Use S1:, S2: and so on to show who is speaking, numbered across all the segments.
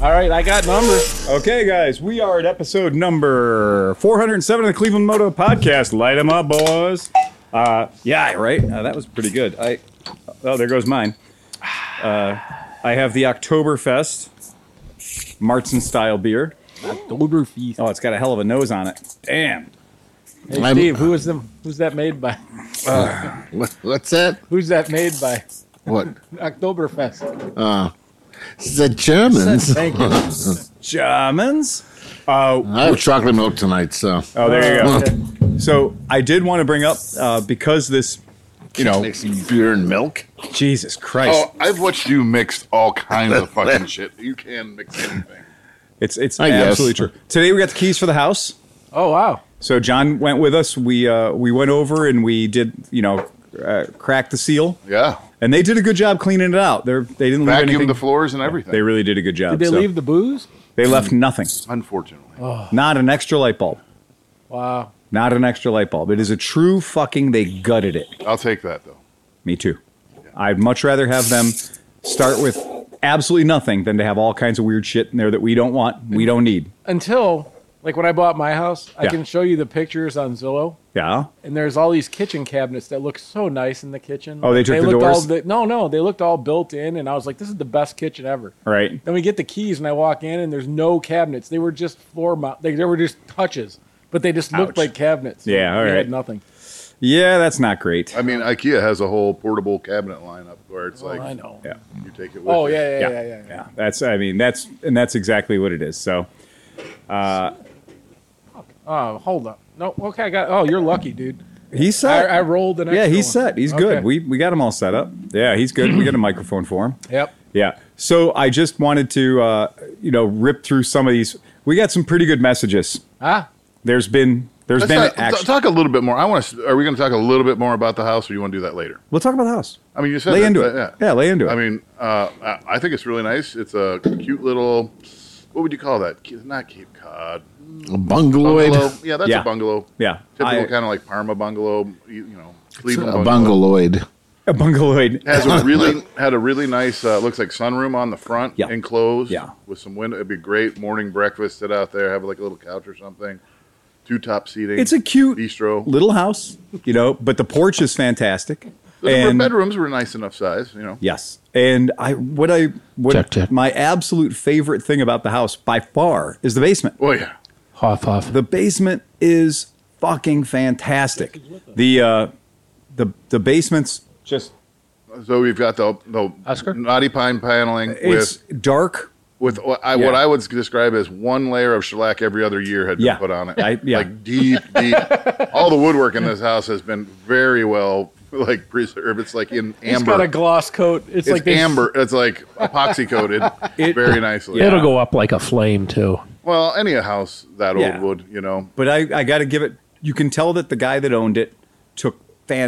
S1: All right, I got numbers.
S2: Okay, guys, we are at episode number 407 of the Cleveland Moto Podcast. Light 'em up, boys. Uh, yeah, right. Uh, that was pretty good. I oh, there goes mine. Uh, I have the Oktoberfest Martzen style beer.
S1: October feast.
S2: Oh, it's got a hell of a nose on it. Damn.
S1: Hey,
S3: I'm-
S1: Steve, who is them? Who's that made by?
S3: What, what's that?
S1: Who's that made by?
S3: What?
S1: Oktoberfest.
S3: The Germans.
S1: Thank you.
S2: Germans. Uh,
S3: I have chocolate milk tonight, so
S2: oh, there you go.
S1: Okay.
S2: Uh, So I did want to bring up uh, because this, you know,
S3: mixing beer and milk.
S2: Jesus Christ,
S4: Oh, I've watched you mix all kinds of fucking shit. You can mix anything.
S2: it's it's
S3: I guess.
S2: absolutely true. Today we got the keys for the house.
S1: Oh wow.
S2: So John went with us. We uh, we went over and we did you know uh, crack the seal,
S4: Yeah.
S2: and they did a good job cleaning it out. They're, they didn't leave
S4: Vacuum
S2: anything.
S4: the floors and everything.
S2: they really did a good job.
S1: Did they
S2: so
S1: leave the booze?
S2: They left nothing.
S4: Unfortunately.
S1: Oh.
S2: Not an extra light bulb.
S1: Wow.
S2: Not an extra light bulb. It is a true fucking. They gutted it.
S4: I'll take that though.
S2: Me too. I'd much rather have them start with absolutely nothing than to have all kinds of weird shit in there that we don't want, we don't need.
S1: Until like when I bought my house, I
S2: Yeah.
S1: can show you the pictures on Zillow.
S2: Yeah.
S1: and there's all these kitchen cabinets that look so nice in the kitchen.
S2: Oh, they took the
S1: looked
S2: doors?
S1: All the, no, no, they looked all built in, and I was like, this is the best kitchen ever.
S2: Right.
S1: Then we get the keys, and I walk in, and there's no cabinets. They were just floor mount. They, they were just touches, but they just looked
S2: Ouch.
S1: like cabinets.
S2: Yeah, all
S1: They
S2: right.
S1: had nothing.
S2: Yeah, that's not great.
S4: I mean, IKEA has a whole portable cabinet lineup where it's like
S1: oh, I know.
S2: Yeah.
S4: you take it with
S1: Oh
S4: you.
S1: yeah, yeah, yeah, yeah. yeah.
S2: Yeah. That's I mean, that's and that's exactly what it is. So
S1: Oh, hold up. No, okay, I got. Oh, you're lucky, dude.
S2: he's
S1: I,
S2: set.
S1: I rolled an.
S2: yeah,
S1: extra
S2: he's
S1: one.
S2: set. He's
S1: Okay.
S2: good. We we got him all set up. Yeah, he's good. we got a microphone for him.
S1: Yep.
S2: Yeah. So I just wanted to uh, you know, rip through some of these. We got some pretty good messages.
S1: Ah,
S2: There's been there's
S4: Let's
S2: been
S4: talk,
S2: action.
S4: talk a little bit more. I want to. Are we going to talk a little bit more about the house, or you want to do that later?
S2: we'll talk about the house.
S4: I mean, you said
S2: Lay
S4: that-
S2: into
S4: uh,
S2: it. Yeah, lay into it.
S4: I mean, uh, I- I think it's really nice. It's a cute little. What would you call that? Ca- Not Cape Cod. Bungalow.
S3: Bungaloid.
S4: Yeah, that's
S2: Yeah.
S4: a bungalow.
S2: Yeah.
S4: Typical
S2: I-
S4: kind of like Parma bungalow. You, you know,
S3: A
S4: Cleveland bungalow.
S3: bungaloid.
S2: A bungaloid.
S4: Has a really had a really nice uh, looks like sunroom on the front,
S2: Yeah.
S4: enclosed,
S2: Yeah.
S4: with some window. It'd be great morning breakfast. Sit out there, have like a little couch or something. Two top seating.
S2: It's a cute
S4: bistro.
S2: little house, you know, but the porch is fantastic.
S4: The number of bedrooms were nice enough size. You know,
S2: yes. And I what I what
S3: Check, check.
S2: my absolute favorite thing about the house by far is the basement.
S4: oh yeah,
S3: Hoff, hoff.
S2: The basement is fucking fantastic. The uh the the basement's just
S4: So we've got the, the
S1: Oscar?
S4: knotty pine paneling
S2: it's
S4: with
S2: dark.
S4: with what I,
S2: Yeah.
S4: what I would describe as one layer of shellac every other year had been
S2: Yeah.
S4: put on it.
S2: I- yeah.
S4: Like deep, deep. All the woodwork in this house has been very well like preserved. It's like in amber.
S1: it's got a gloss coat. It's,
S4: It's
S1: like they-
S4: amber. It's like epoxy coated
S2: It-
S4: very nicely.
S2: Yeah.
S5: It'll go up like a flame too.
S4: Well, any house that
S2: Yeah.
S4: old would, you know.
S2: But I, I got to give it. You can tell that the guy that owned it took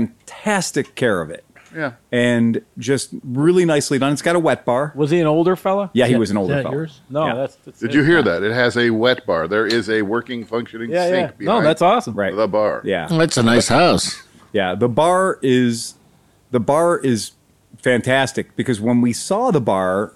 S2: fantastic care of it,
S4: Yeah.
S2: and just really nicely done. It's got a wet bar.
S1: Was he an older fella?
S2: Yeah, he was an
S5: Is
S2: older
S5: that
S2: fellow.
S5: yours?
S1: No,
S2: Yeah.
S1: that's, that's.
S4: Did you hear that? It has a wet bar. There is a working functioning
S1: Yeah,
S4: sink
S1: yeah. No,
S4: behind
S1: that's awesome.
S2: Right.
S4: the bar.
S2: Yeah,
S3: That's a nice house.
S2: yeah. The bar is the bar is fantastic because when we saw the bar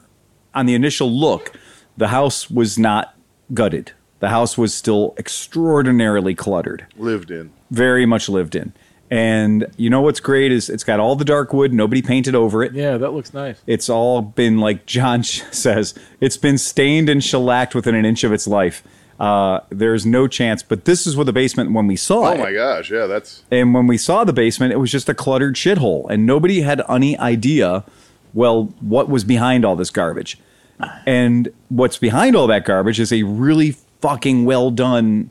S2: on the initial look, the house was not gutted. The house was still extraordinarily cluttered,
S4: Lived in.
S2: very much lived in. And you know what's great is it's got all the dark wood. Nobody painted over it.
S1: Yeah, that looks nice.
S2: It's all been like John Sh- says. It's been stained and shellacked within an inch of its life. Uh, there's no chance. But this is what the basement when we saw
S4: Oh
S2: it.
S4: my gosh. Yeah, that's
S2: And when we saw the basement, it was just a cluttered shithole, and nobody had any idea, well, what was behind all this garbage. And what's behind all that garbage is a really fucking well done,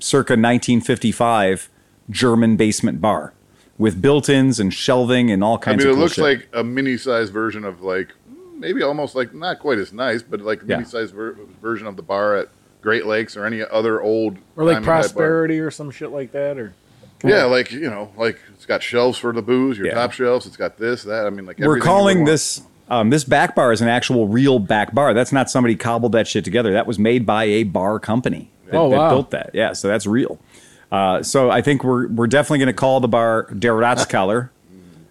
S2: circa 1955 German basement bar with built-ins and shelving and all
S4: I
S2: kinds
S4: mean, it
S2: of. cool
S4: looks
S2: shit.
S4: like a mini-sized version of like maybe almost like not quite as nice, but like
S2: Yeah.
S4: mini-sized ver- version of the bar at Great Lakes or any other old
S1: or like
S4: timey type bar.
S1: prosperity or some shit like that or
S4: Yeah, like you know, like it's got shelves for the booze, your
S2: Yeah.
S4: top shelves. It's got this, that. I mean, like
S2: we're
S4: everything you would
S2: calling
S4: want.
S2: this um, this back bar is an actual real back bar. That's not somebody cobbled that shit together. That was made by a bar company that,
S1: Oh,
S2: that
S1: wow.
S2: built that. Yeah, so that's real. Uh, so I think we're we're definitely going to call the bar Der Ratskeller,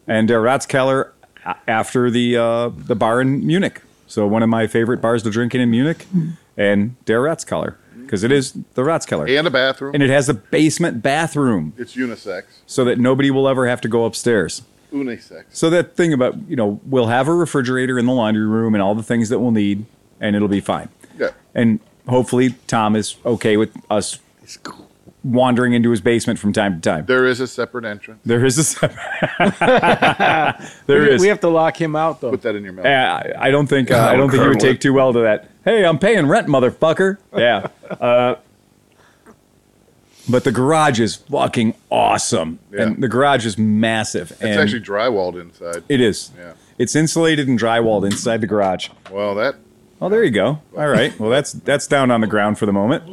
S2: and Der Ratskeller a- after the uh, the bar in Munich. So one of my favorite bars to drink in in Munich,
S1: Hmm.
S2: and Der Ratskeller because it is the Ratskeller,
S4: and a bathroom.
S2: and it has a basement bathroom
S4: it's unisex,
S2: so that nobody will ever have to go upstairs.
S4: unisex.
S2: So that thing about you know we'll have a refrigerator in the laundry room and all the things that we'll need, and it'll be fine.
S4: Yeah.
S2: And hopefully Tom is okay with us wandering into his basement from time to time.
S4: There is a separate entrance.
S2: there is a sep- there is.
S1: We have to lock him out though.
S4: Put that in your mouth.
S2: Uh, I- I don't think uh,
S3: Oh,
S2: I don't think he would
S3: Colonel.
S2: take too well to that. Hey, I'm paying rent, motherfucker. Yeah. Uh, but the garage is fucking awesome,
S4: Yeah.
S2: and the garage is massive.
S4: it's
S2: and
S4: actually drywalled inside.
S2: it is.
S4: Yeah.
S2: It's insulated and drywalled inside the garage.
S4: well, that
S2: Well, there you go. All right. Well, that's that's down on the ground for the moment.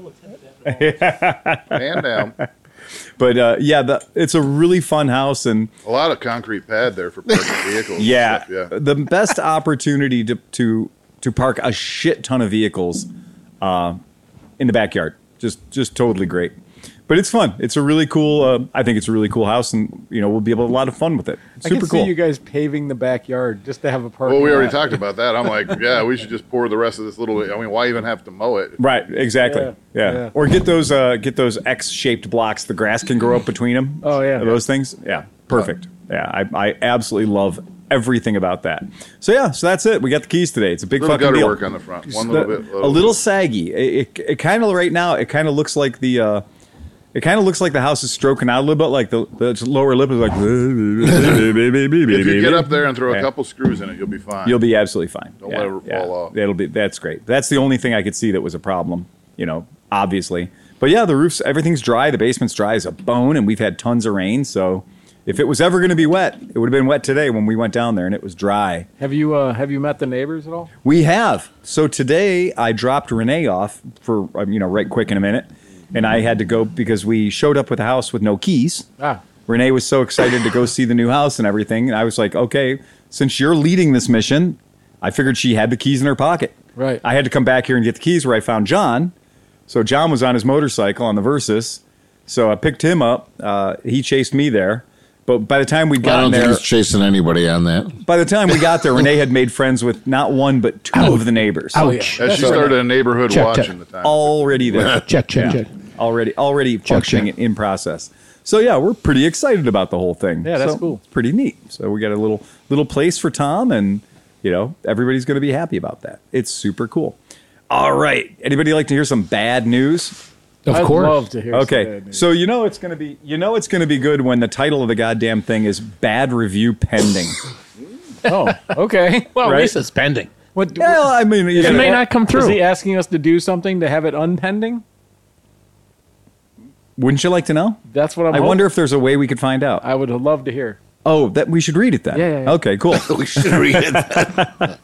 S4: and down.
S2: But uh, yeah, the, it's a really fun house, and
S4: A lot of concrete pad there for parking vehicles. and
S2: yeah,
S4: stuff, yeah.
S2: the best opportunity to to to park a shit ton of vehicles uh, in the backyard. Just just totally great. But it's fun. It's a really cool. Uh, I think it's a really cool house, and you know we'll be able to have a lot of fun with it.
S1: I
S2: Super
S1: can
S2: cool.
S1: see you guys paving the backyard just to have a parking.
S4: Well, we already
S1: lot.
S4: talked about that. I'm like, yeah, we should just pour the rest of this little. I mean, why even have to mow it?
S2: Right, exactly.
S1: Yeah,
S2: Yeah.
S1: yeah.
S2: Or get those uh, get those X-shaped blocks. The grass can grow up between them.
S1: Oh, yeah. Uh,
S2: Those things. Yeah. Perfect. Yeah. I, I absolutely love everything about that. So yeah. So that's it. We got the keys today. It's a big
S4: Little
S2: fucking
S4: gutter
S2: deal.
S4: work on the front. One
S2: The-
S4: little bit.
S2: a little saggy. It, it, it kind of right now. It kind of looks like the. Uh, it kind of looks like the house is stroking out a little bit. Like the, the lower lip is like.
S4: If you get up there and throw
S2: Yeah.
S4: a couple screws in it, you'll be fine.
S2: You'll be absolutely fine.
S4: Don't let it fall off.
S2: That'll be that's great. That's the only thing I could see that was a problem, you know, obviously. But yeah, the roof's everything's dry, the basement's dry as a bone, and we've had tons of rain, so if it was ever gonna be wet, it would have been wet today when we went down there and it was dry.
S1: Have you uh, have you met the neighbors at all?
S2: We have. So today I dropped Renee off for um, you know, right quick in a minute. And I had to go because we showed up with a house with no keys.
S1: Ah,
S2: Renee was so excited to go see the new house and everything. And I was like, okay, since you're leading this mission, I figured she had the keys in her pocket.
S1: Right.
S2: I had to come back here and get the keys where I found John. So John was on his motorcycle on the Versus. So I picked him up. Uh, he chased me there. But by the time we
S3: I
S2: got
S3: don't
S2: there,
S3: think he's chasing anybody on that.
S2: by the time we got there, Renee had made friends with not one but two of the neighbors
S1: Oh,
S5: Ouch.
S4: As she started a neighborhood
S5: Check,
S4: watch
S5: check.
S4: in the time.
S2: already there.
S5: Check, check, check.
S2: Already, already functioning
S5: check.
S2: in process. So yeah, we're pretty excited about the whole thing.
S1: Yeah, that's
S2: So
S1: cool.
S2: It's pretty neat. So we got a little little place for Tom, and you know everybody's going to be happy about that. It's super cool. All right, anybody like to hear some bad news?
S5: Of
S1: I'd
S5: course.
S1: love to hear. some
S2: Okay,
S1: bad news.
S2: so you know it's going to be you know it's going to be good when the title of the goddamn thing is "Bad Review Pending."
S1: oh, okay.
S5: Well,
S2: Right?
S5: at least it's pending.
S1: What?
S2: well, I mean, you
S5: It
S2: know,
S5: may not come
S1: Is
S5: through.
S1: he asking us to do something to have it unpending?
S2: wouldn't you like to know?
S1: That's what I'm.
S2: I
S1: hoping.
S2: wonder if there's a way we could find out.
S1: Oh. I would love to hear.
S2: Oh, that we should read it then.
S1: Yeah, yeah, yeah.
S2: Okay, cool.
S3: We should read it.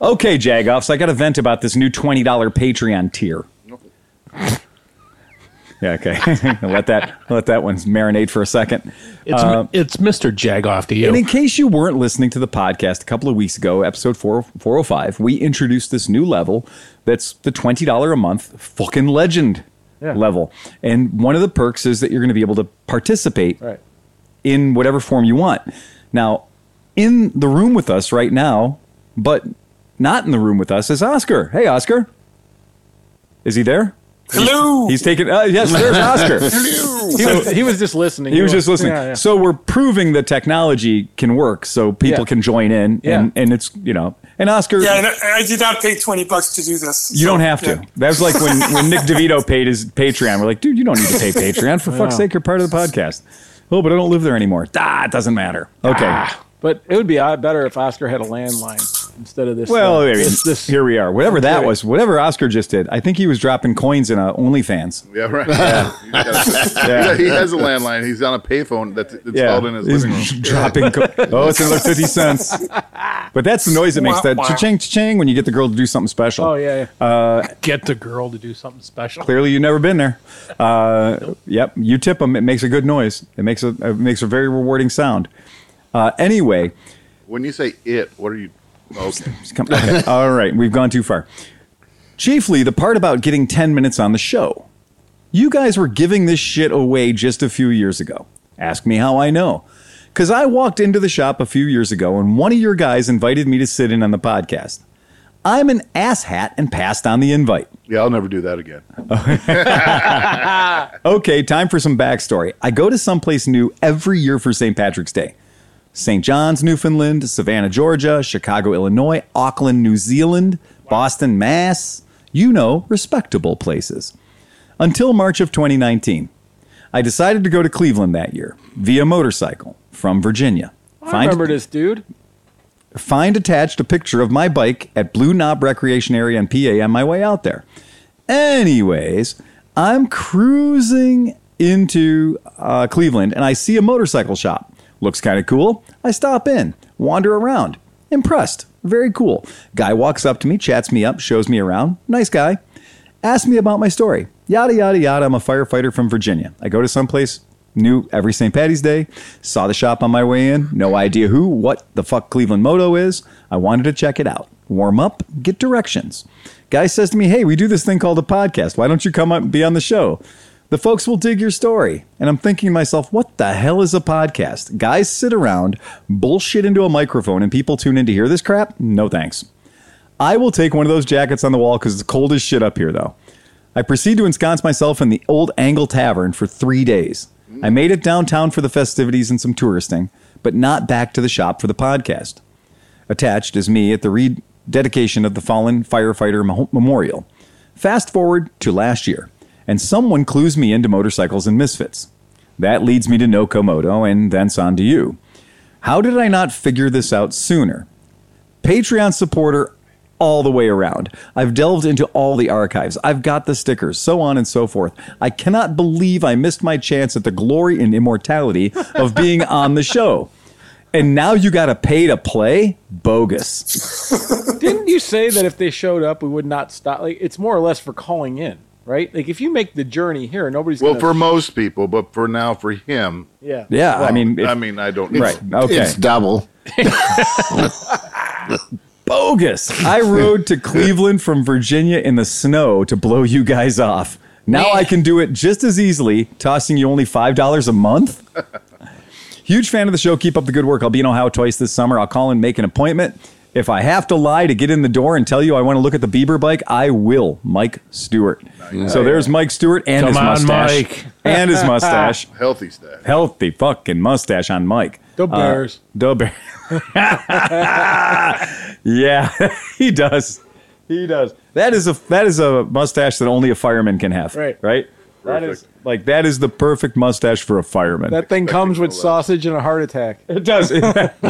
S2: Okay, Jagoffs, I got a vent about this new $20 Patreon tier. Yeah, okay. let that let that one marinate for a second.
S5: It's, it's Mr. Jagoff to you.
S2: Uh, And in case you weren't listening to the podcast a couple of weeks ago, episode 4, 405, we introduced this new level that's the $20 a month fucking legend
S1: Yeah.
S2: level. And one of the perks is that you're going to be able to participate
S1: Right.
S2: in whatever form you want. Now, in the room with us right now, but not in the room with us is Oscar. Hey, Oscar. Is he there? Hello. He's taking. Uh, yes, there's Oscar.
S1: He was, he was just listening.
S2: He was just listening.
S1: Yeah, yeah.
S2: So we're proving that technology can work, so people
S1: Yeah.
S2: can join in,
S1: Yeah.
S2: and and it's you know, and Oscar,
S6: Yeah, and I, I did not pay twenty bucks to do this.
S2: you don't have to. That was like when when Nick DeVito paid his Patreon. We're like, dude, you don't need to pay Patreon for fuck's sake. You're part of the podcast. Oh, but I don't live there anymore. Ah, it doesn't matter. Okay.
S1: Ah. but it would be uh, better if Oscar had a landline instead of this.
S2: Well,
S1: uh,
S2: I mean,
S1: this, this
S2: here we are. Whatever that
S1: Right.
S2: was, whatever Oscar just did, I think he was dropping coins in a OnlyFans.
S4: Yeah, right. He's got a- He has a landline. He's on a payphone that's installed in his
S2: he's
S4: living room.
S2: dropping. Co- oh, it's another fifty cents. But that's the noise that makes that
S6: Wah, wah.
S2: cha-ching, cha-ching when you get the girl to do something special.
S1: Oh yeah, yeah.
S5: Get the girl to do something special.
S2: Clearly, you've never been there. Uh, yep, you tip them. It makes a good noise. It makes a it makes a very rewarding sound. Uh, anyway,
S4: When you say it, what are you? Okay.
S2: Just come- okay. All right, we've gone too far. Chiefly, the part about getting 10 minutes on the show. You guys were giving this shit away just a few years ago. Ask me how I know. Because I walked into the shop a few years ago and one of your guys invited me to sit in on the podcast. I'm an asshat and passed on the invite.
S4: Yeah, I'll never do that again.
S2: Okay, time for some backstory. I go to someplace new every year for St. Patrick's Day. St. John's, Newfoundland, Savannah, Georgia, Chicago, Illinois, Auckland, New Zealand, Boston, Mass. You know, respectable places. Until March of 2019, I decided to go to Cleveland that year via motorcycle from Virginia.
S1: I remember this dude.
S2: Find attached a picture of my bike at Blue Knob Recreation Area in PA on my way out there. Anyways, I'm cruising into uh, Cleveland and I see a motorcycle shop. Looks kind of cool. I stop in, wander around, impressed. Very cool. Guy walks up to me, chats me up, shows me around. Nice guy. Asks me about my story. Yada, yada, yada. I'm a firefighter from Virginia. I go to someplace new every St. Patty's Day. Saw the shop on my way in. No idea who, what the fuck Cleveland Moto is. I wanted to check it out. Warm up, get directions. Guy says to me, Hey, we do this thing called a podcast. Why don't you come up and be on the show? The folks will dig your story. And I'm thinking to myself, what the hell is a podcast? Guys sit around, bullshit into a microphone, and people tune in to hear this crap? No thanks. I will take one of those jackets on the wall because it's cold as shit up here, though. I proceed to ensconce myself in the old Angle Tavern for three days. I made it downtown for the festivities and some touristing, but not back to the shop for the podcast. Attached is me at the rededication of the fallen firefighter mo- memorial. Fast forward to last year, and someone clues me into motorcycles and misfits. That leads me to No Komodo and thence on to you. How did I not figure this out sooner? Patreon supporter all the way around. I've delved into all the archives. I've got the stickers, so on and so forth. I cannot believe I missed my chance at the glory and immortality of being on the show. And now you got to pay to play? Bogus.
S1: Didn't you say that if they showed up, we would not stop? Like it's more or less for calling in, right? Like if you make the journey here, nobody's
S4: Well,
S1: gonna,
S4: for most people, but for now, for him,
S1: yeah,
S2: Yeah, I
S4: well,
S2: mean, if-
S4: I mean, I don't.
S2: right. Okay.
S3: It's double.
S2: bogus. I rode to Cleveland from Virginia in the snow to blow you guys off. Now I can do it just as easily, tossing you only $5 a month. Huge fan of the show. Keep up the good work. I'll be in Ohio twice this summer. I'll call and make an appointment. If I have to lie to get in the door and tell you I want to look at the Bieber bike, I will. Mike Stewart. So there's Mike Stewart and
S5: Come
S2: his
S5: on,
S2: mustache.
S5: Mike.
S2: And his mustache.
S4: Healthy stack.
S2: Healthy fucking mustache on Mike.
S1: the Bears.
S2: The bear. yeah, he does. He does. That is a that is a mustache that only a fireman can have.
S1: Right.
S2: Right. That is like that is the perfect mustache for a fireman.
S1: that thing comes with sausage and a heart attack.
S2: it does.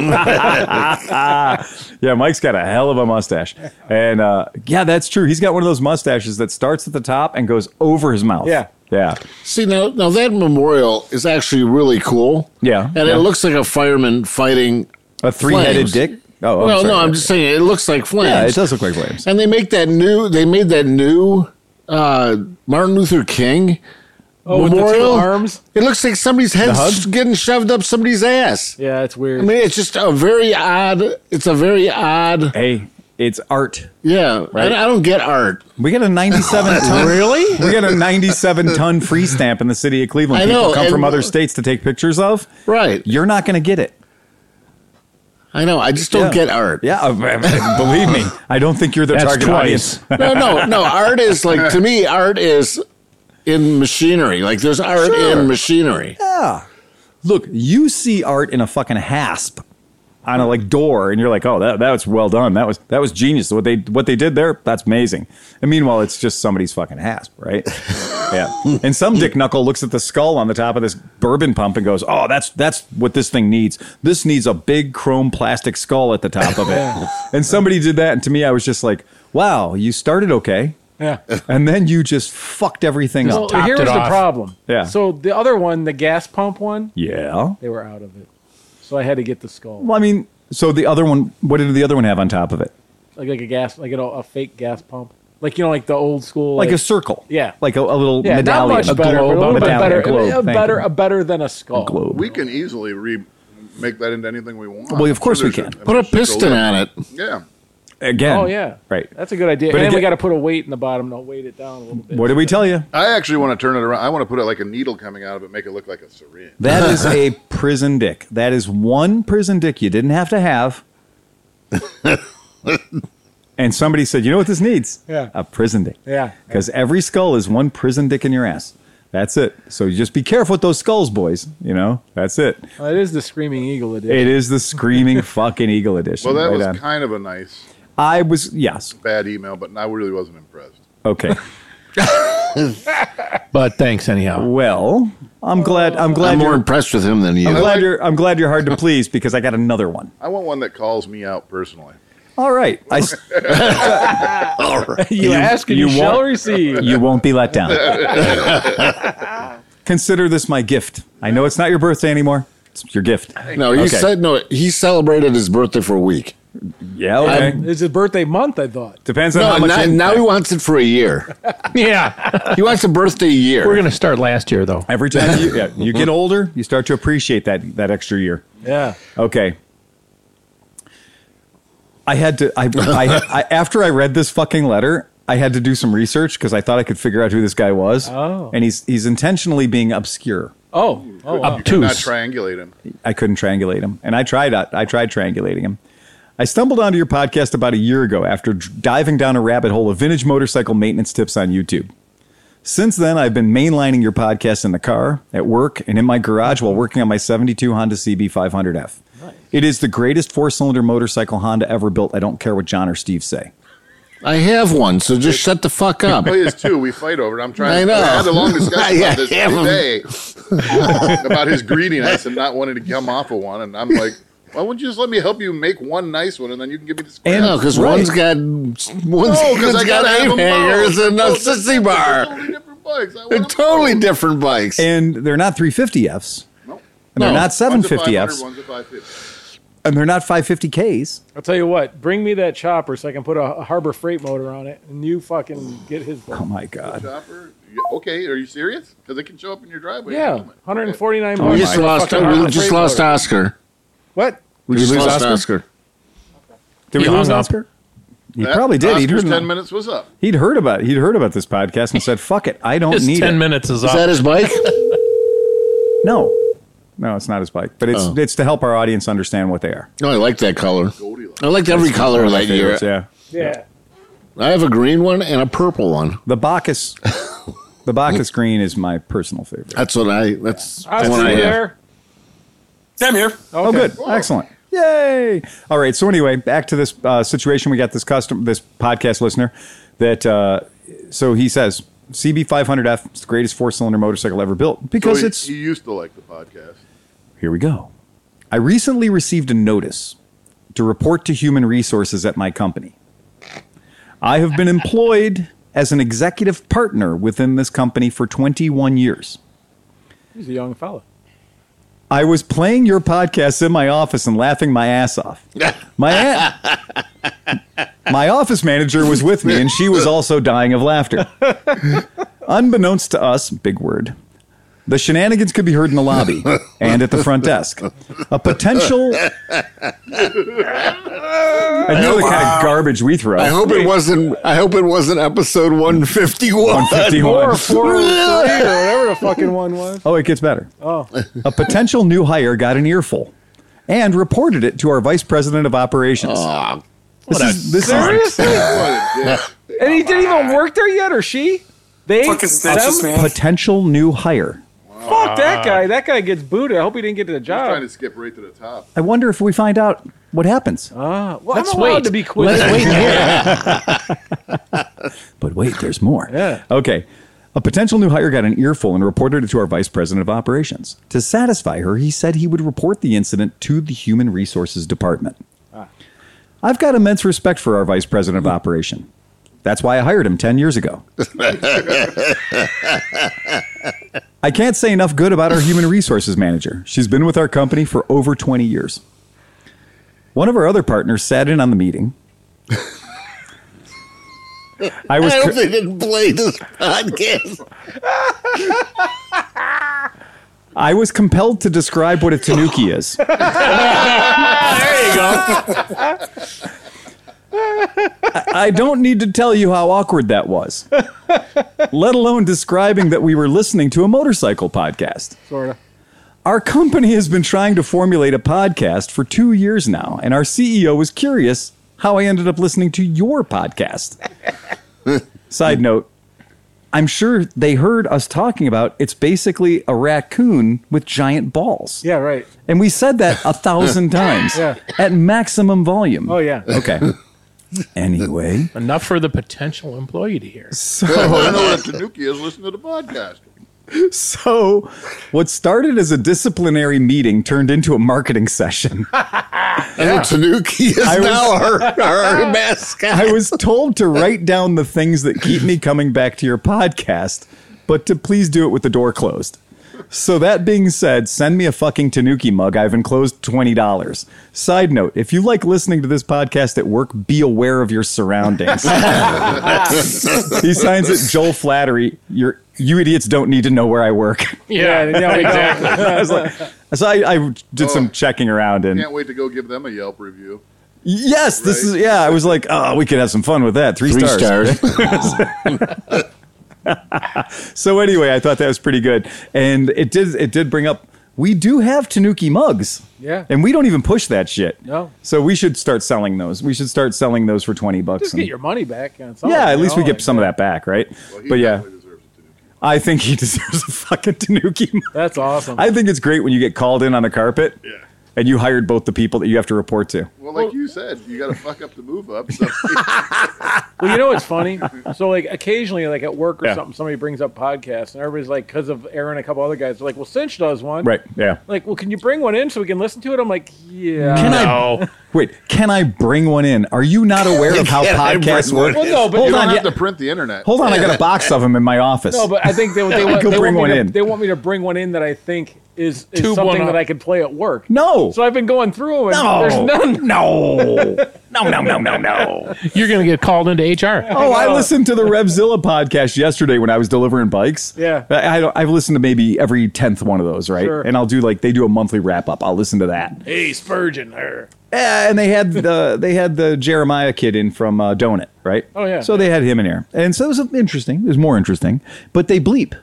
S2: yeah, Mike's got a hell of a mustache, and uh, yeah, that's true. He's got one of those mustaches that starts at the top and goes over his mouth.
S1: Yeah.
S2: Yeah.
S3: See now, now that memorial is actually really cool.
S2: Yeah,
S3: and
S2: yeah.
S3: it looks like a fireman fighting
S2: A three-headed
S3: flames.
S2: dick. Oh,
S3: no,
S2: sorry.
S3: no, I'm just saying it looks like flames.
S2: Yeah, it does look like flames.
S3: And they make that new. They made that new uh, Martin Luther King
S1: Oh, with the two arms?
S3: It looks like somebody's head's getting shoved up somebody's ass.
S1: Yeah, it's weird.
S3: I mean, it's just a very odd. It's a very odd.
S2: Hey, it's art.
S3: Yeah,
S2: Right.
S3: I, I don't get art.
S2: We got a 97 ton. really? We got a 97 ton free stamp in the city of Cleveland.
S3: I
S2: People
S3: know,
S2: come from
S3: and-
S2: other states to take pictures of.
S3: Right.
S2: You're not going to get it.
S3: I know. I just don't
S2: Yeah.
S3: get art.
S2: Yeah, uh, believe me. I don't think you're the
S5: That's
S2: target
S5: twice.
S2: audience.
S3: no, no, no. Art is like to me. Art is in machinery. Like there's art in machinery.
S2: Look, you see art in a fucking hasp on a like door, and you're like, oh, that, that was well done. That was that was genius. What they what they did there, that's amazing. And meanwhile, it's just somebody's fucking hasp, right? yeah. And some dick knuckle looks at the skull on the top of this bourbon pump and goes, oh, that's that's what this thing needs. This needs a big chrome plastic skull at the top of it. and somebody did that, and to me, I was just like, wow, you started okay,
S1: yeah.
S2: and then you just fucked everything
S1: Well,
S2: up.
S5: topped
S1: here
S5: it
S1: was the
S5: off.
S1: problem.
S2: Yeah.
S1: So the other one, the gas pump one,
S2: Yeah.
S1: they were out of it. So I had to get the skull,
S2: Well, I mean, so the other one, what did the other one have on top of it?
S1: like like a gas, like a, a fake gas pump, like you know, like the old school,
S2: Like, a circle.
S1: yeah.
S2: Like a, a little
S1: yeah,
S2: medallion.
S1: not much
S2: a
S1: better,
S2: globe.
S1: but a little bit
S2: medallion,
S1: better,
S2: a globe,
S1: a
S2: thank
S1: better,
S2: you.
S1: a better than a skull.
S2: globe.
S4: We can easily re make that into anything we want.
S2: Well, of course we
S4: There's
S2: can.
S4: I
S3: Put
S4: mean,
S3: a
S4: it's just
S3: piston
S4: little-
S3: on it.
S4: Yeah.
S2: Again.
S1: Oh yeah,
S2: Right.
S1: That's a good idea.
S2: But
S1: and then we got
S2: again-
S1: to put a weight in the bottom to weight it down a little bit.
S2: What did we tell you?
S4: I actually want to turn it around. I want to put it like a needle coming out of it, make it look like a syringe.
S2: That is a prison dick. That is one prison dick you didn't have to have. And somebody said, you know what this needs?
S1: Yeah.
S2: A prison dick.
S1: Yeah.
S2: Because every skull is one prison dick in your ass. That's it. So you just be careful with those skulls, boys. You know, that's it.
S1: Well, it is the Screaming Eagle edition.
S2: It is the screaming fucking eagle edition.
S4: Well, that
S2: Right
S4: was
S2: on.
S4: kind of a nice
S2: I was, yes.
S4: bad email, but I really wasn't impressed.
S2: Okay.
S7: But thanks anyhow.
S2: Well, I'm glad. I'm glad.
S3: I'm more
S2: you're,
S3: impressed with him than you.
S2: I'm glad you're. I'm glad you're hard to please because I got another one.
S4: I want one that calls me out personally.
S2: All right. I s-
S3: All right.
S1: You, ask and you, shall
S2: won't,
S1: receive.
S2: you won't be let down. Consider this my gift. I know it's not your birthday anymore. It's your gift.
S3: No, you
S2: Okay.
S3: said no. He celebrated his birthday for a week.
S2: Yeah. Okay.
S1: It's his birthday month, I thought.
S2: Depends on
S3: No,
S2: how much.
S3: now,
S2: in-
S3: now he wants it for a year.
S7: Yeah.
S3: He wants a birthday year.
S7: We're going to start last year, though.
S2: every time you, yeah, you get older, you start to appreciate that that extra year.
S1: Yeah.
S2: Okay. I had to. I, I, I after I read this fucking letter, I had to do some research because I thought I could figure out who this guy was.
S1: Oh.
S2: and he's he's intentionally being obscure.
S1: Oh. Oh. wow.
S4: You could not
S7: Obtuse.
S4: triangulate him.
S2: I couldn't triangulate him, and I tried. I tried triangulating him. I stumbled onto your podcast about a year ago after d- diving down a rabbit hole of vintage motorcycle maintenance tips on YouTube. Since then, I've been mainlining your podcast in the car, at work, and in my garage while working on my 72 Honda CB500F. It is the greatest four cylinder motorcycle Honda ever built. I don't care what John or Steve say.
S3: I have one, so just shut the fuck up.
S4: Play Oh, is two. We fight over it. I'm trying.
S3: I know.
S4: I had a long discussion
S3: Yeah,
S4: about this
S3: yeah.
S4: today about his greediness and not wanting to come off of one. And I'm like, why wouldn't you just let me help you make one nice one and then you can give me the square?
S2: And-
S4: And
S3: No, because
S2: Right.
S3: one's got one's,
S4: no,
S3: one's
S4: because Oh, I got
S3: got aim hangers and a sissy bar.
S4: Totally different bikes. I want
S3: They're
S4: them
S3: totally
S4: both.
S3: different bikes.
S2: And they're not 350Fs,
S4: Nope.
S2: and they're
S3: No.
S2: not
S4: One's a 500,
S2: 750Fs,
S4: one's a 550.
S2: and they're not 550Ks.
S1: I'll tell you what. Bring me that chopper so I can put a a Harbor Freight motor on it, and you fucking get his.
S2: Oh my God.
S4: Chopper. You- Okay, are you serious? Because it can show up in your driveway.
S1: Yeah,
S4: Moment.
S1: 149
S3: we
S1: bucks
S3: just
S1: for a
S3: lost.
S1: fucking Harbor
S3: We just
S1: Freight
S3: lost
S1: motor.
S3: Oscar.
S1: What?
S3: We just lost Oscar.
S2: Did we
S7: He
S2: lose
S7: hung up.
S2: Oscar? He
S4: That-
S2: probably did. He'd
S4: Oscar's
S2: heard,
S4: ten minutes was up.
S2: he'd heard about he'd heard about this podcast and said, "Fuck it, I don't
S5: His
S2: need
S5: ten
S2: it."
S5: minutes is
S3: Is
S5: up.
S3: that his bike?
S2: No, no, it's not his bike, but it's
S3: Oh.
S2: it's to help our audience understand what they are.
S3: No, I like that color.
S4: Goldilocks.
S3: I liked every color that year.
S2: Favorites, yeah.
S1: Yeah.
S3: I have a green one and a purple one.
S2: The Bacchus, the Bacchus green is my personal favorite.
S3: That's what I. That's
S1: I
S3: the
S1: was
S3: one I have.
S1: there.
S6: Yeah, I'm here.
S2: Oh, good, excellent, yay! All right, so anyway, back to this uh, situation. We got this custom, this podcast listener that. Uh, so he says CB500F is the greatest four-cylinder motorcycle ever built because
S4: So he,
S2: it's
S4: he used to like the podcast.
S2: Here we go. I recently received a notice to report to human resources at my company. I have been employed as an executive partner within this company for 21 years.
S1: He's a young fella.
S2: I was playing your podcast in my office and laughing my ass off. My a- my office manager was with me and she was also dying of laughter. Unbeknownst to us, big word. The shenanigans could be heard in the lobby and at the front desk. A potential I know the kind of garbage we throw.
S3: I hope it wasn't. I hope it wasn't episode one fifty one.
S2: 151.
S1: Or four or three or whatever the fucking one was.
S2: Oh, it gets better.
S1: Oh.
S2: A potential new hire got an earful and reported it to our vice president of operations. this is, this is
S1: Seriously?
S4: What a dick.
S1: and he didn't even work there yet, or she? They
S6: Fucking snitches,
S1: them?
S6: man.
S2: potential new hire.
S1: Fuck that guy. That guy gets booted. I hope he didn't get to the
S4: I'm trying
S1: job.
S4: to skip right to the top.
S2: I wonder if we find out what happens.
S1: Ah, well,
S7: Let's
S1: I'm allowed
S7: wait.
S1: to be quizzed.
S7: Let's wait here.
S2: But wait, there's more.
S1: Yeah.
S2: Okay. A potential new hire got an earful and reported it to our vice president of operations. To satisfy her, he said he would report the incident to the human resources department. I've got immense respect for our vice president of operation. That's why I hired him 10 years ago. I can't say enough good about our human resources manager. She's been with our company for over 20 years. One of our other partners sat in on the meeting. I was
S3: I
S2: cr-
S3: hope they didn't play this podcast.
S2: I was compelled to describe what a tanuki is. there you go. I don't need to tell you how awkward that was, let alone describing that we were listening to a motorcycle podcast.
S1: Sorta.
S2: Our company has been trying to formulate a podcast for two years now, and our CEO E was curious how I ended up listening to your podcast. Side note, I'm sure they heard us talking about it's basically a raccoon with giant balls.
S1: Yeah, right.
S2: And we said that a thousand times
S1: Yeah.
S2: at maximum volume.
S1: Oh, yeah.
S2: Okay. Anyway,
S5: Enough for the potential employee to hear.
S4: I know
S2: so
S4: what a tanuki is. Listen to the podcast.
S2: so what started as a disciplinary meeting turned into a marketing session.
S3: And Tanuki is
S2: I was-
S3: now our, our mascot.
S2: I was told to write down the things that keep me coming back to your podcast, but to please do it with the door closed. So that being said, send me a fucking Tanuki mug. I've enclosed $20. Side note, if you like listening to this podcast at work, be aware of your surroundings. he signs it Joel Flattery. You're, you idiots don't need to know where I work.
S1: Yeah, yeah, we don't.
S2: I was like, so I, I did some checking around and
S4: Can't wait to go give them a Yelp review.
S2: yes, this is,
S4: Right.
S2: yeah, I was like, oh, we could have some fun with that. Three,
S3: Three
S2: stars.
S3: stars.
S2: So anyway, I thought that was pretty good, and it did it did bring up we do have Tanuki mugs.
S1: Yeah.
S2: and we don't even push that shit.
S1: No.
S2: so we should start selling those. We should start selling those for twenty bucks.
S1: Just get
S2: and-
S1: your money back. on something,
S2: yeah, at
S1: you
S2: least
S1: know,
S2: we get
S1: like,
S2: some of that back, right?
S4: he
S2: but yeah,
S4: definitely deserves a tanuki.
S2: I think he deserves a fucking Tanuki. mug.
S1: That's awesome.
S2: I think it's great when you get called in on the carpet.
S4: Yeah.
S2: And you hired both the people that you have to report to.
S4: Well, like you said, you got to fuck up the move up. So
S1: well, you know what's funny? So, like, occasionally, like at work or
S2: Yeah.
S1: something, somebody brings up podcasts, and everybody's like, because of Aaron and a couple other guys, they're like, well, Cinch does one.
S2: Right. Yeah.
S1: Like, well, can you bring one in so we can listen to it? I'm like, yeah.
S2: Can
S5: No.
S2: I wait? Can I bring one in? Are you not aware of how
S3: Can I bring
S2: podcasts
S3: one
S2: work?
S1: Well, no, but
S2: hold
S4: you
S2: on,
S4: don't
S2: yeah.
S4: have to print the internet.
S2: hold on. I got a box of them in my office.
S1: No, but I think they, they, want,
S2: Go
S1: they
S2: bring
S1: want me
S2: one
S1: to,
S2: in.
S1: They want me to bring one in that I think is, is
S5: Tube one
S1: something
S5: up.
S1: that I could play at work.
S2: No.
S1: So I've been going through them. And There's none.
S2: No. No, no, no, no, no.
S5: You're going to get called into HR.
S2: Oh, I listened to the Revzilla podcast yesterday when I was delivering bikes.
S1: Yeah.
S2: I, I don't, I've listened to maybe every 10th one of those, right?
S1: Sure.
S2: And I'll do like, they do a monthly wrap up. I'll listen to that.
S1: Hey, Spurgeon. Or,
S2: Yeah, Eh, and they had the they had the Jeremiah kid in from uh, Donut, right?
S1: Oh, yeah.
S2: So they had him in here, and so it was interesting. It was more interesting, but they bleep.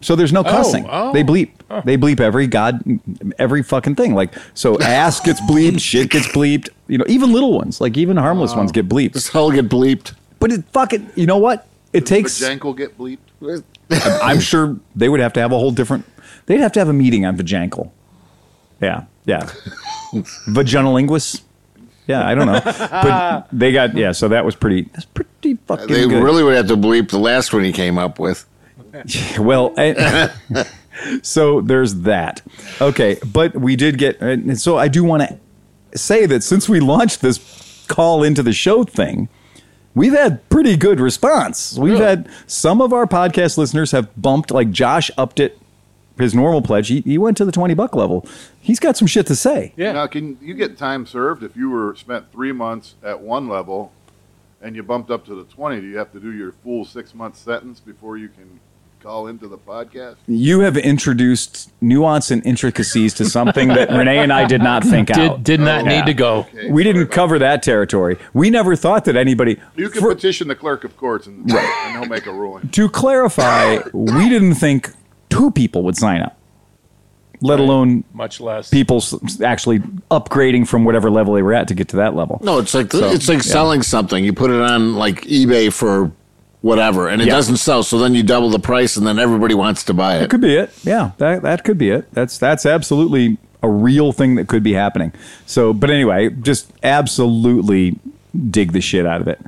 S2: So there's no cussing.
S5: oh.
S2: They bleep. They bleep every god, every fucking thing. Like so, ass gets bleeped, shit gets bleeped. You know, even little ones, like even harmless ones, get bleeped.
S3: This hell get bleeped.
S2: But it fucking, you know what? It takes.
S4: Jankel get bleeped.
S2: I'm sure they would have to have a whole different. They'd have to have a meeting on Vajankle. Yeah, yeah. Vaginal linguists. Yeah, I don't know, but they got yeah. So that was pretty. That's pretty fucking
S3: They
S2: good.
S3: really would have to bleep the last one he came up with.
S2: well. I- so there's that. Okay, but we did get. And so I do want to say that since we launched this call into the show thing. We've had pretty good response. We've had some of our podcast listeners have bumped, like Josh upped it his normal pledge. He, he went to the 20 buck level. He's got some shit to say.
S1: Yeah.
S4: Now, can you get time served if you were spent three months at one level and you bumped up to the 20? Do you have to do your full six month sentence before you can call into the podcast?
S2: You have introduced nuance and intricacies to something that Renee and I did not think
S7: Did
S2: out.
S7: did not
S2: Yeah.
S7: need to go.
S4: Okay,
S2: we
S4: sorry
S2: didn't
S4: about
S2: cover that territory. We never thought that anybody.
S4: that. You can
S2: For-
S4: petition the clerk of courts and, and he'll make a ruling.
S2: to clarify, we didn't think two people would sign up, let alone
S5: Much less.
S2: people s- actually upgrading from whatever level they were at to get to that level.
S3: No, it's like
S2: So,
S3: it's like
S2: yeah.
S3: selling something. You put it on like eBay for whatever, and it
S2: Yeah.
S3: doesn't sell. So then you double the price, and then everybody wants to buy it.
S2: could be it. Yeah, that that could be it. That's that's absolutely a real thing that could be happening. So, but anyway, just absolutely dig the shit out of it.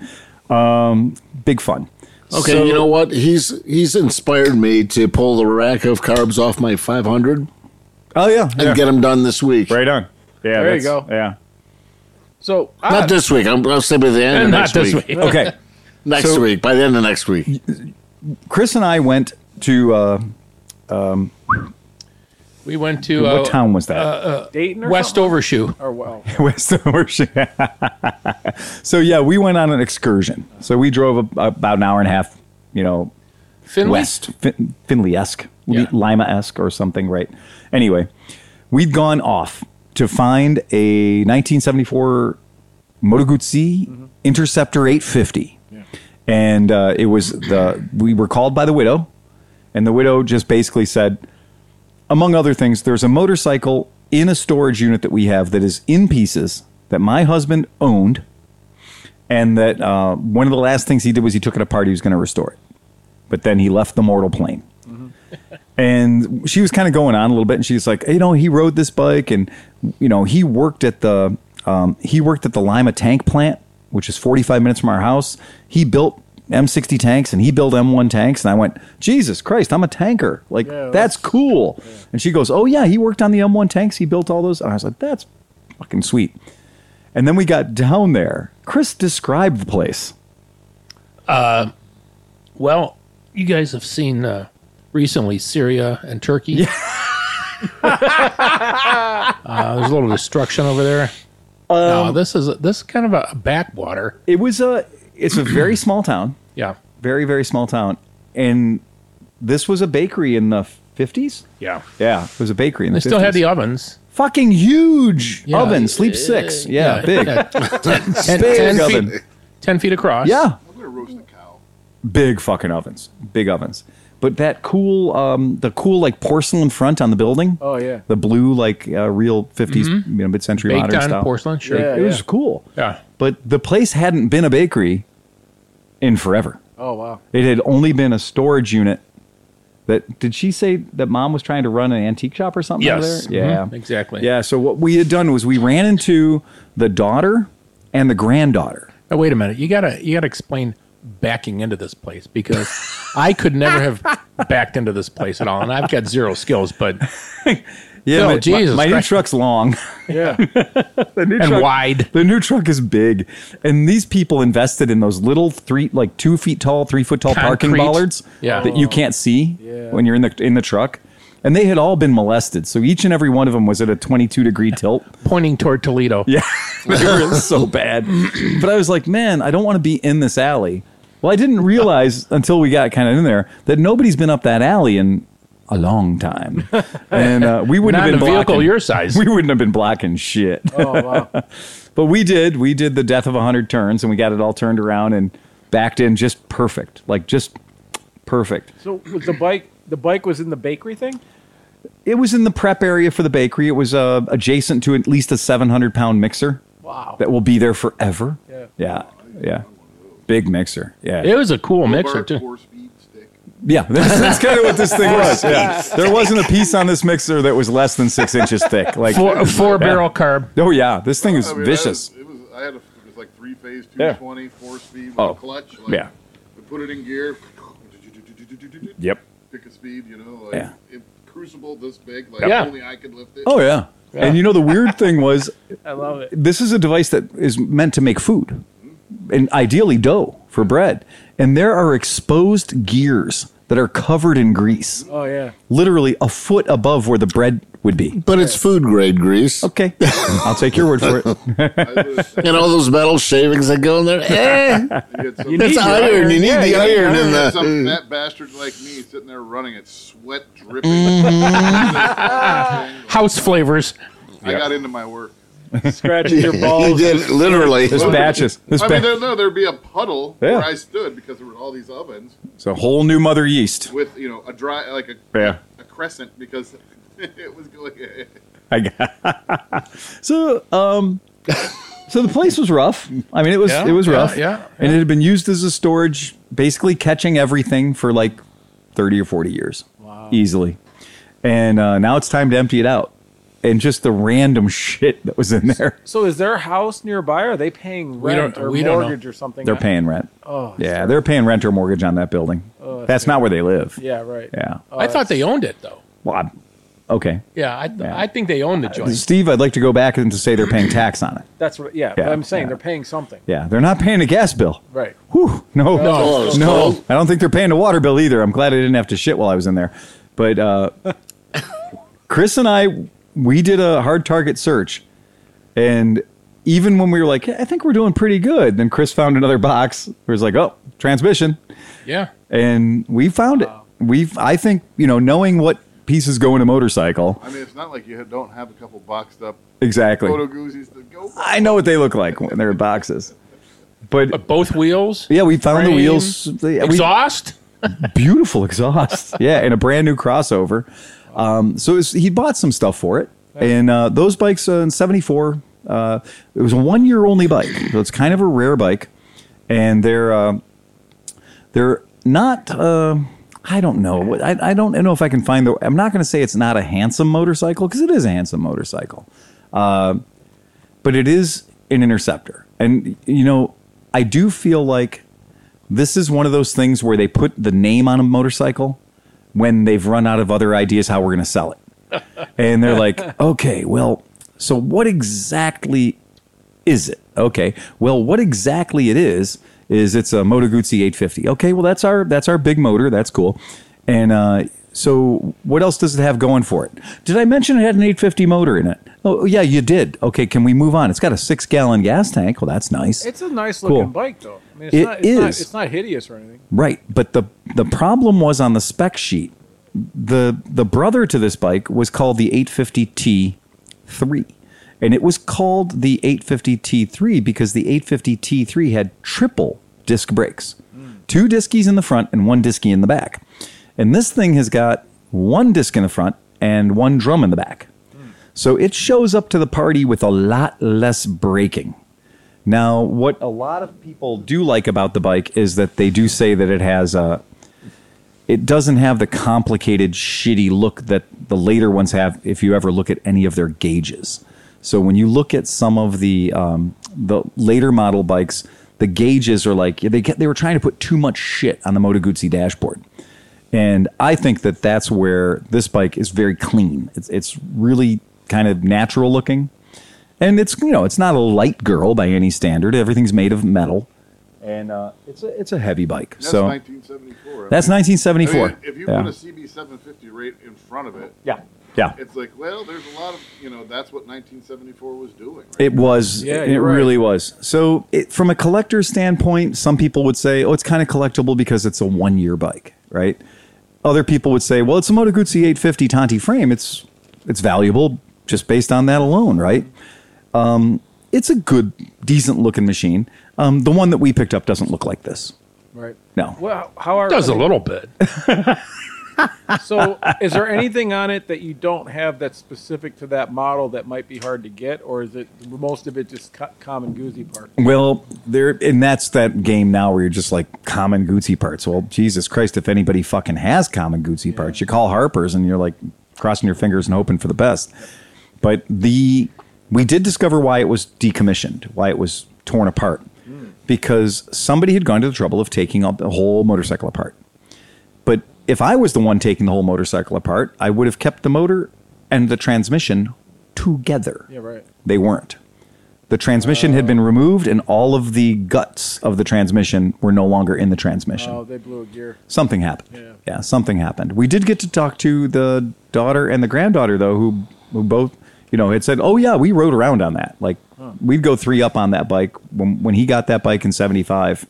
S2: Um, big fun.
S3: Okay,
S2: So-
S3: you know what? He's he's inspired me to pull the rack of carbs off my 500 and
S2: Oh yeah, yeah.
S3: get them done this week.
S2: right on. Yeah,
S1: There you
S2: that's-
S1: go.
S2: Yeah.
S1: so,
S3: Not
S1: I,
S3: this week. I'm, I'll say by the end of
S5: Not
S3: next
S5: this
S3: week.
S5: week.
S2: Okay.
S3: Next
S2: So-
S3: week. By the end of next week.
S2: Chris and I went to uh,
S5: We went to
S2: what
S5: uh,
S2: town was that?
S1: Dayton or
S5: West
S1: something? Oh,
S5: Overshoe.
S1: Or, well,
S2: West Ocean. so yeah, we went on an excursion. So we drove a, about an hour and a half, you know,
S5: Finley?
S2: west fin- Finley esque,
S5: Yeah.
S2: Lima esque, or something, right? Anyway, we'd gone off to find a 1974 Moto Guzzi
S5: Mm-hmm.
S2: Interceptor 850, and uh, it was the we were called by the widow, and the widow just basically said, among other things, there's a motorcycle in a storage unit that we have that is in pieces that my husband owned and that uh, one of the last things he did was he took it apart. He was going to restore it, but then he left the mortal plane. and she was kind of going on a little bit, and she's like, you know, he rode this bike, and you know, he worked at the um, he worked at the Lima tank plant, which is 45 minutes from our house. He built M60 tanks, and he built M1 tanks, and I went, Jesus Christ, I'm a tanker, like that's, cool. And she goes, Oh yeah, he worked on the M1 tanks. He built all those. And I was like, That's fucking sweet. And then we got down there. Chris described the place.
S5: Well, you guys have seen uh, recently Syria and Turkey. uh, there's a little destruction over there.
S2: Um,
S5: no, this is this is kind of a backwater.
S2: It was a it's a very small town,
S5: Yeah,
S2: very very small town, and this was a bakery in the 50s.
S5: yeah.
S2: Yeah, it was a bakery in
S5: They
S2: the
S5: still had
S2: 50s.
S5: the ovens.
S2: fucking huge
S5: Yeah.
S2: oven, sleep 6. Yeah, big.
S5: Ten,
S2: Big
S5: ten
S2: oven.
S5: feet, ten feet across.
S2: Yeah.
S4: I'm gonna roast a cow.
S2: big fucking ovens, big ovens. But that cool, um, the cool like porcelain front on the building.
S1: Oh, yeah.
S2: the blue like uh, real 50s you know, mid-century
S5: Mm-hmm. baked
S2: modern
S5: on
S2: style.
S5: porcelain. Sure.
S1: Yeah.
S2: it was cool.
S5: Yeah.
S2: but the place hadn't been a bakery in forever.
S1: Oh wow.
S2: It had only been a storage unit. That did she say that mom was trying to run an antique shop or something? over
S5: Yes.
S2: there? yeah,
S5: Mhm. Exactly.
S2: Yeah. So what we had done was we ran into the daughter and the granddaughter.
S5: Now wait a minute. You gotta you gotta explain backing into this place because I could never have backed into this place at all, and I've got zero skills. But
S2: Yeah,
S5: Oh,
S2: my,
S5: Jesus
S2: my, my new
S5: Christ.
S2: truck's long.
S1: Yeah.
S2: the new
S5: and
S2: truck-
S5: wide.
S2: The new truck is big, and these people invested in those little three, like two feet tall, three foot tall parking
S5: Concrete.
S2: bollards
S5: Yeah.
S2: that you can't see
S1: Yeah.
S2: when you're in the in the truck. And they had all been molested, so each and every one of them was at a 22 degree tilt.
S5: pointing toward Toledo.
S2: Yeah, they were so bad. But I was like, man, I don't want to be in this alley. Well, I didn't realize until we got kind of in there that nobody's been up that alley in a long time, and uh, we wouldn't
S5: Not in
S2: have
S5: a
S2: been
S5: vehicle
S2: blocking-
S5: your size.
S2: We wouldn't have been blocking shit.
S1: Oh wow.
S2: But we did. We did the death of a hundred turns, and we got it all turned around and backed in just perfect, like just perfect.
S1: So was the bike the bike was in the bakery thing?
S2: It was in the prep area for the bakery. It was uh, adjacent to at least a seven hundred pound mixer.
S1: Wow.
S2: That will be there forever.
S1: Yeah.
S2: Yeah. Yeah. Big mixer. Yeah.
S5: It was a cool mixer
S4: Bart,
S5: too.
S4: Four speed stick.
S2: yeah. That's, that's kind of what this thing was. Yeah. There wasn't a piece on this mixer that was less than six inches thick. Like.
S5: Four, a four barrel carb.
S2: Oh yeah, this thing is
S4: I mean, that
S2: vicious.
S4: is- it was. I had a, it was like three phase,
S2: Yeah.
S4: 220, four speed, with
S2: Oh,
S4: a clutch. Like,
S2: yeah.
S4: We put it in gear.
S2: Yep.
S4: Pick a speed, you know. Like,
S2: Yeah.
S4: It, crucible this big, like
S5: Yeah.
S4: only I could lift it.
S2: Oh yeah. And you know the weird thing was
S1: I love it.
S2: this is a device that is meant to make food and ideally dough for bread. And there are exposed gears that are covered in grease,
S1: Oh yeah.
S2: literally a foot above where the bread would be.
S3: But it's food grade grease.
S2: Okay, I'll take your word for it.
S4: I was-
S3: And all those metal shavings that go in there. Eh,
S4: you had some-
S3: that's
S1: need your
S3: iron.
S1: iron.
S3: You need
S1: Yeah,
S3: the
S1: you need
S3: iron
S4: I
S3: in
S4: had some
S3: the.
S4: fat bastard like me sitting there running it, sweat dripping. I
S5: House flavors.
S4: got into my work.
S1: Scratching your
S3: He
S1: balls.
S3: did literally.
S2: There's batches. There's
S4: I mean,
S2: batches.
S4: there, no, there'd be a puddle
S2: Yeah.
S4: where I stood because there were all these ovens
S2: It's a whole new mother yeast.
S4: with, you know, a dry, like a,
S2: Yeah.
S4: a crescent because it was going.
S2: I got. so, um, so the place was rough. I mean, it was
S5: Yeah,
S2: it was
S5: yeah,
S2: rough.
S5: yeah,
S2: and it had been used as a storage, basically catching everything for like thirty or forty years, easily. And uh, now it's time to empty it out, and just the random shit that was in there.
S1: So is there a house nearby? Are they paying
S5: We
S1: rent
S5: don't-
S1: or
S5: we don't know.
S1: mortgage or something?
S2: They're paying rent.
S1: Oh,
S2: yeah, they're paying rent or mortgage on that building.
S1: Oh, I
S2: that's not where they live.
S1: Yeah, right.
S2: yeah.
S5: I thought they owned it though.
S2: Well, I'm- okay,
S5: Yeah, I, I think they owned the
S2: Uh,
S5: joint.
S2: Steve, I'd like to go back and to say they're paying tax on it.
S1: That's what. Yeah,
S2: Yeah,
S1: but I'm saying
S2: yeah.
S1: they're paying something.
S2: Yeah, they're not paying a gas bill.
S1: Right.
S2: Whew, no,
S3: Oh,
S2: no,
S3: it's
S2: no.
S3: cold.
S2: I don't think they're paying a water bill either. I'm glad I didn't have to shit while I was in there. But uh, Chris and I, we did a hard target search, and even when we were like, "Hey, I think we're doing pretty good, then Chris found another box. It was like, oh, transmission,
S5: Yeah.
S2: and we found it. We, I think, you know, knowing what pieces go in a motorcycle,
S4: I mean, it's not like you don't have a couple boxed up
S2: exactly.
S4: photo goozies to go.
S2: I know what they look like when they're in boxes. But
S5: But both wheels.
S2: yeah, we found the
S5: frame,
S2: wheels. the- we-
S5: Exhaust.
S2: beautiful exhaust. yeah, and a brand new crossover. Um, so it was, he bought some stuff for it, and uh, those bikes uh, in '74. Uh, it was a one year only bike, so it's kind of a rare bike. and they're uh, they're not. Uh, I don't know. What- I, I don't know if I can find the. I'm not going to say it's not a handsome motorcycle because it is a handsome motorcycle, uh, but it is an interceptor. And you know, I do feel like this is one of those things where they put the name on a motorcycle when they've run out of other ideas how we're going to sell it. and they're like, okay, well, so what exactly is it? Okay, well, what exactly it is is it's a Moto Guzzi 850. Okay, well that's our that's our big motor. That's cool. And uh, so, what else does it have going for it? Did I mention it had an 850 motor in it? Oh yeah, you did. Okay, can we move on? It's got a six gallon gas tank. Well, that's nice.
S1: It's a nice looking
S2: Cool.
S1: bike, though. I mean, it's
S2: It
S1: not, it's Not,
S2: is.
S1: it's not hideous or anything.
S2: Right, but the the problem was on the spec sheet. The the brother to this bike was called the 850T3. And it was called the 850T3 because the 850T3 had triple disc brakes. Two diskies in the front and one disky in the back. And this thing has got one disc in the front and one drum in the back. So it shows up to the party with a lot less braking. Now, what a lot of people do like about the bike is that they do say that it has a. It doesn't have the complicated, shitty look that the later ones have. If you ever look at any of their gauges, so when you look at some of the um, the later model bikes, the gauges are like they get, they were trying to put too much shit on the Moto Guzzi dashboard. And I think that that's where this bike is very clean. It's, it's really kind of natural looking. And it's, you know, it's not a light girl by any standard. Everything's made of metal. And uh, it's, a, it's a heavy bike.
S4: That's
S2: so
S4: 1974.
S2: that's
S4: I mean,
S2: 1974.
S4: if you
S2: yeah.
S4: put a CB 750 right in front of it,
S2: yeah. Yeah.
S4: it's like, well, there's a lot of, you know, that's what 1974 was doing. Right?
S2: It was.
S1: Yeah,
S2: it
S1: you're right.
S2: really was. So, it, from a collector's standpoint, some people would say, "Oh, it's kind of collectible because it's a one-year bike," right? Other people would say, "Well, it's a Moto Guzzi 850 Tanti frame. It's it's valuable just based on that alone, right?" Um, it's a good, decent-looking machine. Um, the one that we picked up doesn't look like this.
S1: Right.
S2: No.
S1: Well, how are
S5: Does a little bit.
S1: so? Is there anything on it that you don't have that's specific to that model that might be hard to get, or is it most of it just co- common Guzzi part?
S2: Well, there, and that's that game now where you're just like common Gucci parts. Well, Jesus Christ, if anybody fucking has common Gucci parts, you call Harper's and you're like crossing your fingers and hoping for the best. But the we did discover why it was decommissioned, why it was torn apart,
S1: Hmm.
S2: because somebody had gone to the trouble of taking up the whole motorcycle apart. But if I was the one taking the whole motorcycle apart, I would have kept the motor and the transmission together.
S1: Yeah, right.
S2: They weren't. The transmission had been removed, and all of the guts of the transmission were no longer in the transmission.
S1: Oh, they blew a gear.
S2: something happened.
S1: Yeah.
S2: something happened. We did get to talk to the daughter and the granddaughter, though, who, who both, you know, had said, "Oh yeah, we rode around on that. Like we'd go three up on that bike when when he got that bike in '75.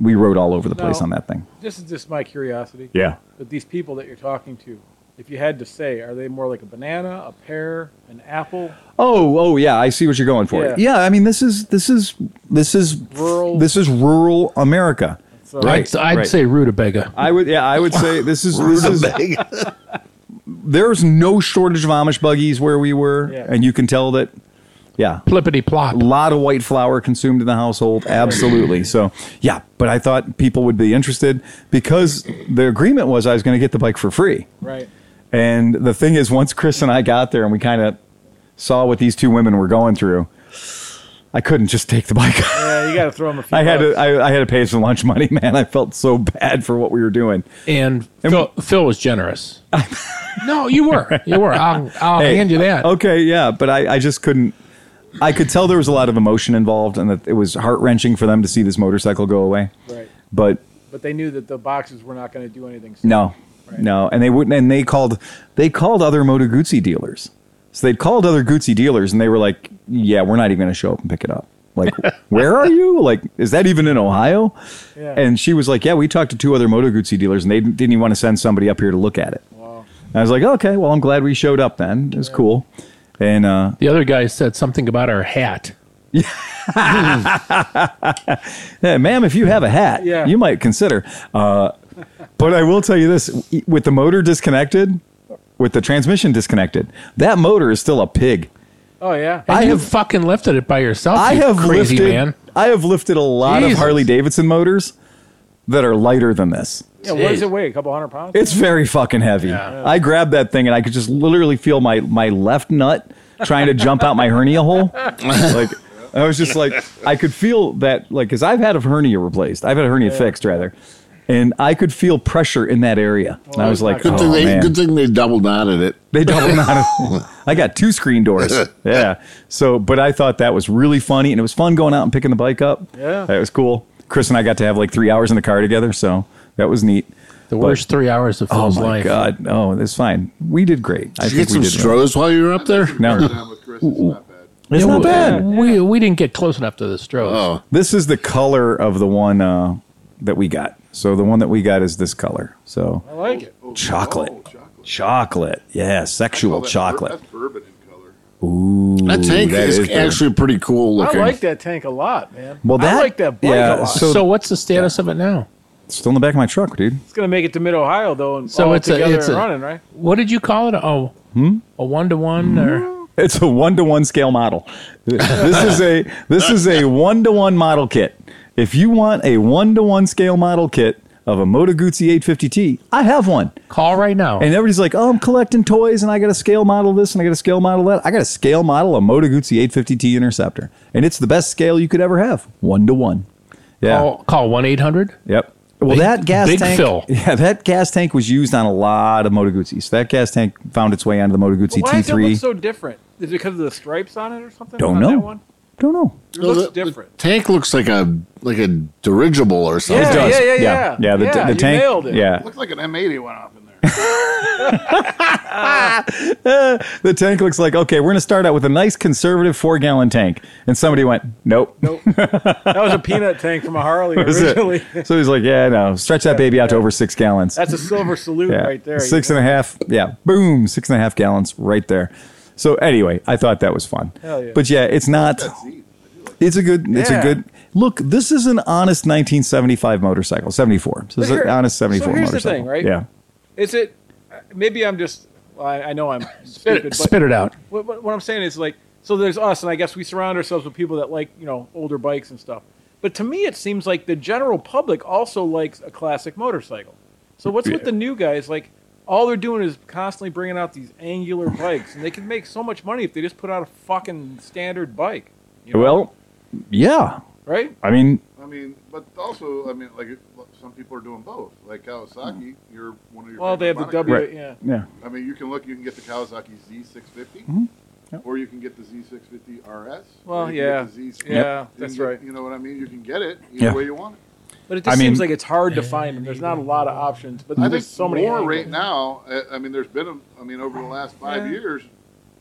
S2: We rode all over the place
S1: Now-
S2: on that thing.
S1: This is just my curiosity.
S2: Yeah,
S1: But these people that you're talking to, if you had to say, are they more like a banana, a pear, an apple?
S2: Oh, oh yeah, I see what you're going for.
S1: Yeah.
S2: Yeah, I mean this is this is this is
S1: Rural.
S2: This is rural America.
S1: So
S7: I'd, I'd
S2: right.
S7: say rutabaga.
S2: I would yeah, I would say this is this is there's no shortage of Amish buggies where we were,
S1: Yeah.
S2: and you can tell that. Yeah,
S7: Plippity plop.
S2: a lot of white flour consumed in the household. Absolutely. so yeah, but I thought people would be interested because the agreement was I was going to get the bike for free.
S1: right.
S2: And the thing is, once Chris and I got there and we kind of saw what these two women were going through, I couldn't just take the bike.
S1: Yeah, you got to throw them a few.
S2: I had to,
S1: bucks.
S2: I, I had to pay some lunch money, man. I felt so bad for what we were doing.
S7: And, Phil, Phil was generous. no, you were. You were. I'll, I'll hand you that.
S2: Okay, yeah, but I, I just couldn't. I could tell there was a lot of emotion involved, and that it was heart wrenching for them to see this motorcycle go away.
S1: Right.
S2: But
S1: But they knew that the boxes were not going to do anything. So
S2: No, no, and they wouldn't. And they called they called other Moto Guzzi dealers. So they'd called other Guzzi dealers, and they were like, "Yeah, we're not even going to show up and pick it up. Like, where are you? Like, is that even in Ohio?"
S1: Yeah.
S2: And she was like, "Yeah, we talked to two other Moto Guzzi dealers, and they didn't even want to send somebody up here to look at it." Wow. I was like, "Okay, well, I'm glad we showed up. Then it was cool." And uh,
S7: The other guy said something about our hat.
S2: Hey, ma'am, if you have a hat,
S1: Yeah.
S2: you might consider. Uh, but I will tell you this: e, with the motor disconnected, with the transmission disconnected, that motor is still a pig.
S1: Oh yeah.
S7: I
S2: I
S7: you
S2: have-
S7: have fucking lifted it by yourself.
S2: I
S7: you
S2: have
S7: crazy
S2: lifted,
S7: man.
S2: I have lifted a lot of
S5: Jesus.
S2: Harley Davidson motors that are lighter than this.
S1: Yeah, what does it weigh? A couple hundred pounds?
S2: It's very fucking heavy. I grabbed that thing and I could just literally feel my my left nut trying to jump out my hernia hole. Like I was just like I could feel that like cuz I've had a hernia replaced. I've had a hernia fixed rather. And I I could feel pressure in that area. and I was like,
S3: Good,
S2: oh,
S3: thing they,
S2: man.
S3: good thing they doubled down at it.
S2: They double mounted. I got two screen doors. Yeah. So, but I thought that was really funny, and it was fun going out and picking the bike up.
S1: Yeah.
S2: that was cool. Chris and I got to have like three hours in the car together, so that was neat.
S5: The worst three hours of
S2: Oh
S5: Phil's
S2: my
S5: life.
S2: god! Oh, that's fine. We did great. I
S3: Did
S2: think
S3: you get some
S2: we did.
S3: stros while you were up there?
S2: No.
S4: Third time with Chris, it's not bad.
S2: It's not bad.
S5: We, we didn't get close enough to the stroke.
S3: Oh,
S2: This is the color of the one uh, that we got. So the one that we got is this color. So
S1: I like it.
S4: Oh,
S2: chocolate,
S4: oh, chocolate.
S2: chocolate. Yeah,
S4: I call
S2: sexual
S4: that bur-
S2: chocolate.
S4: that's bourbon in color.
S2: Ooh,
S3: that tank
S2: that
S3: is,
S2: is better.
S3: actually pretty cool
S1: I
S3: looking.
S1: like that tank a lot, man.
S2: Well, that
S1: I like that bike
S2: yeah.
S1: a lot.
S5: so, what's the status of it now?
S2: still in the back of my truck, dude.
S1: it's gonna make it to Mid Ohio though, and
S5: So
S1: all
S5: it's a-
S1: together
S5: it's
S1: and
S5: a-
S1: running, right?
S5: What did you call it? Oh,
S2: Hmm?
S5: a one to one or
S2: It's a one to one scale model. This is a this is a one to one model kit. If you want a one to one scale model kit of a Moto Guzzi 850T, I have one.
S5: call right now.
S2: And everybody's like, "Oh, I'm collecting toys, and I got a scale model this, and I got a scale model that. I got a scale model a Moto Guzzi 850T Interceptor, and it's the best scale you could ever have, one to one." Yeah.
S7: Oh,
S5: Call call one eight hundred.
S2: Yep. Well,
S5: Big-
S2: that gas
S5: Big
S2: tank,
S5: Phil.
S2: yeah, that gas tank was used on a lot of Moto Guzzis. That gas tank found its way onto the Moto Guzzi
S1: But why does it
S2: T3.
S1: look so different? Is it because of the stripes on it or something?
S2: Don't
S1: on
S2: know.
S1: That one?
S2: Don't know.
S1: It
S3: No,
S1: looks
S3: the- the
S1: different.
S3: tank looks like a like a dirigible or something.
S1: Yeah,
S2: does.
S1: yeah, yeah,
S2: yeah.
S1: yeah.
S2: the,
S1: Yeah,
S2: the
S1: you
S2: tank.
S1: nailed it.
S2: Yeah,
S4: Looks like an M80 went off in there.
S2: the tank looks like okay. We're gonna start out with a nice conservative four gallon tank, and somebody went, nope.
S1: Nope. that was a peanut tank from a Harley
S2: That's it.
S1: originally.
S2: so he's like, yeah, no, stretch that baby out to over six gallons.
S1: That's a silver salute
S2: yeah.
S1: right there.
S2: Six and a half. Yeah, boom, six and a half gallons right there. So anyway, I thought that was fun.
S1: Hell yeah.
S2: But yeah, it's not. It's a good. It's a
S1: Yeah.
S2: good. Look, this is an honest 1975 motorcycle, 74. So this is an
S1: here-
S2: honest
S1: so
S2: 74
S1: here's the
S2: motorcycle.
S1: thing, right?
S2: Yeah.
S1: Is it? Maybe I'm just. I, I know I'm stupid. but
S5: Spit it out.
S1: What, what, what I'm saying is like, so there's us, and I guess we surround ourselves with people that like you know older bikes and stuff. But to me, it seems like the general public also likes a classic motorcycle. So what's with the new guys? Like, all they're doing is constantly bringing out these angular bikes, and they can make so much money if they just put out a fucking standard bike. You know?
S2: Well, yeah.
S1: right?
S2: I mean,
S4: I mean, but also, I mean, like some people are doing both. Like Kawasaki,
S2: Mm-hmm.
S4: you're one of your.
S1: Well, they have the
S4: favorite
S1: W.
S2: Right.
S1: Yeah.
S2: yeah.
S4: I mean, you can look. You can get the Kawasaki Z650,
S2: Mm-hmm.
S4: or you can get the Z650 RS.
S1: Well,
S4: or you can get
S1: yeah.
S4: the
S1: Yeah,
S4: Z650. You can
S1: that's
S4: get-
S1: right.
S4: You know what I mean? You can get it either
S2: Yeah.
S4: way you want it.
S1: But it just
S2: I
S1: seems
S2: mean-
S1: like it's hard to find, and there's not a lot of options. But
S4: I
S1: there's
S4: think
S1: so many.
S4: more
S1: angles.
S4: right now. uh, I mean, there's been. A, I mean, over the last five
S1: Yeah.
S4: years,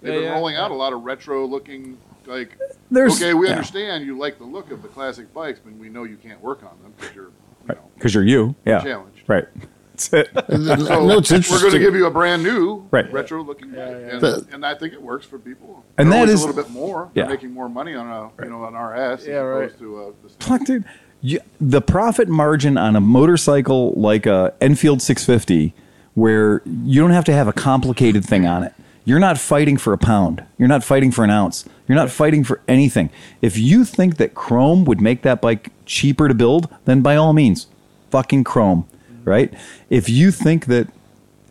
S4: they've
S1: Yeah,
S4: been
S1: yeah.
S4: rolling out a lot of retro-looking like.
S2: There's
S4: okay, we understand you like the look of the classic bikes, but we know you can't work on them because you're, you know,
S2: Because you're you. Yeah.
S4: challenged.
S2: Right. That's it. Oh,
S3: no, it's
S4: We're going to
S3: interesting.
S4: give you a brand new
S2: Right.
S4: retro looking bike, And,
S3: The-
S4: and I think it works for people.
S2: And
S4: They're
S2: that
S4: always
S2: is-
S4: a little bit more.
S2: Yeah.
S4: They're making more money on a you know an RS as
S1: Yeah, right.
S4: opposed to a, the
S2: Fuck, dude. You, the profit margin on a motorcycle like a Enfield 650, where you don't have to have a complicated thing on it. You're not fighting for a pound. You're not fighting for an ounce. You're not fighting for anything. If you think that chrome would make that bike cheaper to build, then by all means, fucking chrome, right? If you think that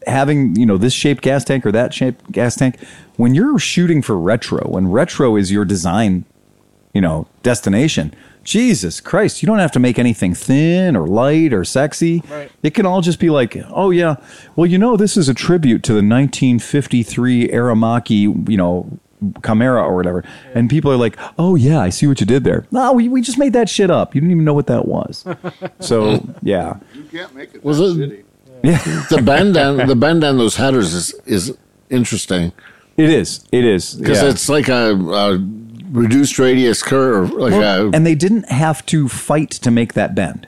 S2: having you know this shaped gas tank or that shaped gas tank, when you're shooting for retro, when retro is your design you know, destination. Jesus Christ, you don't have to make anything thin or light or sexy.
S1: Right.
S2: It can all just be like, oh yeah, well you know this is a tribute to the 1953 Aramaki, you know, Camara or whatever. And people are like, oh yeah, I see what you did there. No, we, we just made that shit up. You didn't even know what that was. so yeah,
S4: you can't make it
S3: Was
S4: that
S3: it-
S4: shitty.
S3: the bend on the bend on those headers is is interesting
S2: it is. It is
S3: because
S2: Yeah.
S3: it's like a, a reduced radius curve, like
S2: Well,
S3: a
S2: and they didn't have to fight to make that bend.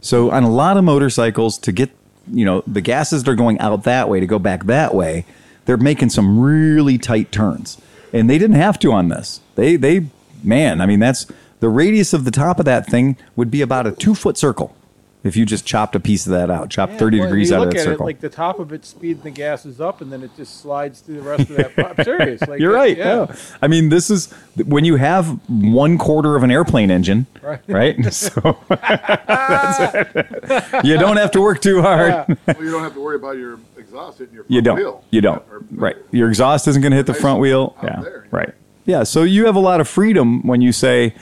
S2: So on a lot of motorcycles, to get you know the gases that are going out that way to go back that way, they're making some really tight turns, and they didn't have to on this. They they man, I mean that's the radius of the top of that thing would be about a two foot circle. If you just chopped a piece of that out, chop
S1: Yeah,
S2: 30
S1: well, if
S2: degrees
S1: you
S2: out of
S1: look
S2: that
S1: at
S2: circle.
S1: It, like the top of it speeds the gases up, and then it just slides through the rest of that. pro- I'm serious. Like,
S2: You're
S1: that-
S2: right. Yeah. I mean, this is when you have one quarter of an airplane engine,
S1: Right.
S2: right? So that's it. you don't have to work too hard.
S4: Well, you don't have to worry about your exhaust hitting your front
S2: You don't.
S4: wheel.
S2: You don't.
S4: Or-
S2: Right. Your exhaust isn't going to hit the
S4: Nice
S2: front wheel.
S4: out
S2: Yeah.
S4: there.
S2: Right. Yeah. So you have a lot of freedom when you say,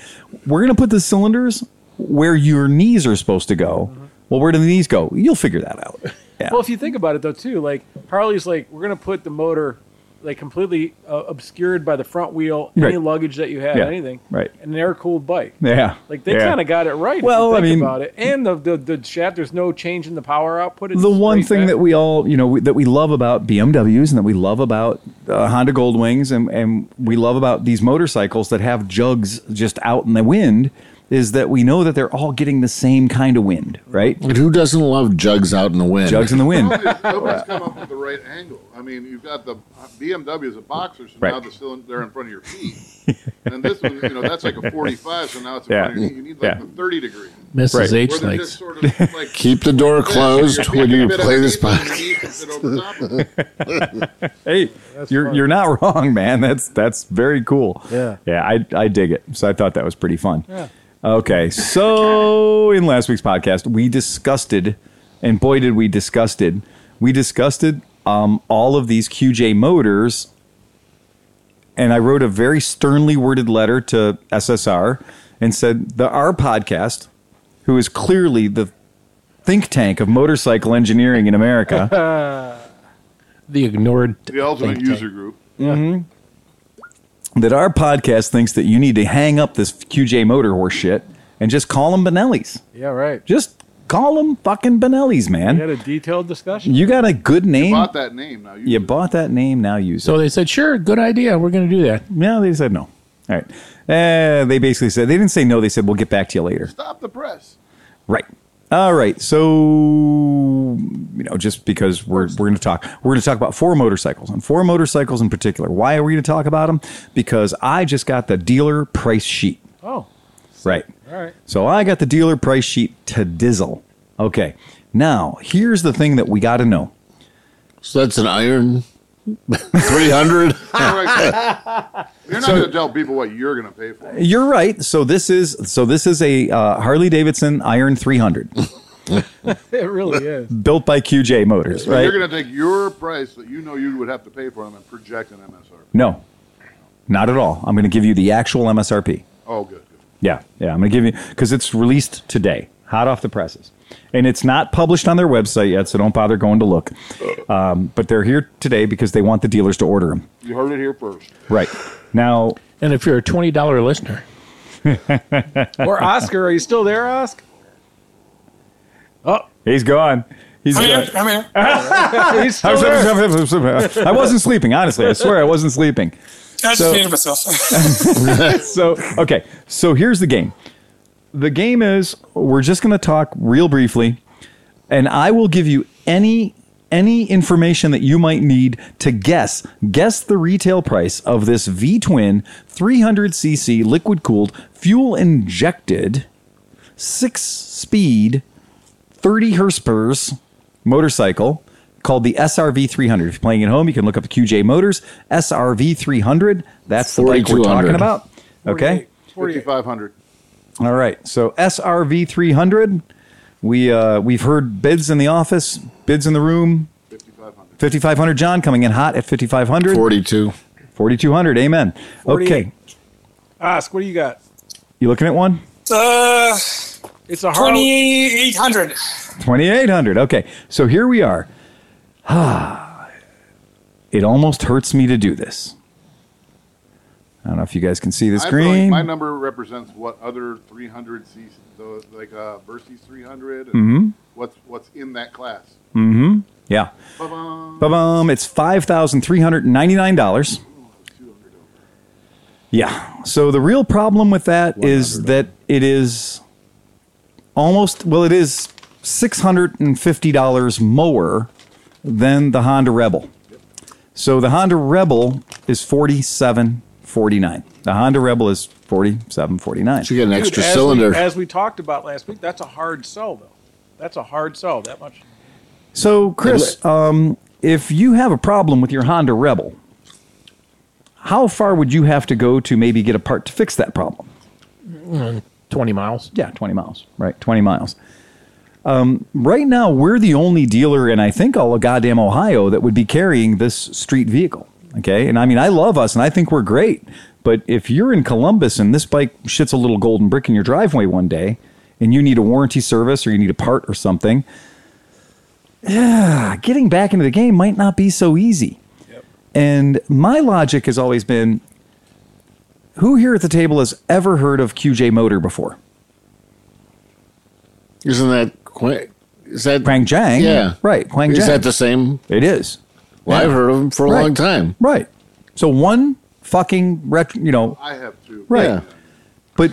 S2: we're going to put the cylinders where your knees are supposed to go. Well, where do the knees go? You'll figure that out. Yeah.
S1: Well, if you think about it though, too, like Harley's like we're gonna put the motor like completely uh, obscured by the front wheel, any
S2: Right.
S1: luggage that you have,
S2: Yeah.
S1: anything,
S2: Right.
S1: and an air cooled bike.
S2: yeah.
S1: Like they
S2: Yeah.
S1: kind of got it right. if you
S2: Well, I
S1: think
S2: mean-
S1: about it, and the, the the shaft. There's no change in the power output. It's
S2: the one
S1: straight
S2: thing
S1: back.
S2: that we all you know we, that we love about BMWs and that we love about uh, Honda Goldwings and and we love about these motorcycles that have jugs just out in the wind is that we know that they're all getting the same kind of wind, right?
S3: But who doesn't love jugs out in the wind?
S2: Jugs in the wind.
S4: Nobody's nobody's come up with the right angle. I mean, you've got the BMW as a boxer, so now
S2: Right.
S4: the cylinder they're in front of your feet. and this one, you know, that's like a 45, so now it's in
S2: Yeah.
S4: front of your feet. You need like
S2: Yeah.
S4: the 30 degree.
S7: Mrs.
S2: Right.
S7: H
S4: Where they're
S7: likes.
S4: just sort of like.
S3: Keep the door
S4: this,
S3: closed
S4: your
S3: when
S4: feet
S3: you
S4: fit
S3: play this
S4: underneath and
S3: podcast.
S4: your knees can fit over the top of it.
S2: hey, you're you're not wrong, man. That's that's very cool.
S1: Yeah.
S2: yeah, I I dig it. So I thought that was pretty fun. Okay, so in last week's podcast, we discussed it, and boy, did we discussed it. We discussed it. Um, all of these QJ motors, and I wrote a very sternly worded letter to SSR and said the our podcast, who is clearly the think tank of motorcycle engineering in America.
S7: The ignored.
S4: The ultimate
S7: think tank.
S4: user group.
S2: that our podcast thinks that you need to hang up this QJ motor horse shit and just call them Benelli's.
S1: yeah, right.
S2: Just call them fucking Benelli's,
S1: We
S2: man.
S1: had a detailed discussion.
S2: You got a good name.
S4: Bought that name now.
S2: You
S4: use it.
S2: bought that name, now use it.
S7: So they said, sure, good idea. We're going to do that.
S2: Yeah, they said no. All right. Uh, they basically said, they didn't say no. They said, we'll get back to you later.
S4: Stop the press.
S2: Right. All right. So, you know, just because we're, we're going to talk, we're going to talk about four motorcycles and four motorcycles in particular. Why are we going to talk about them? Because I just got the dealer price sheet.
S1: Oh,
S2: Right.
S1: all right.
S2: So I got the dealer price sheet to Dizzle. Okay. Now, here's the thing that we got to know.
S3: So that's an iron 300.
S4: Correct. You're not going to tell people what you're going to pay for.
S2: You're right. So this is so this is a uh, Harley Davidson Iron 300
S1: It really is.
S2: built by QJ Motors, right?
S4: You're going to take your price that you know you would have to pay for them and project an MSRP.
S2: no. Not at all. I'm going to give you the actual MSRP.
S4: Oh, good. good.
S2: Yeah, yeah. I'm going to give you because it's released today, hot off the presses, and it's not published on their website yet, so don't bother going to look. Um, but they're here today because they want the dealers to order them.
S4: You heard it here first.
S2: Right now,
S7: And if you're a $20 listener,
S1: Or Oscar, are you still there, Oscar?
S2: he's gone. He's
S6: I'm
S2: gone.
S6: here. I'm here.
S1: He's still there.
S2: I wasn't sleeping, honestly. I swear I wasn't sleeping.
S6: I just
S2: So-
S6: muted myself.
S2: So, okay. So here's the game. The game is we're just going to talk real briefly, and I will give you any any information that you might need to guess guess the retail price of this V twin 300cc liquid cooled fuel injected six speed 30 Herspers motorcycle called the SRV 300. If you're playing at home, you can look up QJ Motors SRV 300. That's the bike we're
S3: 4200.
S2: talking about. Okay.
S4: 5500
S2: All right. So SRV 300. We uh, we've heard bids in the office, bids in the room.
S4: 5500
S2: 5500 John coming in hot at 5500.
S3: 42.
S2: 4200. Amen. Okay.
S1: 48. Oscar, what do you got?
S2: You looking at one?
S6: Uh,
S1: It's a Harley.
S6: 2800.
S2: 2800 okay so here we are it almost hurts me to do this i don't know if you guys can see the
S4: I feel like
S2: screen
S4: my number represents what other 300 cc those like uh versus 300 and
S2: Mm-hmm.
S4: what's what's in that class
S2: yeah
S4: Ba-bum.
S2: Ba-bum, it's $5399 yeah so the real problem with that is that it is almost well it is $650 more than the honda rebel So the Honda Rebel is forty seven forty nine. The Honda Rebel is forty seven forty nine.
S3: So you get an
S1: Dude,
S3: extra
S1: as we-
S3: cylinder.
S1: as we talked about last week, that's a hard sell, though. that's a hard sell. That much.
S2: So, Chris, um, if you have a problem with your Honda Rebel, how far would you have to go to maybe get a part to fix that problem?
S7: 20 miles.
S2: Yeah, 20 miles, right? 20 miles. Um, right now, we're the only dealer in, I think, all of goddamn Ohio that would be carrying this street vehicle. Okay. And I mean, I love us and I think we're great. But if you're in Columbus and this bike shits a little golden brick in your driveway one day and you need a warranty service or you need a part or something, yeah, getting back into the game might not be so easy. And my logic has always been who here at the table has ever heard of QJ Motor before?
S3: Isn't that quite? Is that
S2: Quang Jang.
S3: Yeah,
S2: Right. Quang
S3: Is
S2: Jang.
S3: that the same?
S2: it is.
S3: Well, I've heard of them for a
S2: Right.
S3: long time.
S2: Right. So one fucking retro, you know,
S4: I have two.
S2: right.
S3: Yeah.
S2: But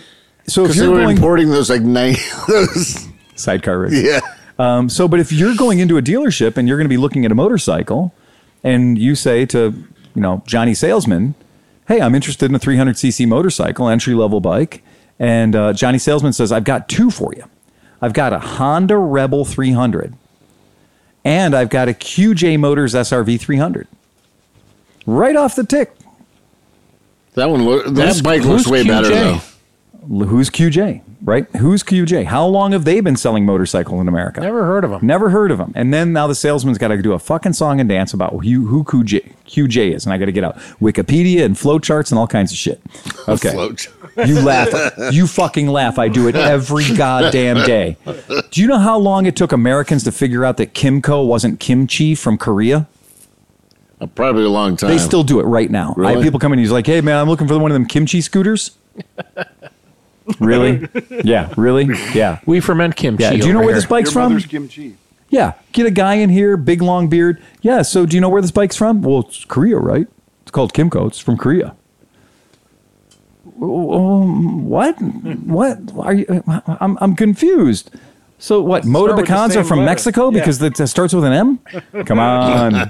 S2: so if
S3: Because they
S2: you're
S3: were
S2: going
S3: importing those like nine. Those,
S2: sidecar rig.
S3: yeah.
S2: Um, so, but if you're going into a dealership and you're going to be looking at a motorcycle, and you say to you know Johnny Salesman, "Hey, I'm interested in a 300cc motorcycle, entry level bike," and uh, Johnny Salesman says, "I've got two for you. I've got a Honda Rebel 300, and I've got a QJ Motors SRV 300." Right off the tick,
S3: That one. Lo- that
S7: Who's-
S3: bike looks
S7: who's
S3: way better
S7: QJ?
S3: though.
S2: L- who's QJ? Right? Who's QJ? How long have they been selling motorcycles in America?
S7: Never heard of them.
S2: Never heard of him. And then now the salesman's got to do a fucking song and dance about who, who QJ, QJ is. And I got to get out Wikipedia and flowcharts and all kinds of shit. Okay.
S3: Float.
S2: you laugh. You fucking laugh. I do it every goddamn day. Do you know how long it took Americans to figure out that Kimco wasn't kimchi from Korea?
S3: Uh, Probably a long time.
S2: They still do it right now. I
S3: Really?
S2: have people come in and he's like, hey, man, I'm looking for one of them kimchi scooters. really? Yeah, really? Yeah.
S7: We ferment kimchi.
S2: Yeah. Do you know
S7: over
S2: where
S7: here.
S2: this bike's
S4: Your
S2: from?
S4: mother's kimchi.
S2: Yeah, get a guy in here, big long beard. Yeah, so do you know where this bike's from? Well, it's Korea, right? It's called Kimco. It's from Korea. Um, what?
S1: Hmm.
S2: What are you? uh, I'm I'm confused. So what? Motor
S1: with the
S2: Bacans are
S1: same
S2: from
S1: letter.
S2: Mexico
S1: Yeah.
S2: because it starts with an M. Come on.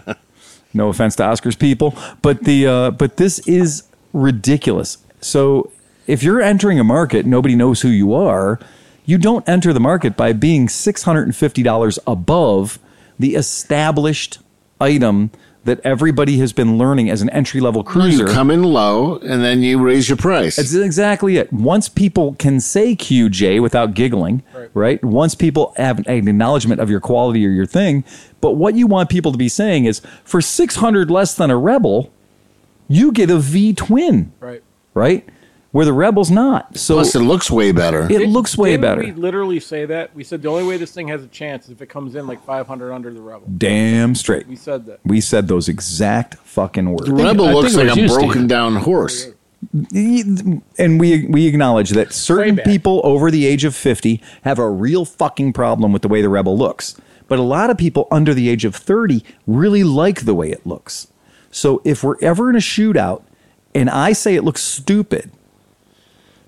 S2: no offense to Oscars people, but the uh, but this is ridiculous. So if you're entering a market, nobody knows who you are. You don't enter the market by being six hundred and fifty dollars above the established item that everybody has been learning as an entry level
S3: You
S2: cruiser.
S3: come in low and then you raise your price.
S2: That's exactly it. Once people can say QJ without giggling, right. Once people have an acknowledgement of your quality or your thing, but what you want people to be saying is for 600 less than a Rebel, you get a V twin,
S1: Right.
S2: right? Where the Rebel's not. So
S3: Plus, it looks way better.
S2: it looks way
S1: Didn't
S2: better.
S1: We literally say that. We said the only way this thing has a chance is if it comes in like 500 under the rebel.
S2: Damn straight.
S1: We said that.
S2: We said those exact fucking words.
S3: Rebel
S7: I think
S3: looks
S7: it was
S3: like a
S7: you, Steve.
S3: broken down horse.
S2: and we we acknowledge that certain
S1: bad.
S2: people over the age of 50 have a real fucking problem with the way the rebel looks but a lot of people under the age of 30 really like the way it looks so if we're ever in a shootout and i say it looks stupid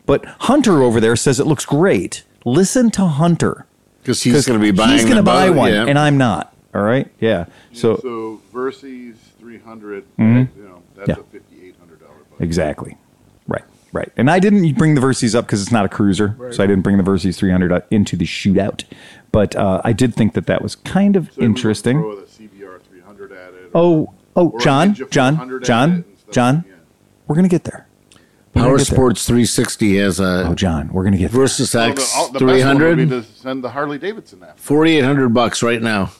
S2: but hunter over there says it looks great listen to hunter
S3: Because he's going to be buying.
S2: he's going to
S3: the
S2: buy
S3: boat,
S2: one
S3: yeah.
S2: and i'm not all right yeah so, Mm-hmm.
S4: so Versys 300, you know, that's
S2: Yeah.
S4: a $5,800 bike.
S2: Exactly. Right. Right. And I didn't bring the Versys up because it's not a cruiser, so I didn't bring the Versys 300 up uh, into the shootout. But uh, I did think that that was kind of
S4: So everyone
S2: interesting.
S4: Throw the CBR 300 at it.
S2: oh, oh,
S4: or a
S2: John,
S4: Ninja 400
S2: John,
S4: at it
S2: John,
S4: and stuff,
S2: John,
S4: yeah.
S2: we're gonna get there. We're gonna
S3: Power
S2: get there.
S3: Sports 360 has a
S2: Oh, John, we're gonna get there.
S3: versus
S4: Well,
S3: X
S4: the, all- the best one would
S3: 300.
S4: be to send the Harley Davidson app.
S3: 4800 bucks right now.
S4: Harley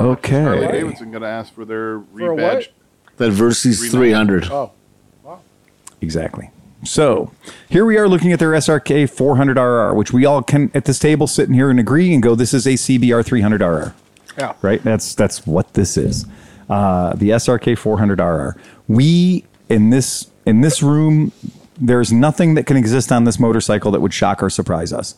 S2: Okay.
S4: Davidson going to ask for their
S1: a what?
S4: rebadge.
S3: That versus 300.
S1: Oh,
S2: Exactly. So here we are looking at their SRK 400RR, which we all can at this table sitting here and agree and go, this is a CBR 300RR.
S1: yeah.
S2: right? That's that's what this is. Uh, the SRK 400RR. We in this in this room, there's nothing that can exist on this motorcycle that would shock or surprise us.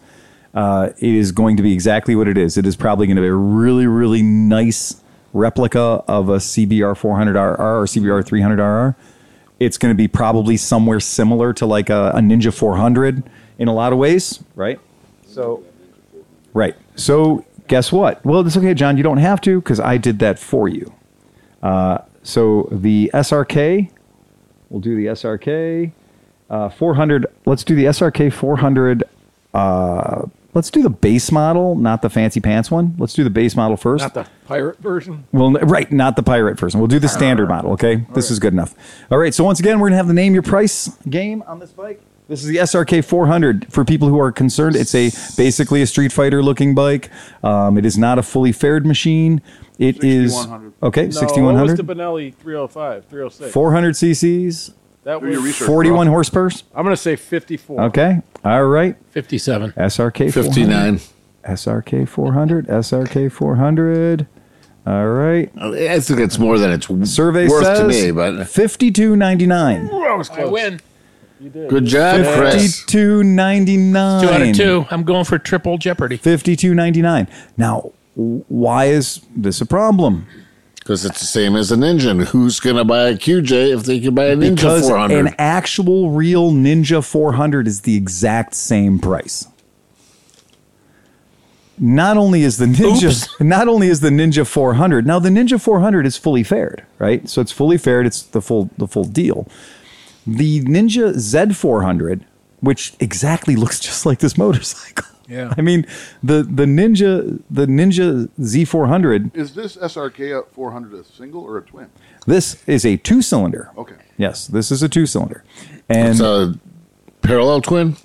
S2: Uh, it is going to be exactly what it is. It is probably going to be a really really nice replica of a CBR 400RR or CBR 300RR. It's going to be probably somewhere similar to like a, a Ninja 400 in a lot of ways, right? Right. So guess what? Well, it's okay, John. You don't have to because I did that for you. Uh, so the SRK, we'll do the SRK uh, 400. Let's do the SRK 400 uh, Let's do the base model, not the fancy pants one. Let's do the base model first.
S1: Not the pirate version.
S2: Well, n- right, not the pirate person. We'll do the standard model, okay? This is good enough. All right, so once again, we're going to have the name your price game on this bike. This is the SRK 400. For people who are concerned, it's a basically a Street Fighter looking bike. Um, it is not a fully fared machine. It is
S4: 6100.
S1: No, what
S2: okay,
S1: was the
S2: 6100,
S1: Benelli 305, 306?
S2: 400 cc's,
S1: That
S4: Do your
S1: was,
S4: research.
S2: 41 horsepower.
S1: I'm going to say 54.
S2: Okay, all right.
S7: 57.
S2: SRK 400.
S3: 59.
S2: SRK 400. SRK 400. All right.
S3: I think it's more than it's w-
S2: Survey
S3: worth
S2: says
S3: to me, but
S2: 5299.
S7: I win.
S3: good job, Chris.
S2: 52.99.
S7: Two out of two. I'm going for triple jeopardy.
S2: 52.99. Now, w- why is this a problem?
S3: Because it's the same as an engine. Who's going to buy a QJ if they can buy a Ninja
S2: Because
S3: 400?
S2: an actual real Ninja 400 is the exact same price. Not only is the Ninja not only is the Ninja 400. Now the Ninja 400 is fully fared, right? So it's fully fared, it's the full the full deal. The Ninja Z400, which exactly looks just like this motorcycle.
S1: Yeah.
S2: I mean, the the Ninja the Ninja Z400,
S4: Is this SRK at 400 a single or a twin?
S2: this is a two-cylinder.
S4: Okay.
S2: Yes, this is a two-cylinder. And
S3: it's a parallel twin?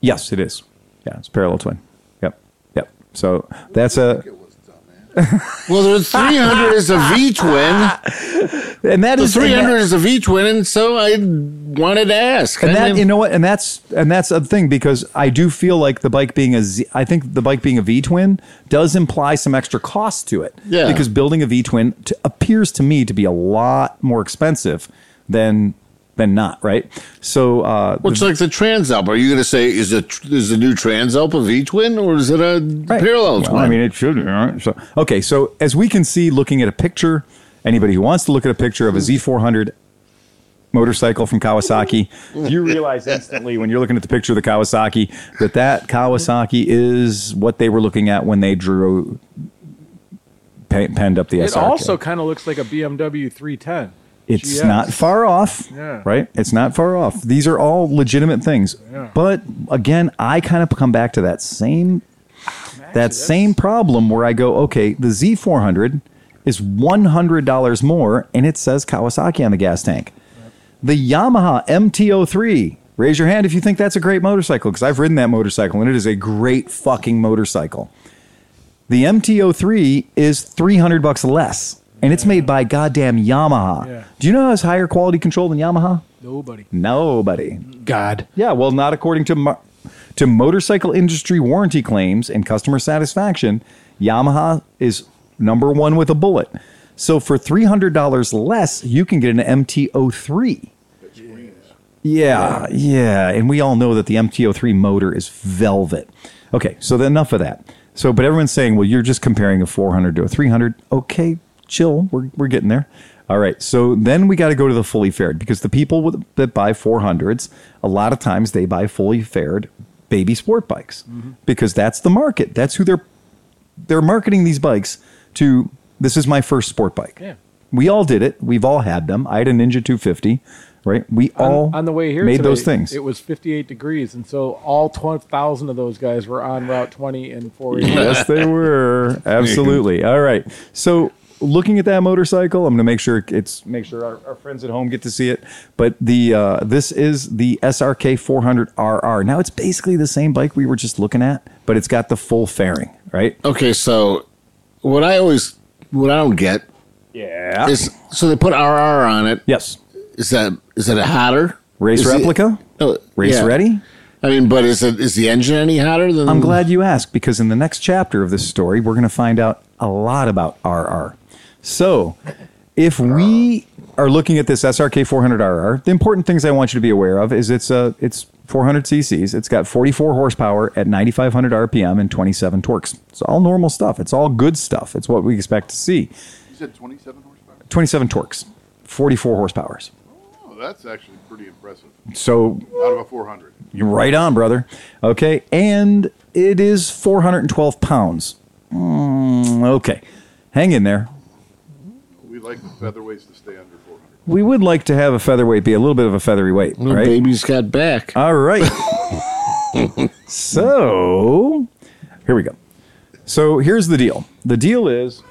S2: Yes, it is. Yeah, it's parallel twin. Yep. Yep. So that's a
S4: It was dumb, man.
S3: Well, the 300 is a V twin.
S2: and that
S3: The
S2: is
S3: 300
S2: and
S3: is a V twin, and so I wanted to ask.
S2: that, and that
S3: I mean,
S2: you know what and that's and that's a thing because I do feel like the bike being a Z I think the bike being a V twin does imply some extra cost to it.
S3: Yeah.
S2: Because building a V twin t- appears to me to be a lot more expensive than than not, right? So uh
S3: Well, it's like the Trans Alp. Are you going to say is a is the new Trans Alp a V twin or is it a
S2: Right.
S3: parallel
S2: Well,
S3: twin?
S2: I mean, it should. Be, right? So, okay, so as we can see, looking at a picture, anybody who wants to look at a picture of a Z400 motorcycle from Kawasaki, you realize instantly when you're looking at the picture of the Kawasaki that that Kawasaki is what they were looking at when they drew pe- penned up the
S1: It
S2: SRK.
S1: also kind of looks like a BMW 310.
S2: It's
S1: GS.
S2: not far off,
S1: Yeah.
S2: right? It's not far off. These are all legitimate things. But again, I kind of come back to that same that same problem where I go, okay, the Z400 is $100 more and it says Kawasaki on the gas tank. The Yamaha MT03. Raise your hand if you think that's a great motorcycle because I've ridden that motorcycle and it is a great fucking motorcycle. The MT03 is 300 bucks less, and it's made by goddamn Yamaha.
S1: Yeah.
S2: Do you know how it's higher quality control than Yamaha?
S1: Nobody.
S2: Nobody.
S7: God.
S2: Yeah, well, not according to mo- to motorcycle industry warranty claims and customer satisfaction. Yamaha is number one with a bullet. So for three hundred dollars less, you can get an MT03. Yeah, yeah, and we all know that the MT03 motor is velvet. Okay, so then enough of that. So, but everyone's saying, well, you're just comparing a 400 to a 300. Okay, chill, we're we're getting there. All right, so then we got to go to the fully fared because the people with, that buy 400s, a lot of times they buy fully fared baby sport bikes because that's the market. That's who they're they're marketing these bikes to this is my first sport bike.
S1: Yeah.
S2: We all did it. We've all had them. I had a Ninja 250, right? We all
S1: On, on the way here,
S2: made
S1: today,
S2: those things.
S1: It was 58 degrees, and so all 12,000 of those guys were on Route 20 and 480.
S2: yes, they were absolutely. All right. So looking at that motorcycle, I'm going to make sure it's make sure our, our friends at home get to see it. But the uh, this is the SRK 400RR. Now it's basically the same bike we were just looking at, but it's got the full fairing, right?
S3: okay, so what I always what I don't get
S2: Yeah.
S3: is so they put RR on it.
S2: Yes.
S3: Is that is that a hotter
S2: Race
S3: Is it-
S2: replica.
S3: Oh,
S2: Race
S3: yeah.
S2: ready.
S3: I mean, but is it is the engine any hotter than?
S2: I'm glad you asked because in the next chapter of this story, we're going to find out a lot about RR. So, if we are looking at this SRK 400RR, the important things I want you to be aware of is it's a it's 400 cc's. It's got 44 horsepower at 9,500 RPM and 27 torques. It's all normal stuff. It's all good stuff. It's what we expect to see.
S4: You said 27 horsepower?
S2: 27 torques, 44 horsepowers.
S4: Oh, that's actually pretty impressive.
S2: So
S4: Out of a 400.
S2: You're right on, brother. Okay, and it is 412 pounds. Mm, okay, hang in there.
S4: We like the featherweights to stay under 400.
S2: We would like to have a featherweight be a little bit of a feathery weight,
S3: Little
S2: right?
S3: baby's got back.
S2: All right. so Here we go. So here's the deal. The deal is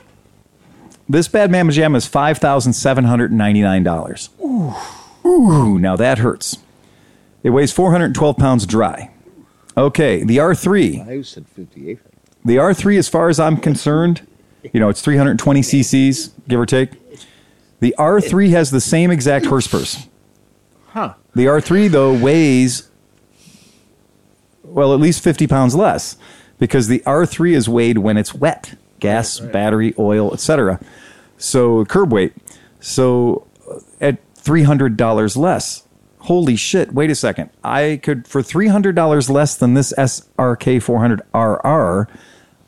S2: this bad mamma jamma is five thousand seven hundred and ninety nine dollars. Ooh. Ooh, now that hurts. It weighs four hundred and twelve pounds dry. Okay, the R three.
S8: I said 58.
S2: The R3, as far as I'm concerned, you know, it's 320 cc's, give or take. The R3 has the same exact horse purse.
S1: Huh.
S2: The R3, though, weighs, well, at least 50 pounds less because the R3 is weighed when it's wet gas, battery, oil, etc. So, curb weight. So, uh, at $300 less. Holy shit, wait a second. I could, for $300 less than this SRK 400RR,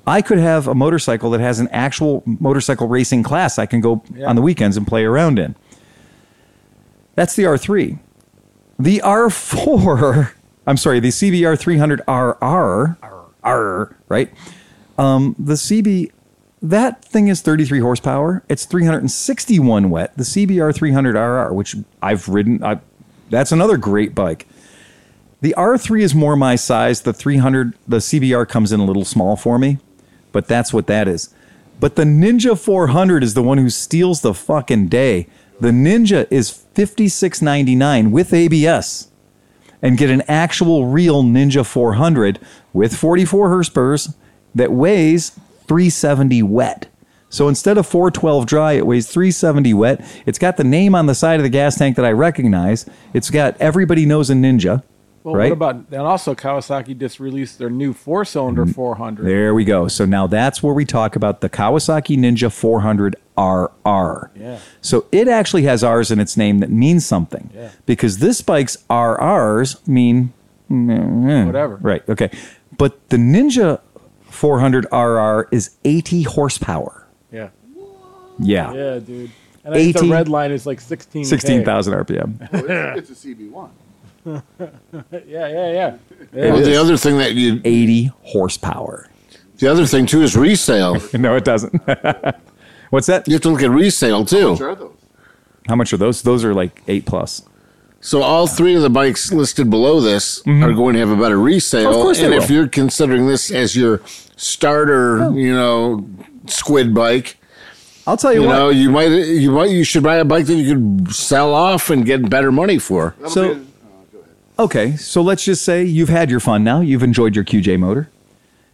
S2: I could have a motorcycle that has an actual motorcycle racing class I can go on the weekends and play around in. That's the R3. The R4, I'm sorry, the CBR 300RR, R, right? Um, the CB, that thing is 33 horsepower. It's 361 wet. The CBR 300RR, which I've ridden, I, that's another great bike. The R3 is more my size. The 300, the CBR comes in a little small for me, but that's what that is. But the Ninja 400 is the one who steals the fucking day. The Ninja is 56.99 with ABS and get an actual real Ninja 400 with 44 horsepower that weighs 370 wet. So instead of 412 dry, it weighs 370 wet. It's got the name on the side of the gas tank that I recognize. It's got everybody knows a Ninja,
S1: Well,
S2: right?
S1: what about and also Kawasaki just released their new four cylinder 400.
S2: Mm-hmm. There we go. So now that's where we talk about the Kawasaki Ninja 400 RR.
S1: Yeah.
S2: So it actually has R's in its name that means something.
S1: Yeah.
S2: Because this bike's RRs mean
S1: Whatever.
S2: Hmm. right. Okay. But the Ninja 400 RR is 80 horsepower.
S1: Yeah.
S2: Yeah.
S1: Yeah, dude. And I think the
S2: 18
S1: red line is like 16.
S2: 16,000 RPM.
S4: Well, it's, it's a CB1.
S1: Yeah, yeah, yeah.
S3: Well, the other thing that you,
S2: 80 horsepower.
S3: the other thing too is resale.
S2: No, it doesn't. What's that?
S3: You have to look at resale too.
S4: Share those.
S2: How much are those? Those are like 8 plus.
S3: So all three of the bikes listed below this are going to have a better resale.
S2: Mm-hmm. Of course they
S3: and
S2: will. Oh.
S3: if you're considering this as your starter, you know, squid bike,
S2: I'll tell you,
S3: you
S2: what.
S3: know, you might you might you should buy a bike that you could sell off and get better money for.
S4: That'll
S2: So-
S4: be, oh, go ahead.
S2: Okay, so let's just say you've had your fun now, you've enjoyed your QJ motor,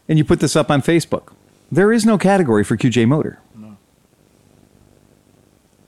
S2: and you put this up on Facebook. There is no category for QJ motor.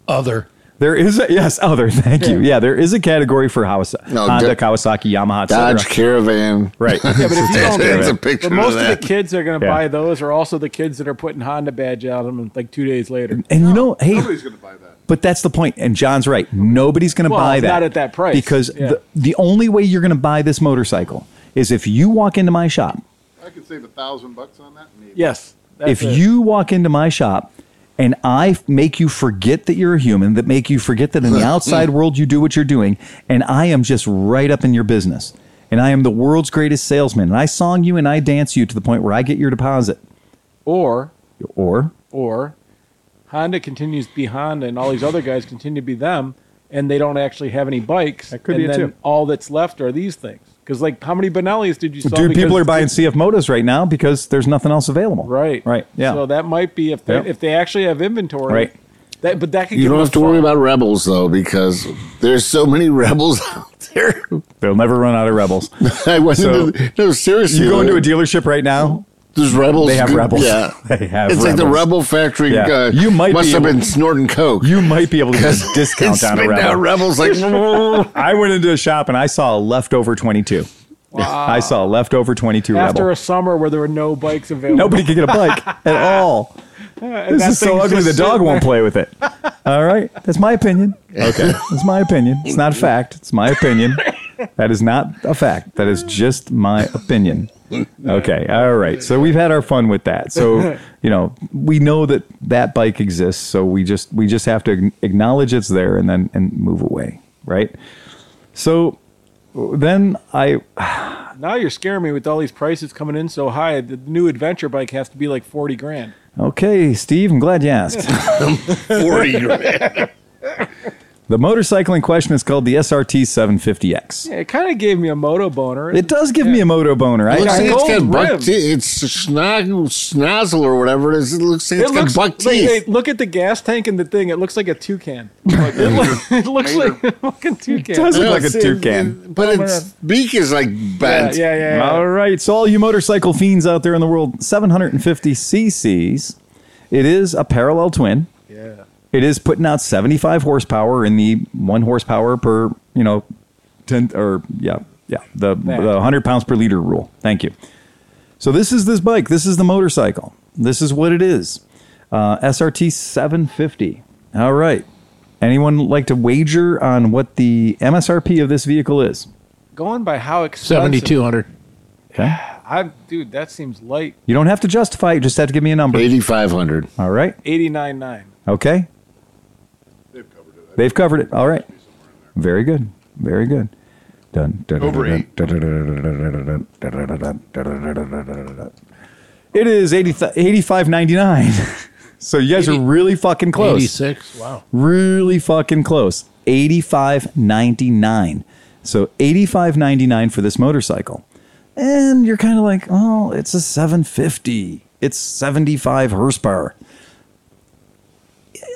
S5: Other.
S2: There is a, yes, other. Thank you. Yeah, there is a category for Hawasa,
S3: No,
S2: Honda,
S3: Dod-
S2: Kawasaki, Yamaha, et cetera.
S3: Dodge Caravan.
S2: Right.
S1: Yeah, but if you don't
S3: There's a
S1: get
S3: picture
S1: but most
S3: of
S1: of,
S3: that.
S1: the kids that are going to
S2: Yeah.
S1: buy those are also the kids that are putting Honda badge out on them like two days later.
S2: and you know, hey,
S4: Nobody's going to buy that.
S2: But that's the point, and John's right. Nobody's going to
S1: Well,
S2: buy that.
S1: not at that price.
S2: because
S1: Yeah.
S2: the, the only way you're going to buy this motorcycle is if you walk into my shop.
S4: I could save a thousand bucks on that. Maybe.
S1: Yes. that's
S2: if
S1: it.
S2: you walk into my shop and I f- make you forget that you're a human, that make you forget that in the outside world you do what you're doing, and I am just right up in your business, and I am the world's greatest salesman, and I song you and I dance you to the point where I get your deposit,
S1: or
S2: or
S1: or Honda continues to be Honda and all these other guys continue to be them and they don't actually have any bikes.
S2: That could
S1: and
S2: be it,
S1: then
S2: too.
S1: all that's left are these things. Because like how many Benellis did you sell?
S2: dude,
S1: because-
S2: people are buying CF motos right now because there's nothing else available.
S1: Right.
S2: right, yeah.
S1: So that might be if they
S2: Yep.
S1: if they actually have inventory.
S2: Right.
S1: That but that could
S3: You
S1: give
S3: don't
S1: them
S3: have
S1: a
S3: to worry
S1: fun-
S3: about rebels though, because there's so many rebels out there.
S2: They'll never run out of rebels.
S3: I went
S2: So-
S3: into no seriously.
S2: you go into a dealership right now.
S3: There's rebels.
S2: They have rebels.
S3: Yeah,
S2: They have
S3: It's like the
S2: rebels.
S3: rebel factory.
S2: Yeah.
S3: Uh,
S2: You might
S3: must
S2: be
S3: have
S2: able-
S3: been snorting coke.
S2: You might be able to get a discount
S3: It's
S2: on a
S3: spitting
S2: rebel.
S3: out rebels like
S2: I went into a shop and I saw a leftover 22. I saw a leftover 22
S1: after
S2: Rebel.
S1: a summer where there were no bikes available.
S2: Nobody could get a bike at all.
S1: And
S2: This
S1: that
S2: is so
S1: thing's
S2: ugly
S1: just
S2: the dog
S1: sitting
S2: won't
S1: there.
S2: play with it. All right. That's my opinion. Okay. That's my opinion. It's not a fact. It's my opinion. That is not a fact. That is just my opinion. Okay. All right. So we've had our fun with that. So, you know, we know that that bike exists, so we just we just have to acknowledge it's there and then and move away, right? So then I
S1: Now you're scaring me with all these prices coming in so high. The new adventure bike has to be like forty grand.
S2: Okay, Steve, I'm glad you asked.
S3: forty grand.
S2: The motorcycle in question is called the SRT 750X.
S1: Yeah, it kind of gave me a moto boner.
S2: It does give me a moto boner. I,
S3: It looks
S2: I-
S3: like it's got
S1: gold rim.
S3: buck teeth. It's schnoz- schnozzle or whatever it is. It looks like
S1: It
S3: it's got
S1: looks
S3: buck
S1: like,
S3: teeth.
S1: hey, look at the gas tank and the thing. It looks like a toucan. Like, it, loo- it looks like a fucking toucan.
S2: does look
S3: No,
S2: like a
S3: it's-
S2: toucan.
S3: But its beak is like
S1: Oh, yeah, yeah,
S3: bent.
S1: yeah. yeah.
S2: All right, so all you motorcycle fiends out there in the world, 750 cc's. It is a parallel twin.
S1: Yeah.
S2: It is putting out 75 horsepower in the one horsepower per, you know, 10 or yeah, yeah, the,
S1: Yeah.
S2: the 100 pounds per liter rule. Thank you. So this is this bike. This is the motorcycle. This is what it is. Uh, SRT 750. All right. Anyone like to wager on what the MSRP of this vehicle is?
S1: Going by how expensive.
S5: Seventy two hundred.
S2: Okay.
S1: I dude, that seems light.
S2: You don't have to justify it. You just have to give me a number.
S3: 8,500.
S2: All right.
S1: Eighty nine nine.
S2: Okay.
S4: They've covered it.
S2: They've covered it. All right. Very good. Very good. Dun, dun, dun,
S4: Over eight.
S2: dun, dun, dun, dun, dun, dun, dun, dun, dun, dun, dun, dun, dun, dun. It is 80, 85.99. so you guys are really fucking close.
S5: Eighty six. Wow.
S2: Really fucking close. 85.99. So 85.99 for this motorcycle. And you're kind of like, "Oh, it's a 750. It's 75 horsepower."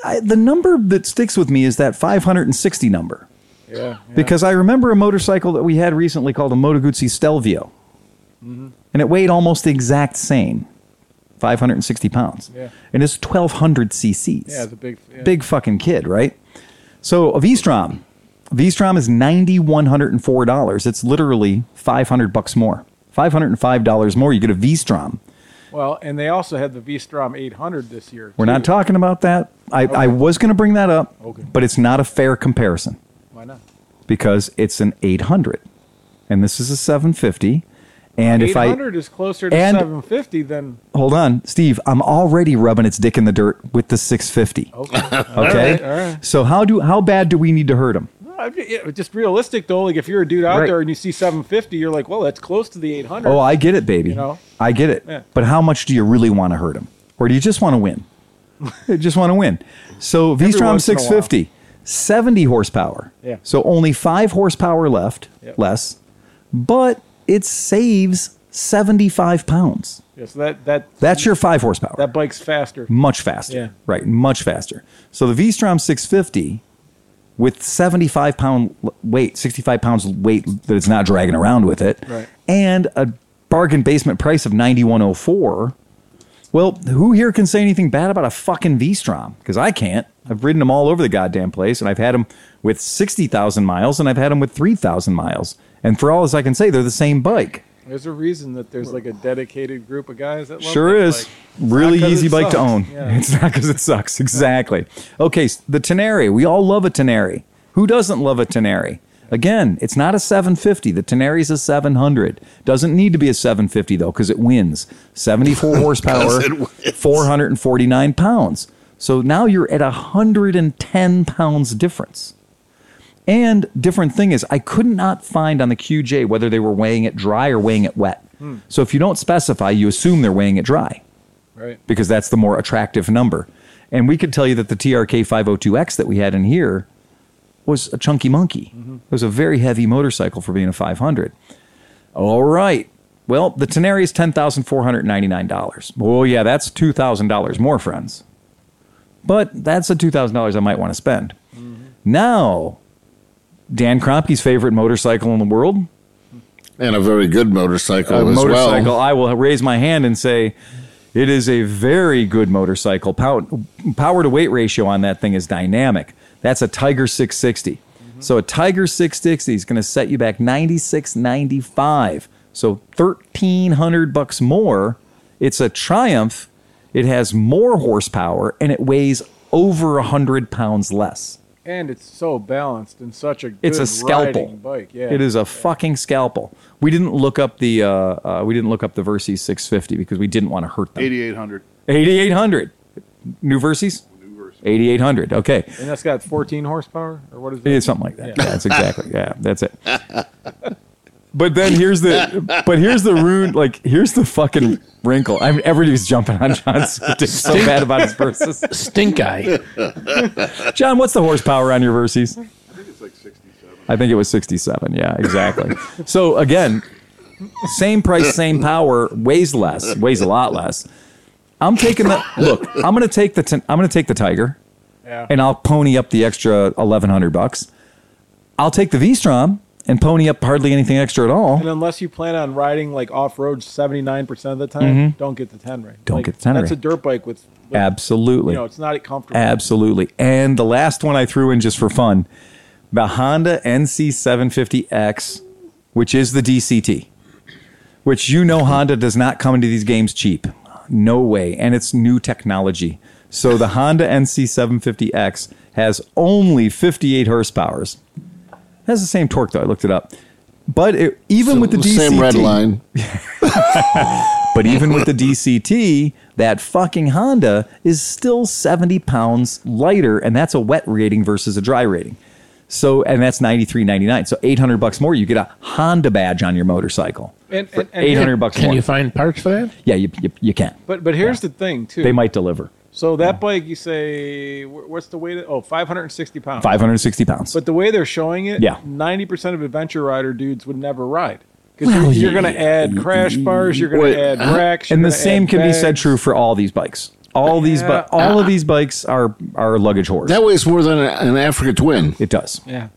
S2: I, the number that sticks with me is that 560 number
S1: Yeah. yeah.
S2: because I remember a motorcycle that we had recently called a Moto Guzzi Stelvio,
S1: Mm-hmm.
S2: and it weighed almost the exact same, 560 pounds,
S1: Yeah.
S2: and it's 1200 cc's.
S1: Yeah, it's a big- yeah.
S2: big fucking kid, right? So a V-Strom, V-Strom is ninety one hundred and four dollars. It's literally 500 bucks more, 505 dollars more. You get a V-Strom.
S1: Well, and they also had the V Strom eight hundred this year.
S2: We're
S1: too.
S2: not talking about that. I, I was going to bring that up,
S1: Okay.
S2: but it's not a fair comparison.
S1: Why not?
S2: because it's an 800 and this is a 750 and
S1: Eight
S2: if i
S1: hundred is closer to
S2: and-
S1: seven fifty than
S2: hold on steve i'm already rubbing its dick in the dirt with the 650
S1: okay.
S2: okay
S1: Oh, all right.
S2: so how do how bad do we need to hurt him
S1: No, I- it- just realistic though. Like if you're a dude out
S2: Right.
S1: there and you see seven fifty, you're like, well, that's close to the eight hundred.
S2: oh i get it baby
S1: You know?
S2: i get it
S1: Yeah.
S2: but how much do you really want to hurt him or do you just want to win You just want to win so v-strom
S1: once in a while.
S2: 650 70 horsepower
S1: Yeah.
S2: so only five horsepower left
S1: Yep.
S2: less but it saves 75 pounds
S1: yeah, so that that
S2: that's your five horsepower
S1: that bike's faster.
S2: much faster.
S1: Yeah.
S2: Right, much faster. So the V-Strom 650 with 75 pound l- weight, 65 pounds weight that it's not dragging around with it,
S1: Right.
S2: and a bargain basement price of 9104. Well, who here can say anything bad about a fucking V-Strom? Because I can't. I've ridden them all over the goddamn place, and I've had them with 60,000 miles, and I've had them with 3,000 miles. And for all as I can say, they're the same bike.
S1: There's a reason that there's like a dedicated group of guys that love
S2: Sure
S1: that
S2: is.
S1: bike.
S2: Really
S1: Not 'cause
S2: easy
S1: it
S2: bike to
S1: sucks.
S2: own.
S1: Yeah.
S2: It's not because it sucks. Exactly. Okay, s- the Teneri. We all love a Teneri. Who doesn't love a Teneri? Again, it's not a 750. The Teneri's a 700. Doesn't need to be a 750 though, because it wins 74 horsepower, 449 pounds. So now you're at 110 pounds difference. And different thing is, I could not find on the QJ whether they were weighing it dry or weighing it wet.
S1: Hmm.
S2: So if you don't specify, you assume they're weighing it dry
S1: Right.
S2: because that's the more attractive number. And we could tell you that the TRK 502X that we had in here was a chunky monkey. It was a very heavy motorcycle for being a 500. All right. Well, the Teneri is $10,499. Oh, yeah, that's $2,000 more, friends. But that's a $2,000 I might want to spend. Now, Dan Kroenke's favorite motorcycle in the world,
S3: And a very good motorcycle
S2: a
S3: as
S2: motorcycle,
S3: well.
S2: I will raise my hand and say it is a very good motorcycle. Power, power to weight ratio on that thing is dynamic. That's a Tiger 660.
S3: Mm-hmm.
S2: So a Tiger 660 is going to set you back 96.95. So 1300 bucks more. It's a Triumph. It has more horsepower and it weighs over 100 pounds less.
S1: And it's so balanced and such a good
S2: It's a scalpel
S1: riding bike. Yeah.
S2: It is a fucking scalpel. We didn't look up the uh, uh, we didn't look up the Versys 650 because we didn't want to hurt them.
S4: 8,800.
S2: 8800. New Versys?
S4: New version.
S2: 8800. Okay.
S1: And that's got 14 horsepower or what is it?
S2: It's something like that. That's exactly. Yeah, that's it. But then here's the but here's the rude like here's the fucking wrinkle. I'm everybody's jumping on John's dick so bad about his verses.
S7: Stink eye.
S2: John, what's the horsepower on your verses?
S4: I think it's like 67.
S2: I think it was 67. Yeah, exactly. so again, same price, same power, weighs less, weighs a lot less. I'm taking the look. I'm gonna take the i am I'm gonna take the tiger,
S1: Yeah.
S2: and I'll pony up the extra 1100 bucks. I'll take the V-Strom and pony up hardly anything extra at all.
S1: And unless you plan on riding like off road seventy nine percent of the time, don't get the ten ring.
S2: Mm-hmm. Don't
S1: Like,
S2: get the 10
S1: That's a
S2: ring.
S1: dirt bike with, with
S2: Absolutely.
S1: you know, it's not comfortable.
S2: Absolutely. And the last one I threw in just for fun the Honda NC750X, which is the DCT, which you know Honda does not come into these games cheap. No way. And it's new technology. So the Honda NC750X has only 58 horsepower. It has the same torque, though. I looked it up. But it, even with the DCT,
S3: Same red line.
S2: but even with the DCT, that fucking Honda is still 70 pounds lighter, and that's a wet rating versus a dry rating. So, and that's 93.99. So 800 bucks more, you get a Honda badge on your motorcycle.
S1: And-
S2: For
S1: and- and-
S2: 800 bucks
S7: Can
S2: more.
S7: you find parts for that?
S2: yeah, you, you, you can.
S1: But but here's the thing too.
S2: They might deliver
S1: so that bike you say wh- what's the weight? Of, oh, 560 pounds.
S2: 560 pounds.
S1: But the way they're showing it,
S2: Yeah.
S1: 90% of adventure rider dudes would never ride. Because
S2: Well,
S1: you're, you're
S2: yeah,
S1: going to add crash bars, you're going
S3: Wait,
S1: to add racks.
S2: and
S1: you're
S2: the
S1: gonna
S2: same
S1: add
S2: can be said
S1: bags.
S2: true for all these bikes. All these,
S1: Yeah.
S2: but all of these bikes are are luggage horse.
S3: That weighs more than a- an Africa twin.
S2: It does.
S1: Yeah. And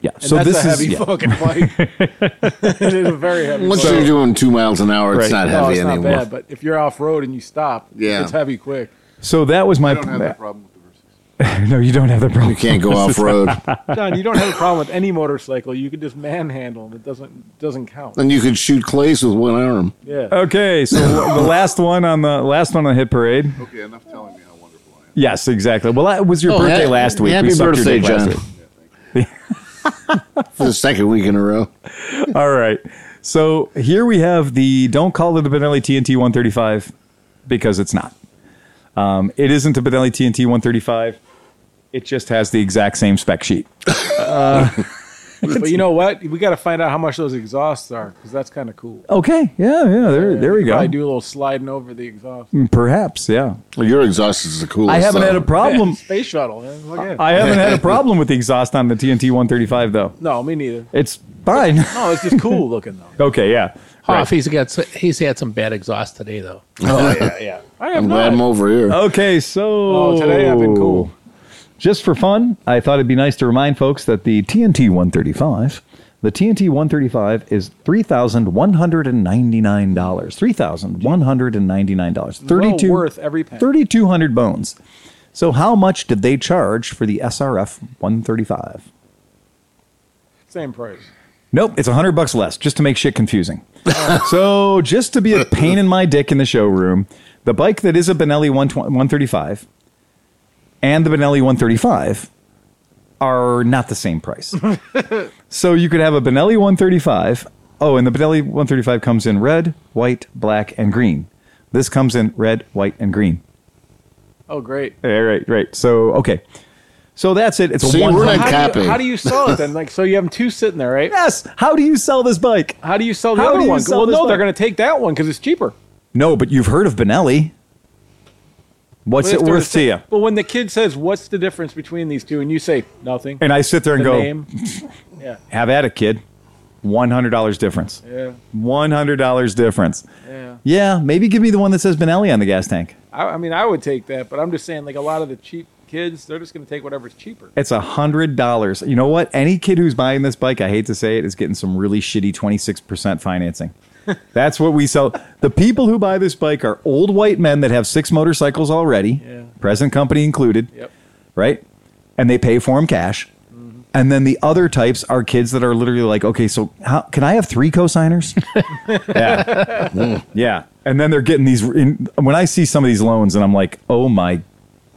S2: Yeah. so
S1: that's
S2: this
S1: a
S2: is
S1: heavy
S2: yeah.
S1: fucking bike. it is a very heavy
S3: Once
S1: bike.
S3: you're doing two miles an hour, it's not
S1: no,
S3: heavy
S1: it's not
S3: anymore.
S1: bad, but if you're off road and you stop,
S3: Yeah.
S1: it's heavy quick.
S2: So that was my.
S4: I don't have that problem with the verses.
S2: no, you don't have the problem.
S3: You can't go off road.
S1: John, you don't have a problem with any motorcycle. You can just manhandle them. It doesn't doesn't count.
S3: And you could shoot clays with one arm.
S1: Yeah.
S2: Okay, so the last one on the last one on the hit parade.
S4: Okay, enough telling me how wonderful I am.
S2: Yes, exactly. Well, that was your
S3: Oh,
S2: birthday
S3: ha-
S2: last week.
S3: happy
S2: We sucked your
S3: birthday,
S2: dick last
S3: John. For the second week in a row.
S2: week. All right. So here we have the don't call it a Benelli TNT 135 because it's not. Um, it isn't a Benelli TNT 135. It just has the exact same spec sheet.
S1: But you know what? We got to find out how much those exhausts are because that's kind of cool.
S2: Okay. Yeah. Yeah. There. There we
S1: I
S2: go.
S1: do a little sliding over the exhaust.
S2: Perhaps. Yeah.
S3: Well, your exhaust is the coolest.
S2: I haven't
S3: though.
S2: had a problem.
S1: Space shuttle. Man. Look at it.
S2: I haven't had a problem with the exhaust on the TNT 135 though.
S1: No, me neither.
S2: It's fine.
S1: No, it's just cool looking though.
S2: Okay. Yeah.
S7: Hoff, he's got s- he's had some bad exhaust today though.
S1: I have
S3: I'm
S1: not.
S3: glad I'm over here.
S2: Okay, so
S1: Oh, today I've been cool.
S2: Just for fun, I thought it'd be nice to remind folks that the TNT 135, the TNT 135 is three thousand one hundred and ninety nine dollars. Three thousand one hundred and ninety nine dollars. Thirty two
S1: Well worth every penny.
S2: Thirty two hundred bones. So how much did they charge for the SRF 135?
S1: Same price.
S2: Nope, it's 100 bucks less just to make shit confusing. so, just to be a pain in my dick in the showroom, the bike that is a Benelli 120 135 and the Benelli 135 are not the same price. so, you could have a Benelli 135. Oh, and the Benelli 135 comes in red, white, black, and green. This comes in red, white, and green.
S1: Oh, great.
S2: All right, right. So, okay. So that's it. It's a
S3: See,
S2: one.
S3: we're not
S1: How do,
S3: Copy.
S1: you, how do you sell it then? Like, so you have two sitting there, right?
S2: yes. How do you sell this bike?
S1: How do you sell the
S2: How do
S1: other
S2: you
S1: one?
S2: sell
S1: Well,
S2: this
S1: no,
S2: one?
S1: they're going to take that one because it's cheaper.
S2: No, but you've heard of Benelli. What's
S1: But if
S2: it
S1: they're
S2: worth
S1: the
S2: to
S1: same-
S2: you?
S1: But when the kid says, "What's the difference between these two?" and you say nothing,
S2: And I sit there and
S1: the
S2: go,
S1: name, yeah,
S2: have at it, kid. One hundred dollars difference.
S1: yeah,
S2: One hundred dollars difference.
S1: yeah.
S2: Yeah, maybe give me the one that says Benelli on the gas tank.
S1: I, I mean, I would take that, but I'm just saying, like a lot of the cheap kids, they're just going to take whatever's cheaper.
S2: It's a hundred dollars. You know what? Any kid who's buying this bike, I hate to say it, is getting some really shitty twenty six percent financing. That's what we sell. The people who buy this bike are old white men that have six motorcycles already,
S1: Yeah.
S2: present company included.
S1: Yep.
S2: right? And they pay for them cash. And then the other types are kids that are literally like, okay, so how can I have three cosigners? yeah, yeah. And then they're getting these. In, when I see some of these loans, and I'm like, oh my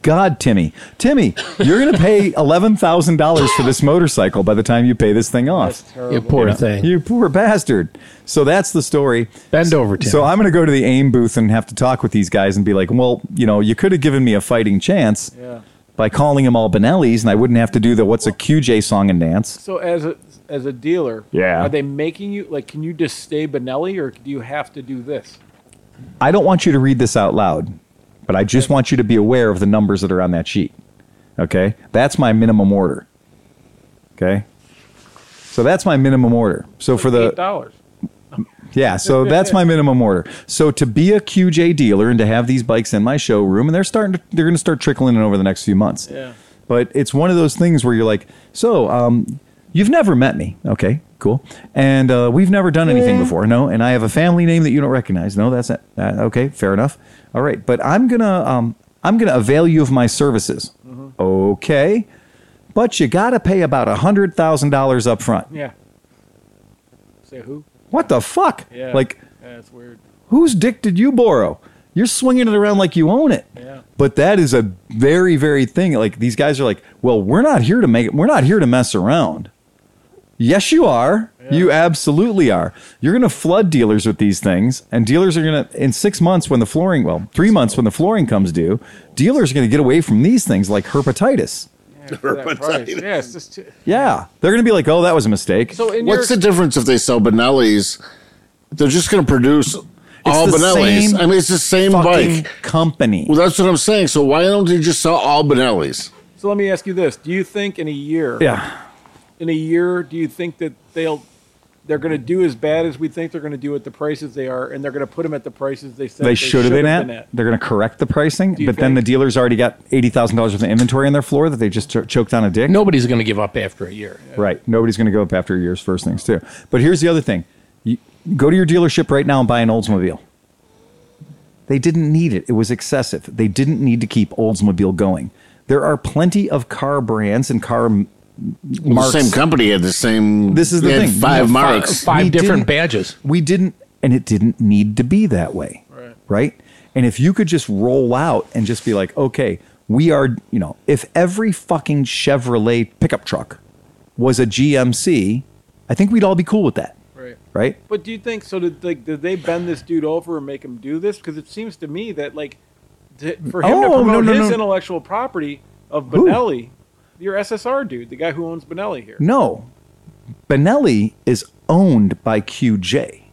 S2: god, Timmy, Timmy, you're gonna pay eleven thousand dollars for this motorcycle by the time you pay this thing off.
S1: That's terrible.
S7: You poor thing.
S2: You poor bastard. So that's the story.
S7: Bend over, Tim.
S2: So I'm going to go to the AIM booth and have to talk with these guys and be like, well, you know, you could have given me a fighting chance,
S1: Yeah.
S2: by calling them all Benelli's, and I wouldn't have to do the what's a QJ song and dance.
S1: So as a as a dealer,
S2: Yeah.
S1: are they making you like? Can you just stay Benelli, or do you have to do this?
S2: I don't want you to read this out loud, but I just want you to be aware of the numbers that are on that sheet. Okay? That's my minimum order. Okay? So that's my minimum order. So for the
S1: Eight dollars.
S2: Yeah, so that's my minimum order. So to be a QJ dealer and to have these bikes in my showroom, and they're starting, to, they're going to start trickling in over the next few months.
S1: Yeah.
S2: But it's one of those things where you're like, so um, you've never met me, okay? Cool. And uh, we've never done anything before, no. And I have a family name that you don't recognize, no. That's not, uh, okay. Fair enough. All right, but I'm gonna, um, I'm gonna avail you of my services,
S1: Mm-hmm.
S2: okay? But you got to pay about a hundred thousand dollars up front.
S1: Yeah. Say who?
S2: What the fuck?
S1: Yeah.
S2: Like.
S1: Yeah, that's weird.
S2: Whose dick did you borrow? You're swinging it around like you own it.
S1: Yeah.
S2: But that is a very, very thing. Like these guys are like, well, we're not here to make it. We're not here to mess around. Yes, you are. You absolutely are. You're going to flood dealers with these things, and dealers are going to in six months when the flooring, well, three months when the flooring comes due, dealers are going to get away from these things like herpetitis.
S1: Yeah, for that price. yeah it's just too,
S2: Yeah, they're going to be like, oh, that was a mistake.
S1: so. In
S3: What's
S1: your,
S3: the difference if they sell Benelli's? They're just going to produce all
S2: the
S3: Benelli's.
S2: same
S3: I mean, it's the same
S2: Fucking
S3: bike.
S2: company.
S3: Well, that's what I'm saying. So why don't they just sell all Benelli's?
S1: so let me ask you this: Do you think in a year?
S2: yeah.
S1: In a year, do you think that they'll they're going to do as bad as we think they're going to do at the prices they are, and they're going to put them at the prices they said
S2: they should have been at. They're going to correct the pricing, but
S1: you
S2: then the
S1: think-
S2: dealer's already got eighty thousand dollars worth of inventory on their floor that they just ch- choked on a dick.
S7: Nobody's going to give up after a year.
S2: Right. Nobody's going to go up after a year's first things too. But here's the other thing: you, go to your dealership right now and buy an Oldsmobile. They didn't need it. It was excessive. They didn't need to keep Oldsmobile going. There are plenty of car brands and car m- marks.
S3: The same company had the same.
S2: This is the
S3: they had
S2: thing.
S3: Five
S2: Yeah,
S7: Five,
S3: marks.
S7: five
S2: We
S7: different
S2: didn't-
S7: badges.
S2: we didn't and it didn't need to be that way
S1: Right.
S2: and if you could just roll out and just be like okay we are you know if every fucking chevrolet pickup truck was a gmc i think we'd all be cool with that
S1: Right.
S2: right
S1: But do you think so? Did like did they bend this dude over and make him do this? Because it seems to me that like to, for him to
S2: Oh, no,
S1: promote
S2: no,
S1: his
S2: no.
S1: intellectual property of Benelli, your SSR dude, the guy who owns Benelli here.
S2: no benelli is owned by qj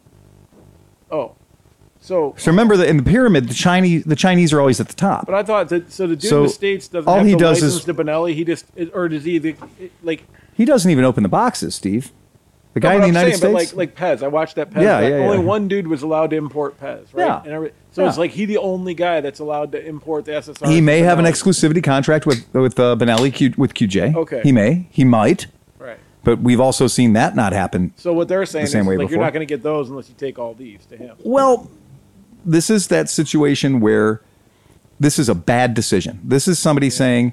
S1: Oh, so
S2: so remember that in the pyramid the chinese the chinese are always at the top
S1: but I thought that so the dude
S2: So,
S1: in the states doesn't
S2: all
S1: have
S2: he
S1: to
S2: does is-
S1: license to Benelli. He just or does he the, like
S2: he doesn't even open the boxes steve the guy
S1: No,
S2: in
S1: but
S2: the
S1: I'm
S2: united
S1: saying,
S2: states
S1: But like, like Pez, I watched that Pez.
S2: Yeah,
S1: doc.
S2: yeah,
S1: only
S2: yeah.
S1: one dude was allowed to import Pez, right?
S2: Yeah.
S1: And every, so it's
S2: Yeah.
S1: like he the only guy that's allowed to import the SSR.
S2: He may have an
S1: Benelli.
S2: exclusivity contract with with uh, Benelli Q, with QJ.
S1: Okay.
S2: He may. He might.
S1: Right.
S2: But we've also seen that not happen.
S1: So what they're saying
S2: same
S1: is
S2: way
S1: like
S2: before.
S1: you're not going to get those unless you take all these to him.
S2: Well, this is that situation where this is a bad decision. This is somebody saying,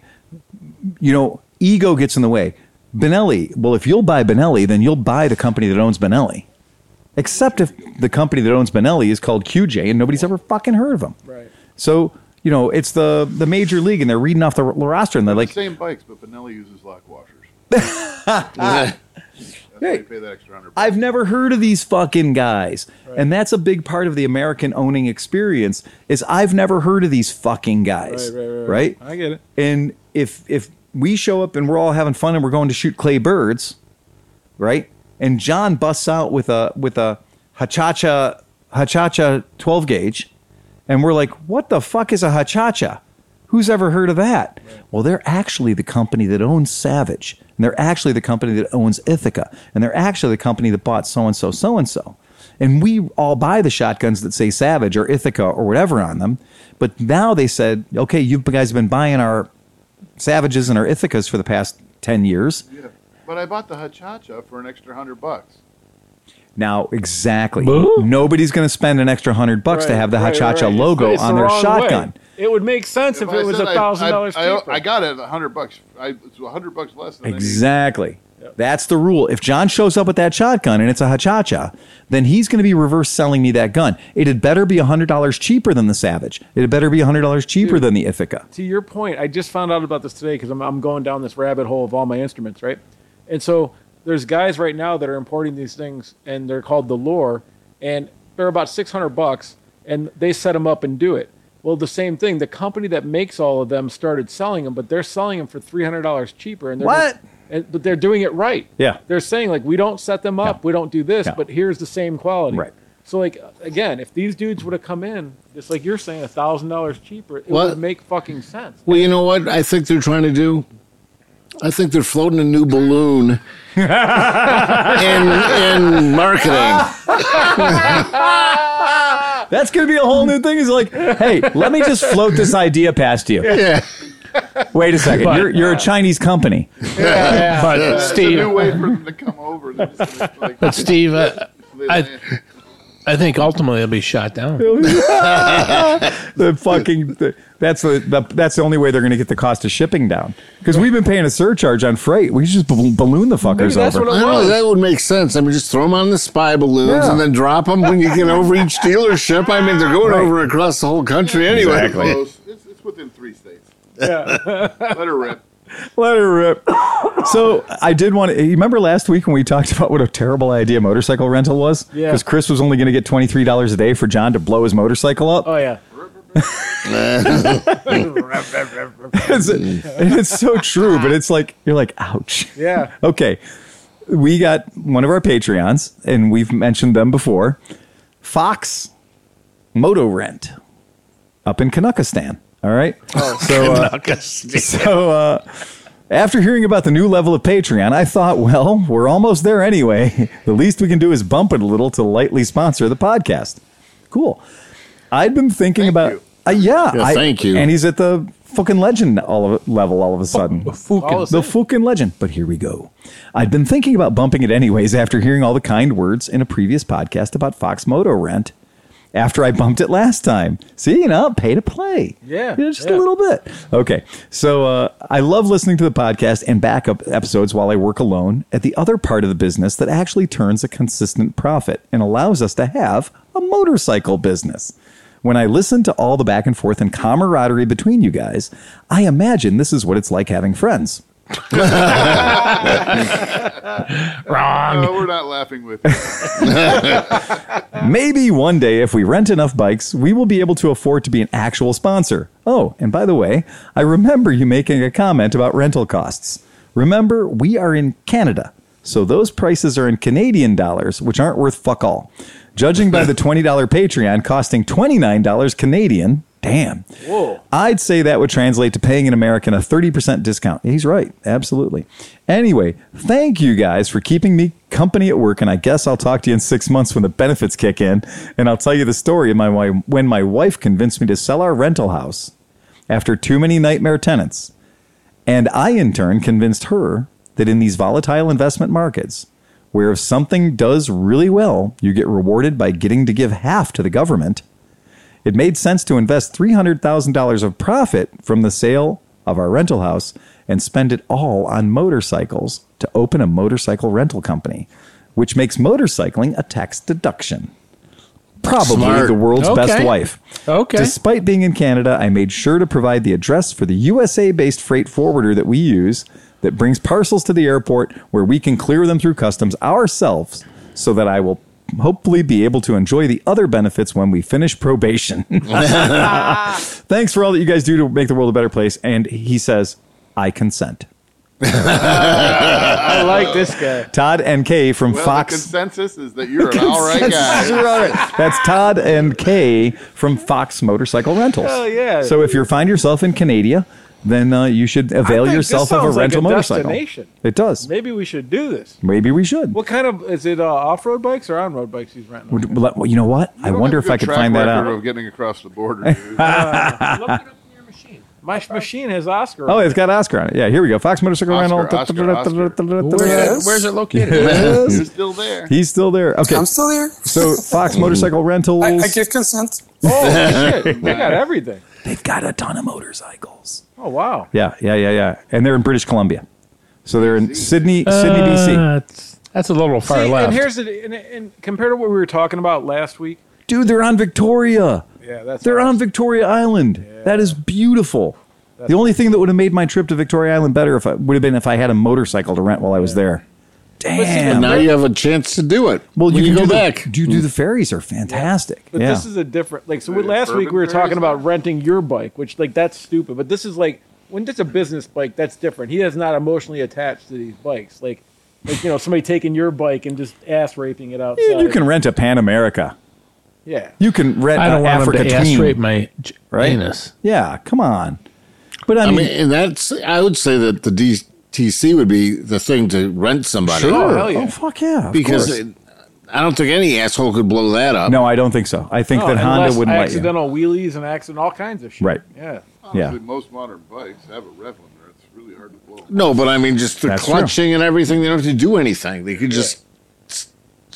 S2: you know, ego gets in the way. Benelli. Well, if you'll buy Benelli, then you'll buy the company that owns Benelli. Except if the company that owns Benelli is called QJ and nobody's ever fucking heard of them.
S1: Right.
S2: So you know, it's the the major league, and they're reading off the roster, and they're like,
S4: Same bikes, but Benelli uses lock washers. That's why
S2: Hey.
S4: you pay that extra hundred.
S2: I've never heard of these fucking guys. And that's a big part of the American owning experience is I've never heard of these fucking guys.
S1: Right, right, right,
S2: right?
S1: right. I get it.
S2: And if if we show up and we're all having fun and we're going to shoot clay birds, right? And John busts out with a with a hachacha hachacha 12 gauge and we're like, "What the fuck is a hachacha?" Who's ever heard of that? Well, they're actually the company that owns Savage, and they're actually the company that owns Ithaca, and they're actually the company that bought so and so, so and so. And we all buy the shotguns that say Savage or Ithaca or whatever on them. But now they said, okay, you guys have been buying our Savages and our Ithacas for the past 10 years.
S4: Yeah. But I bought the Hachacha for an extra hundred bucks.
S2: Now, exactly. Nobody's going to spend an extra 100 bucks to
S1: Right,
S2: have the
S1: right, right,
S2: Hachacha
S1: right. It's-
S2: logo
S1: it's the
S2: on their
S1: wrong way.
S2: shotgun.
S1: It would make sense if,
S4: I
S1: it was a
S4: said I-
S1: thousand dollars
S4: I,
S1: cheaper.
S4: I, I got it a hundred bucks. I, it's a hundred bucks less than I needed.
S2: Exactly. That's the rule. If John shows up with that shotgun and it's a hachacha, then he's going to be reverse selling me that gun. It had better be $100 cheaper than the Savage. It had better be $100 cheaper than the Ithaca.
S1: to your point, I just found out about this today because I'm, I'm going down this rabbit hole of all my instruments, right? And so there's guys right now that are importing these things, and they're called the lore, and they're about 600 bucks, and they set them up and do it. Well, the same thing. The company that makes all of them started selling them, but they're selling them for three hundred dollars cheaper. And they're
S2: What?
S1: and, but they're doing it right.
S2: Yeah.
S1: They're saying like we don't set them up, we don't do this,
S2: No.
S1: but here's the same quality.
S2: Right.
S1: So like again, if these dudes would have come in, just like you're saying, a thousand dollars cheaper, it
S3: What?
S1: would make fucking sense.
S3: Well, you know what I think they're trying to do? I think they're floating a new balloon in, in marketing.
S2: That's going to be a whole new thing. Is like, hey, let me just float this idea past you.
S3: Yeah.
S2: Wait a second. you're, you're a Chinese company.
S7: But
S4: It's a
S7: Steve,
S4: new way for them to come over. They're just gonna, like,
S7: but Steve, uh,
S4: they
S7: I-
S4: land.
S7: I think ultimately it'll be shot down.
S2: The fucking the, that's the, the that's the only way they're going to get the cost of shipping down because we've been paying a surcharge on freight. We should just bal- balloon the fuckers
S1: that's
S2: over.
S1: what
S3: I know that would make sense. I mean, just throw them on the spy balloons
S2: Yeah.
S3: and then drop them when you get over each dealership. I mean, they're going over across the whole country anyway.
S4: Close. It's, it's within three states. Let her rip.
S2: Let her rip. So I did want to. You remember last week when we talked about what a terrible idea motorcycle rental was?
S1: Yeah.
S2: Because Chris was only going to get twenty three dollars a day for John to blow his motorcycle up.
S1: Oh yeah.
S2: it's, and it's so true, but it's like you're like, ouch.
S1: Yeah.
S2: Okay. We got one of our Patreons, and we've mentioned them before. Fox Moto Rent up in Kanukistan. All right. so uh, so uh, after hearing about the new level of Patreon, I thought, well, we're almost there anyway. The least we can do is bump it a little to lightly sponsor the podcast. Cool. I'd been thinking about
S4: you.
S2: Uh, yeah,
S3: Yeah, thank you.
S2: And he's at the fucking legend all of, level all of a sudden.
S1: All of a
S2: The
S1: sudden-
S2: Fukin legend. But here we go. I'd been thinking about bumping it anyways after hearing all the kind words in a previous podcast about Fox Moto Rent after I bumped it last time. See, you know, pay to play.
S1: Yeah,
S2: You know, just a
S1: yeah.
S2: little bit. Okay. So uh, I love listening to the podcast and backup episodes while I work alone at the other part of the business that actually turns a consistent profit and allows us to have a motorcycle business. When I listen to all the back and forth and camaraderie between you guys, I imagine this is what it's like having friends.
S4: No, we're not laughing with you.
S2: Maybe one day, if we rent enough bikes, we will be able to afford to be an actual sponsor. Oh, and by the way, I remember you making a comment about rental costs. Remember, we are in Canada, so those prices are in Canadian dollars, which aren't worth fuck all. Judging by the $20 Patreon costing $29 Canadian, damn.
S1: Whoa.
S2: I'd say that would translate to paying an American a 30% discount. He's right. Absolutely. Anyway, thank you guys for keeping me company at work. And I guess I'll talk to you in six months when the benefits kick in. And I'll tell you the story of my wife, when my wife convinced me to sell our rental house after too many nightmare tenants. And I, in turn, convinced her that in these volatile investment markets, where if something does really well, you get rewarded by getting to give half to the government it made sense to invest $300,000 of profit from the sale of our rental house and spend it all on motorcycles to open a motorcycle rental company, which makes motorcycling a tax deduction. Probably
S3: Smart.
S2: the world's
S7: Okay.
S2: best wife.
S7: Okay.
S2: Despite being in Canada, I made sure to provide the address for the USA based freight forwarder that we use that brings parcels to the airport where we can clear them through customs ourselves so that I will hopefully be able to enjoy the other benefits when we finish probation. Thanks for all that you guys do to make the world a better place. And he says, I consent.
S1: I like this guy.
S2: Todd and Kay from
S4: Well, the
S2: Fox.
S4: consensus is that you're an all right guy.
S2: You're all right. That's Todd and Kay from Fox Motorcycle Rentals.
S1: Hell yeah.
S2: So if you find yourself in Canada, then uh, you should avail
S1: I think
S2: yourself
S1: this
S2: of a
S1: sounds like
S2: rental
S1: a
S2: motorcycle.
S1: destination.
S2: It does.
S1: Maybe we should do this.
S2: Maybe we should.
S1: What kind of is it? Uh, off-road bikes or on-road bikes? He's renting.
S2: Would- let- well, you know what? I
S4: don't
S2: wonder
S4: have
S2: if
S4: a
S2: I
S4: good
S2: could
S4: track
S2: find that
S4: record
S2: out.
S4: Of getting across the border, dude.
S1: My sh- machine has Oscar.
S2: Oh,
S1: on it.
S2: it's got Oscar on it. Yeah, here we go. Fox Motorcycle
S4: Oscar,
S2: Rental.
S4: Oscar,
S7: Where's, where's it located?
S4: You're still there.
S2: He's still there. Okay.
S6: I'm still here.
S2: So Fox Motorcycle Rentals.
S6: I, I give consent.
S1: Oh shit! They got everything.
S2: They've got a ton of motorcycles.
S1: Oh wow.
S2: Yeah, yeah, yeah, yeah. And they're in British Columbia. So they're in Sydney, Sydney, BC.
S7: that's, that's a little far
S1: See,
S7: left.
S1: and here's the and, and compared to what we were talking about last week.
S2: Dude, they're on Victoria.
S1: Yeah, that's
S2: They're on Victoria Island. That is beautiful. the only thing that would have made my trip to Victoria Island better if I, would have been if I had a motorcycle to rent while I was there. Damn.
S3: And now you have a chance to do it.
S2: well, you,
S3: when
S2: can
S3: go
S2: do the-
S3: back.
S2: Do you do the ferries are fantastic?
S1: But
S2: yeah.
S1: this is a different like so we,
S4: The
S1: last week
S4: urban
S1: we were
S4: ferries
S1: talking about
S4: now?
S1: renting your bike, which like that's stupid. But this is like when it's a business bike, that's different. He is not emotionally attached to these bikes. Like like you know, somebody taking your bike and just ass raping it outside.
S2: you can rent a Pan America.
S1: yeah.
S2: You can rent
S7: I don't
S2: an
S7: want
S2: Africa
S7: him to ass
S2: Tween,
S7: rape my j-
S2: right?
S7: anus.
S2: Yeah, come on. But I
S3: I
S2: mean,
S3: mean, and that's, I would say that the DTC would be the thing to rent somebody.
S1: Oh, hell yeah.
S2: oh fuck yeah, of
S3: Because
S2: course.
S3: it- I don't think any asshole could blow that up.
S2: no, I don't think so. I think
S1: No,
S2: that Honda
S1: Oh, unless
S2: wouldn't let you.
S1: accidental wheelies and accident all kinds of shit.
S2: Right.
S1: Yeah.
S4: Honestly, most modern bikes have a rev limiter. It's really hard to blow.
S3: No, but I mean, just the
S2: That's
S3: clutching and everything. They don't have to do anything. They could just s-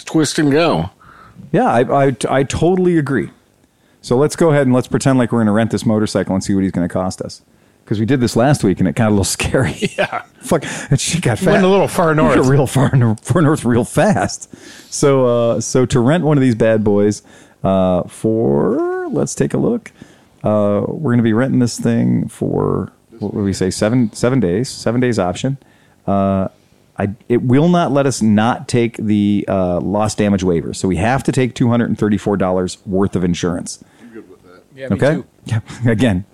S3: twist and go.
S2: Yeah, I, I, I totally agree. So let's go ahead and let's pretend like we're going to rent this motorcycle and see what he's going to cost us. Because we did this last week and it got a little scary. Yeah. Fuck, and she got fat.
S7: Went a little far
S2: We got
S7: north.
S2: real far, nor- far north, real fast. So, uh, so to rent one of these bad boys uh, for, let's take a look. Uh, we're going to be renting this thing for what would we say seven seven days, seven days option. Uh, I, it will not let us not take the uh, loss damage waiver. So we have to take $234 worth of insurance.
S4: I'm good with that.
S1: Yeah, me
S2: Okay?
S1: too.
S2: Yeah, Again.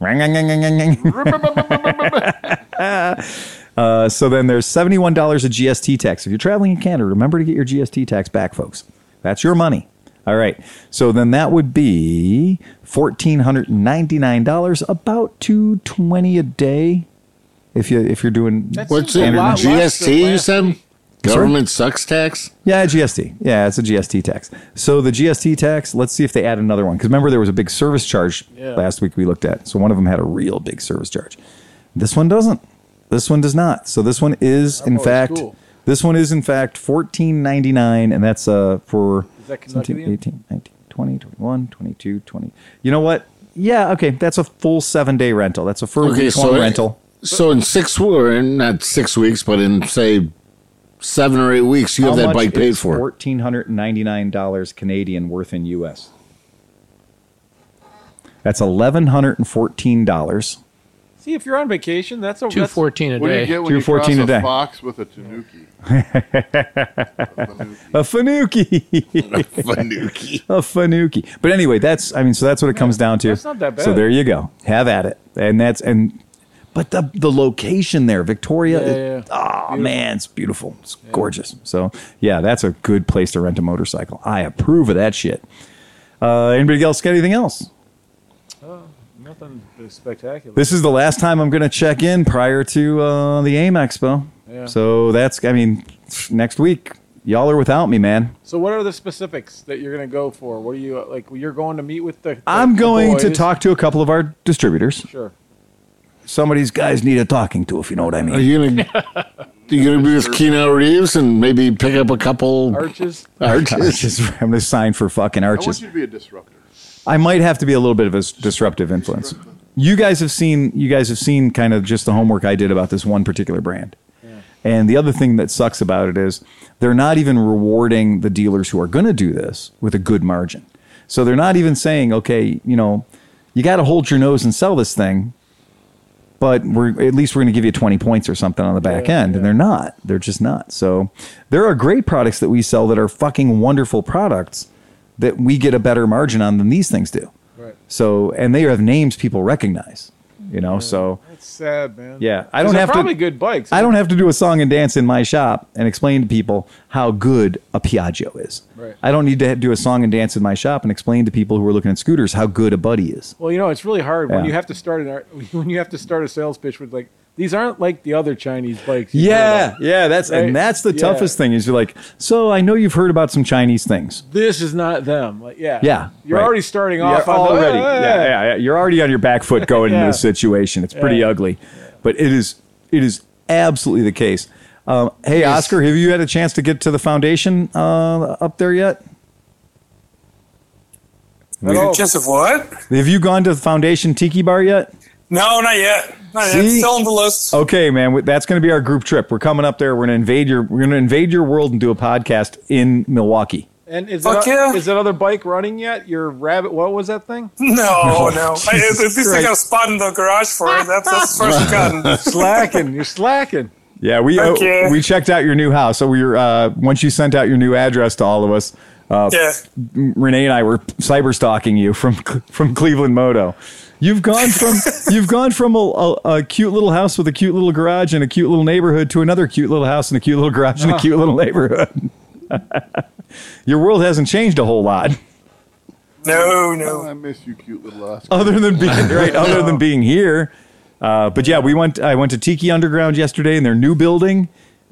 S2: Ring, ring, ring, ring, ring, ring. Uh, so then there's $71 of GST tax. If you're traveling in Canada, remember to get your GST tax back, folks. That's your money. All right. So then that would be $1,499, about 220 a day if, you, if you're doing
S3: What's
S1: seems
S3: it?
S1: a lot less than
S3: GST? You
S1: last
S3: said
S1: week.
S3: government sucks tax.
S2: Yeah, GST. Yeah, it's a GST tax. So the GST tax, let's see if they add another one. Because remember, there was a big service charge
S1: Yeah.
S2: last week we looked at. So one of them had a real big service charge. This one doesn't. This one does not. So this one is, in
S1: always
S2: fact,
S1: cool.
S2: this one is in fact fourteen ninety nine, and that's uh for
S1: Is that
S2: 17,
S1: Kentucky?
S2: 18, 19, 20, 21, 22, 20. You know what? Yeah, okay. That's a full seven day rental. That's a full
S3: Okay,
S2: week
S3: so
S2: long
S3: it-
S2: rental.
S3: So in six or in not six weeks, but in say seven or eight weeks, you have that bike paid for.
S2: Fourteen hundred ninety nine dollars Canadian worth in U.S. That's eleven hundred and fourteen dollars.
S1: See if you're on vacation, that's a
S7: Two
S1: that's,
S7: fourteen a
S4: What do you
S7: day.
S4: get when you
S2: 214
S4: cross
S2: a day.
S4: a fox with a tanuki? A tanuki.
S2: A fanuki,
S3: Fanuki.
S2: a fanuki. But anyway, that's I mean, so that's what it comes down to.
S1: that's not that
S2: So
S1: bad.
S2: there you go. Have at it. And that's and, but the the location there, Victoria.
S1: Yeah, yeah, yeah.
S2: is- Oh man, it's beautiful. It's gorgeous. So yeah, that's a good place to rent a motorcycle. I approve of that shit. Uh, anybody else got anything else?
S1: nothing spectacular.
S2: This is the last time I'm going to check in prior to uh, the AIM Expo.
S1: Yeah.
S2: So that's, I mean, next week. Y'all are without me, man.
S1: So, what are the specifics that you're going to go for? What are you like? You're going to meet with the. the-
S2: I'm
S1: the
S2: going to
S1: boys?
S2: talk to a couple of our distributors.
S1: Sure.
S2: Some of these guys need a talking to, if you know what I
S3: Are
S2: mean.
S3: you gonna? Are you gonna be with Keanu Reeves and maybe pick up a couple
S1: Arches.
S3: arches?
S2: Arches. I'm going to sign for fucking
S4: I want
S2: arches.
S4: you to be a disruptor.
S2: I might have to be a little bit of a s- disruptive influence. You guys have seen you guys have seen kind of just the homework I did about this one particular brand. And the other thing that sucks about it is they're not even rewarding the dealers who are going to do this with a good margin. So they're not even saying, okay, you know, you got to hold your nose and sell this thing, but we're at least we're going to give you 20 points or something on the back end and they're not they're just not so there are great products that we sell that are fucking wonderful products that we get a better margin on than these things do
S1: Right.
S2: so and they have names people recognize you know so
S1: That's sad, man.
S2: yeah i
S1: 'Cause
S2: don't
S1: they're
S2: have
S1: probably
S2: to
S1: good bikes.
S2: i don't have to do a song and dance in my shop and explain to people how good a piaggio is
S1: Right.
S2: i don't need to do a song and dance in my shop and explain to people who are looking at scooters how good a buddy is
S1: Well, you know, it's really hard when
S2: Yeah.
S1: you have to start an ar- when you have to start a sales pitch with like these aren't like the other Chinese bikes. you've heard
S2: Yeah,
S1: of.
S2: yeah, that's
S1: Right?
S2: and that's the
S1: Yeah.
S2: toughest thing is you're like, so I know you've heard about some Chinese things.
S1: This is not them. Like, yeah.
S2: Yeah,
S1: You're
S2: right.
S1: already starting
S2: You're
S1: off on the-
S2: already,
S1: Ah,
S2: yeah, yeah, yeah, you're already on your back foot going into
S1: Yeah.
S2: this situation. It's pretty
S1: Yeah.
S2: ugly, but it is it is absolutely the case. Um, hey, Oscar, have you had a chance to get to the foundation uh, up there yet?
S1: At all.
S6: Just of what?
S2: Have you gone to the foundation tiki bar yet?
S6: No, not yet. Not yet.
S2: See? Oh.
S6: Still on the list.
S2: Okay, man, we- that's going to be our group trip. We're coming up there. We're going to invade your we're going to invade your world and do a podcast in Milwaukee.
S1: And is
S6: Fuck
S1: that,
S6: yeah.
S1: is that other bike running yet? Your rabbit? What was that thing?
S6: No, no. I, at
S2: Jesus
S6: least I got a spot in the garage for it. That's, that's the first I've gotten.
S1: slacking. You're slacking.
S2: Yeah, we uh,
S6: Okay.
S2: we checked out your new house. So we were uh, once you sent out your new address to all of us. Uh,
S6: Yeah.
S2: Renee and I were cyber stalking you from from Cleveland Moto. You've gone from you've gone from a, a, a cute little house with a cute little garage and a cute little neighborhood to another cute little house and a cute little garage and a cute little neighborhood. your world hasn't changed a whole lot,
S6: No,
S4: Oh,
S6: no.
S4: I miss you, cute little Oscar.
S2: other than being right, other than being here. Uh, but yeah, we went. I went to Tiki Underground yesterday in their new building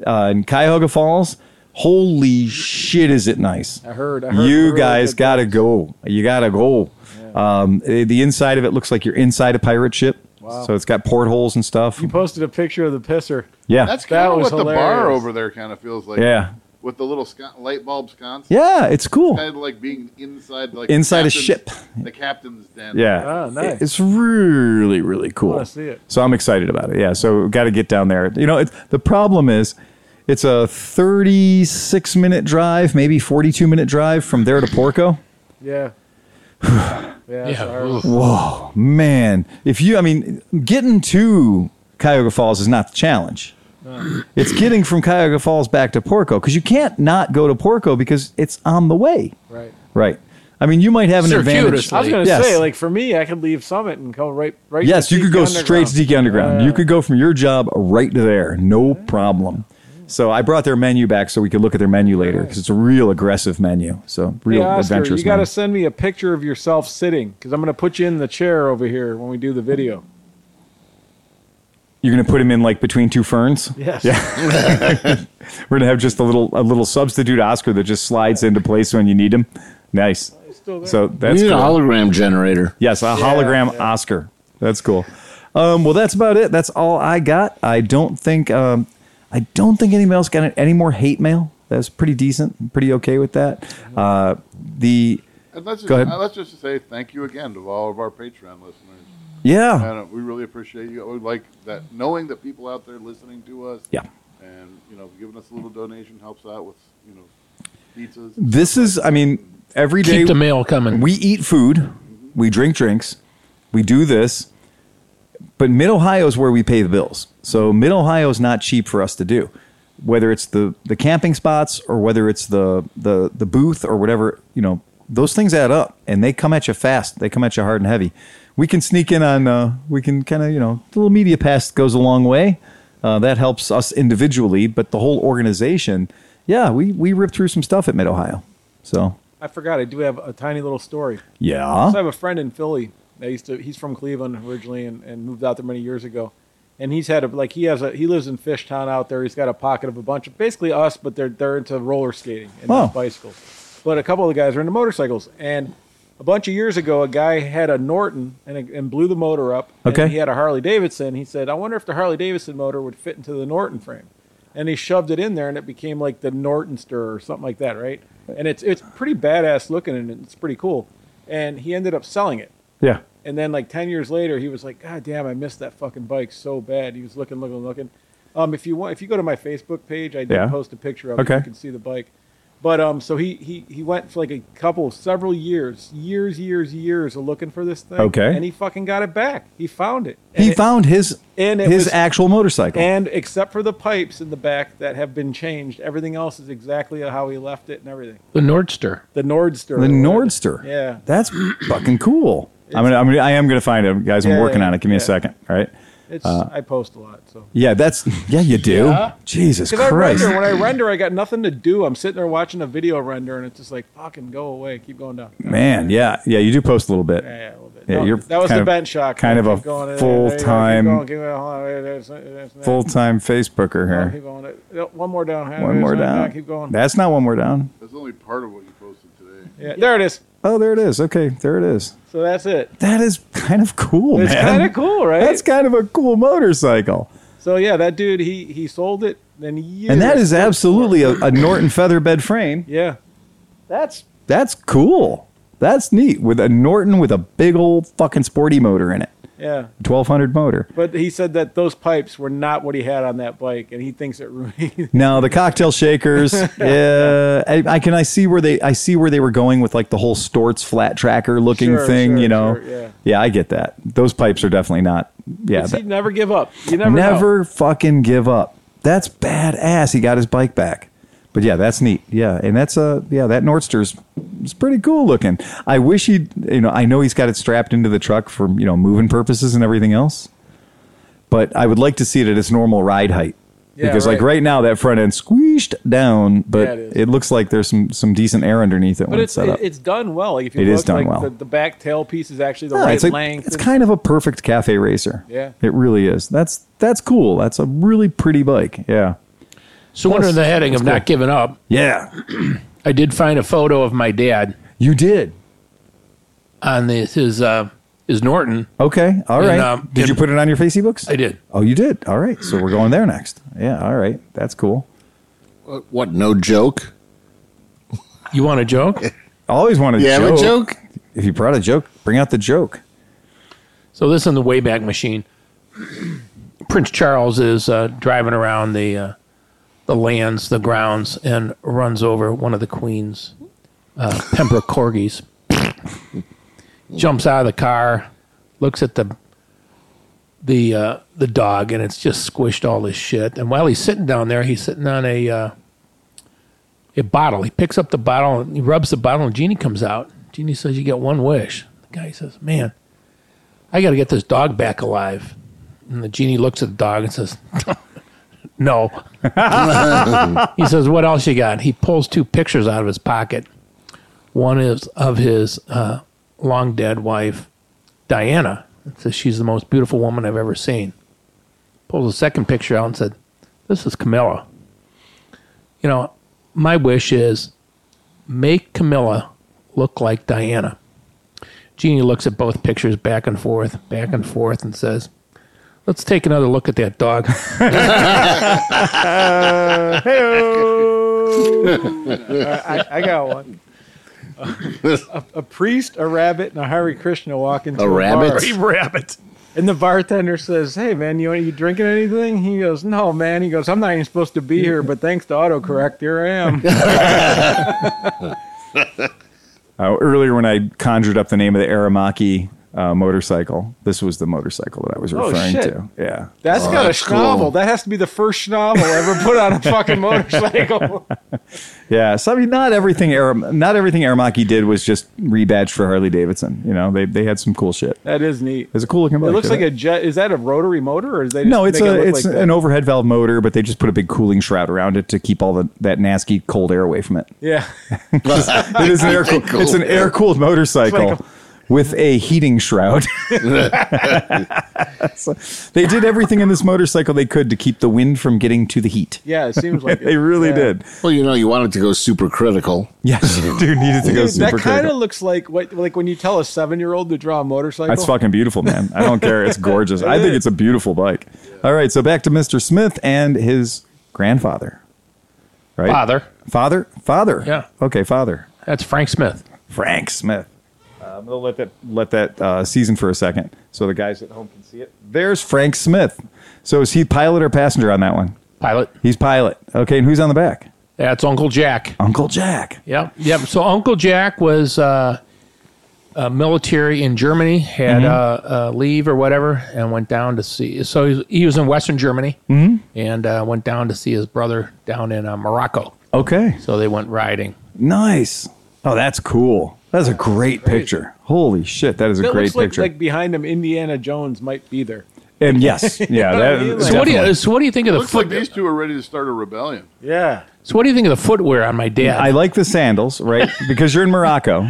S2: uh, in Cuyahoga Falls. Holy shit, is it nice!
S1: I heard. I heard
S2: you
S1: really
S2: guys
S1: good
S2: gotta
S1: things.
S2: go. You gotta go. Um, eh, the inside of it looks like you're inside a pirate ship. So it's got portholes and stuff.
S1: You posted a picture of the pisser.
S2: yeah.
S4: That's
S1: That
S4: kind of
S1: was
S4: what the bar
S1: hilarious.
S4: over there kind of feels like.
S2: yeah.
S4: With the little sco- light bulb sconce.
S2: Yeah, it's cool.
S4: Kind of like being inside, like
S2: Inside a
S4: the captain's-
S2: ship.
S4: The captain's den.
S2: Yeah.
S1: Oh, nice.
S2: It's really, really cool.
S1: wanna see it.
S2: So I'm excited about it. Yeah. So got to get down there. You know, it's, the problem is it's a 36 minute drive, maybe 42 minute drive from there to Porco.
S1: Yeah. yeah.
S7: Yeah.
S1: sorry.
S2: man, if you, I mean, getting to Cuyahoga Falls is not the challenge. It's getting from Cuyahoga Falls back to Porco because you can't not go to Porco because it's on the way.
S1: Right.
S2: Right. I mean, you might have an advantage.
S7: Circuitously.
S1: I was gonna
S2: Yes.
S1: say, like for me, I could leave Summit and go right, right.
S2: Yes,
S1: to
S2: you could go
S1: Tiki
S2: straight to Tiki Underground.
S1: Yeah.
S2: you could go from your job right to there, no problem. So I brought their menu back so we could look at their menu later because it's a real aggressive menu. So
S1: Hey,
S2: real
S1: Oscar,
S2: adventurous.
S1: you got
S2: menu.
S1: to send me a picture of yourself sitting because I'm gonna put you in the chair over here when we do the video.
S2: You're gonna put him in like between two ferns.
S1: Yes.
S2: We're gonna have just a little a little substitute Oscar that just slides into place when you need him. Nice.
S1: Still there.
S2: So
S3: We
S2: that's
S3: need a
S2: cool.
S3: hologram generator.
S2: Yes, a hologram Oscar. That's cool. Um, well, that's about it. That's all I got. I don't think um, I don't think anybody else got any more hate mail. That's pretty decent. I'm pretty okay with that. Uh, the
S4: And let's just,
S2: Go ahead.
S4: uh, let's just say thank you again to all of our Patreon listeners.
S2: yeah
S4: And uh, we really appreciate you. We like that knowing that people out there listening to us.
S2: yeah.
S4: And you know, giving us a little donation helps out with you know pizzas.
S2: This is I mean every day
S7: Keep the mail coming.
S2: we eat food, we drink drinks, we do this, but Mid Ohio is where we pay the bills. So Mid Ohio is not cheap for us to do, whether it's the the camping spots or whether it's the the the booth or whatever. You know, those things add up, and they come at you fast. They come at you hard and heavy. We can sneak in on. Uh, we can kind of you know a little media pass goes a long way. Uh, that helps us individually, but the whole organization. Yeah, we we ripped through some stuff at Mid Ohio. So
S1: I forgot. I do have a tiny little story.
S2: yeah.
S1: So I have a friend in Philly. That used to. He's from Cleveland originally and, and moved out there many years ago. And he's had a like he has a he lives in Fishtown out there. He's got a pocket of a bunch of basically us, but they're they're into roller skating and
S2: Wow.
S1: not bicycles. But a couple of the guys are into motorcycles. And a bunch of years ago, a guy had a Norton and and blew the motor up. and
S2: Okay.
S1: he had a Harley Davidson. He said, "I wonder if the Harley Davidson motor would fit into the Norton frame." And he shoved it in there, and it became like the Nortonster or something like that, right? And it's it's pretty badass looking, and it's pretty cool. And he ended up selling it.
S2: Yeah.
S1: And then like ten years later, he was like, "God damn, I missed that fucking bike so bad." He was looking, looking, looking. Um, if you want, if you go to my Facebook page, I did
S2: Yeah.
S1: post a picture of it.
S2: Okay.
S1: You can see the bike. But um, so he he he went for like a couple, several years, years, years, years of looking for this thing.
S2: Okay.
S1: And he fucking got it back. He found it. And
S2: He
S1: it-
S2: found his
S1: and it
S2: his
S1: was-
S2: actual motorcycle.
S1: And except for the pipes in the back that have been changed, everything else is exactly how he left it and everything.
S7: the Nordster.
S1: The Nordster.
S2: the Nordster.
S1: Yeah.
S2: That's fucking cool. I'm gonna, I'm gonna, I am gonna find him, guys. I'm
S1: Yeah,
S2: working
S1: yeah,
S2: on it. Give me a
S1: yeah.
S2: second. All right.
S1: It's I post a lot, so.
S2: Yeah, that's yeah. You do. Jesus
S1: Because I
S2: Christ.
S1: render, when I render, I got nothing to do. I'm sitting there watching a video render, and it's just like, fucking go away, keep going down.
S2: Man, yeah, yeah. You do post a little bit.
S1: Yeah, yeah, a little bit.
S2: Yeah,
S1: No,
S2: you're
S1: that was
S2: kind
S1: the
S2: of-
S1: bench shock.
S2: kind of a
S1: Keep going. There you go. Keep
S2: full-time-
S1: going. Keep going. Hold on. There's- there's- there's-
S2: Full time Facebooker
S1: Keep
S2: here.
S1: going. No, One more down.
S2: One more
S1: There's-
S2: down.
S1: Keep going.
S2: That's not one more down.
S4: That's only part of what you posted today.
S1: Yeah, there it is.
S2: Oh, there it is. Okay, there it is.
S1: So that's it.
S2: That is kind of cool,
S1: It's
S2: Oh, man.
S1: kind of cool, right?
S2: That's kind of a cool motorcycle.
S1: so yeah, that dude, he he sold it. Then years.
S2: And that is absolutely a, a Norton featherbed frame.
S1: yeah. That's
S2: That's cool. That's neat with a Norton with a big old fucking sporty motor in it,
S1: yeah.
S2: 1200 motor.
S1: But he said that those pipes were not what he had on that bike, and he thinks it ruined.
S2: Now the cocktail shakers, yeah, I, I can I see where they I see where they were going with like the whole Storts flat tracker looking
S1: Sure,
S2: thing,
S1: sure,
S2: you know.
S1: sure, yeah.
S2: I get that. Those pipes are definitely not. Yeah,
S1: See,
S2: that-
S1: never give up. You never know.
S2: never fucking give up. That's badass. He got his bike back. But yeah, that's neat. Yeah, and that's a yeah that Nordster's is pretty cool looking. I wish he, you know, I know he's got it strapped into the truck for you know moving purposes and everything else. But I would like to see it at its normal ride height
S1: Yeah,
S2: because like
S1: right.
S2: right now that front end squeezed down, but
S1: Yeah, it is.
S2: it, looks like there's some some decent air underneath it
S1: But
S2: when
S1: it's
S2: it's set
S1: it-
S2: up.
S1: it's done well. Like if you
S2: It
S1: look,
S2: is done
S1: like
S2: well.
S1: The, the back tail piece is actually the
S2: Yeah,
S1: right
S2: Ah, it's like
S1: length.
S2: it's kind of a perfect cafe racer.
S1: Yeah.
S2: it really is. That's that's cool. That's a really pretty bike. Yeah,
S7: So under the heading of not giving up,
S2: yeah.
S7: I did find a photo of my dad
S2: You did.
S7: on this his uh, his Norton.
S2: Okay. All
S7: And,
S2: right.
S7: um,
S2: did
S7: and-
S2: you put it on your Facebooks? books?
S7: I did.
S2: Oh, you did. All right. So we're going there next. Yeah. All right. That's cool.
S3: What? No joke.
S7: You want a joke?
S2: I always wanted
S3: You
S2: to joke.
S3: have a joke?
S2: If you brought a joke, bring out the joke.
S7: So this in the Wayback Machine. Prince Charles is uh, driving around the uh, the lands, the grounds, and runs over one of the Queen's uh, Pembroke corgis. Jumps out of the car, looks at the the uh, the dog, and it's just squished all his shit. And while he's sitting down there, he's sitting on a uh, a bottle. He picks up the bottle and he rubs the bottle, and Genie comes out. Genie says, "You get one wish." The guy says, "Man." I got to get this dog back alive. And the genie looks at the dog and says, No. he says, What else you got? He pulls two pictures out of his pocket. One is of his uh, long dead wife, Diana. and says, She's the most beautiful woman I've ever seen. Pulls a second picture out and said, This is Camilla. You know, my wish is make Camilla look like Diana. Jeannie looks at both pictures back and forth, back and forth, and says, Let's take another look at that dog.
S1: I, I got one. a, a priest, a rabbit, and a Hare Krishna walk into
S3: A
S1: a,
S3: rabbit?
S1: bar.
S7: rabbit.
S1: and the bartender says, "Hey, man, you you drinking anything?" He goes, "No, man." He goes, "I'm not even supposed to be here, but thanks to autocorrect, here I am."
S2: Uh, earlier, when I conjured up the name of the Aramaki uh, motorcycle, this was the motorcycle that I was
S1: Oh,
S2: referring
S1: shit.
S2: to. Yeah.
S1: Oh, That's got
S3: that's
S1: a
S3: cool.
S1: schnovel. That has to be the first schnovel ever put on a fucking motorcycle.
S2: Yeah, so I mean, not everything Aram- not everything Aramaki did was just rebadged for Harley Davidson. You know, they they had some cool shit.
S1: that is neat.
S2: It's a cool looking
S1: It
S2: bike.
S1: looks like
S2: isn't
S1: a jet. Is that a rotary motor, or is they just
S2: no. It's
S1: make it
S2: a
S1: look
S2: it's
S1: like that?
S2: an overhead valve motor, but they just put a big cooling shroud around it to keep all the that nasty cold air away from it.
S1: yeah.
S2: It is an air cooled. It's an air cooled motorcycle
S1: It's
S2: with a heating shroud. So they did everything in this motorcycle they could to keep the wind from getting to the heat.
S1: Yeah, it seems like it.
S2: They really
S1: Yeah.
S2: did.
S3: Well, you know, you want it to go super critical.
S2: Yes, dude needed to go
S1: Dude,
S2: super.
S1: that kind
S2: critical.
S1: of looks like what, like when you tell a seven-year-old to draw a motorcycle.
S2: That's fucking beautiful, man. I don't care. It's gorgeous. I think it's a beautiful bike. All right, so back to Mr. Smith and his grandfather. Right?
S7: Father.
S2: Father? Father.
S7: Yeah.
S2: Okay, father.
S7: That's Frank Smith.
S2: Frank Smith. Uh, I'm gonna let that let that uh, season for a second, so the guys at home can see it. There's Frank Smith. So is he pilot or passenger on that one?
S7: Pilot.
S2: He's pilot. Okay, and who's on the back?
S7: That's Uncle Jack.
S2: Uncle Jack.
S7: Yep. Yep. So Uncle Jack was uh, uh, military in Germany,
S2: Mm-hmm.
S7: had uh, uh, leave or whatever, and went down to see. So he was, he was in Western Germany
S2: Mm-hmm.
S7: and uh, went down to see his brother down in uh, Morocco.
S2: Okay,
S7: So they went riding.
S2: nice. Oh, that's cool. That's a great picture. Holy shit, that is a
S1: That
S2: great
S1: looks like,
S2: picture.
S1: like behind him, Indiana Jones might be there.
S2: And yes, yeah.
S1: what I
S2: That,
S1: mean? Like-
S7: So what, do you,
S2: definitely.
S7: so what do you think of the
S4: Looks like
S7: foot?
S4: these two are ready to start a rebellion.
S1: Yeah.
S7: so what do you think of the footwear on my dad?
S2: I like the sandals, right? Because you're in Morocco,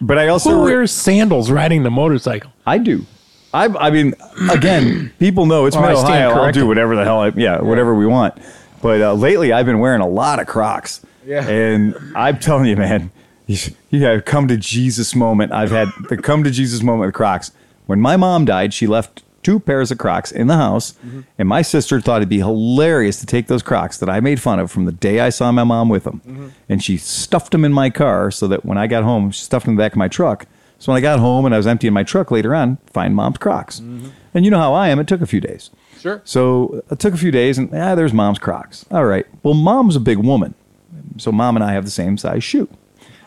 S2: but I also
S7: Who wears sandals riding the motorcycle?
S2: I do. I, I mean, again, people know it's
S7: Well, I
S2: mid
S7: stand
S2: Ohio. I'll
S7: corrected.
S2: do whatever the hell I, yeah, whatever we want. But uh, lately, I've been wearing a lot of Crocs.
S1: Yeah.
S2: And I'm telling you, man, you, you have come to Jesus moment. I've had the come to Jesus moment with Crocs. When my mom died, she left two pairs of Crocs in the house, and my sister thought it'd be hilarious to take those Crocs that I made fun of from the day I saw my mom with them, and she stuffed them in my car so that when I got home, she stuffed them in the back of my truck. So when I got home and I was emptying my truck later on, find mom's Crocs, and you know how I am. It took a few days.
S1: Sure.
S2: So it took a few days, and ah, there's mom's Crocs. All right. Well, mom's a big woman, so mom and I have the same size shoe,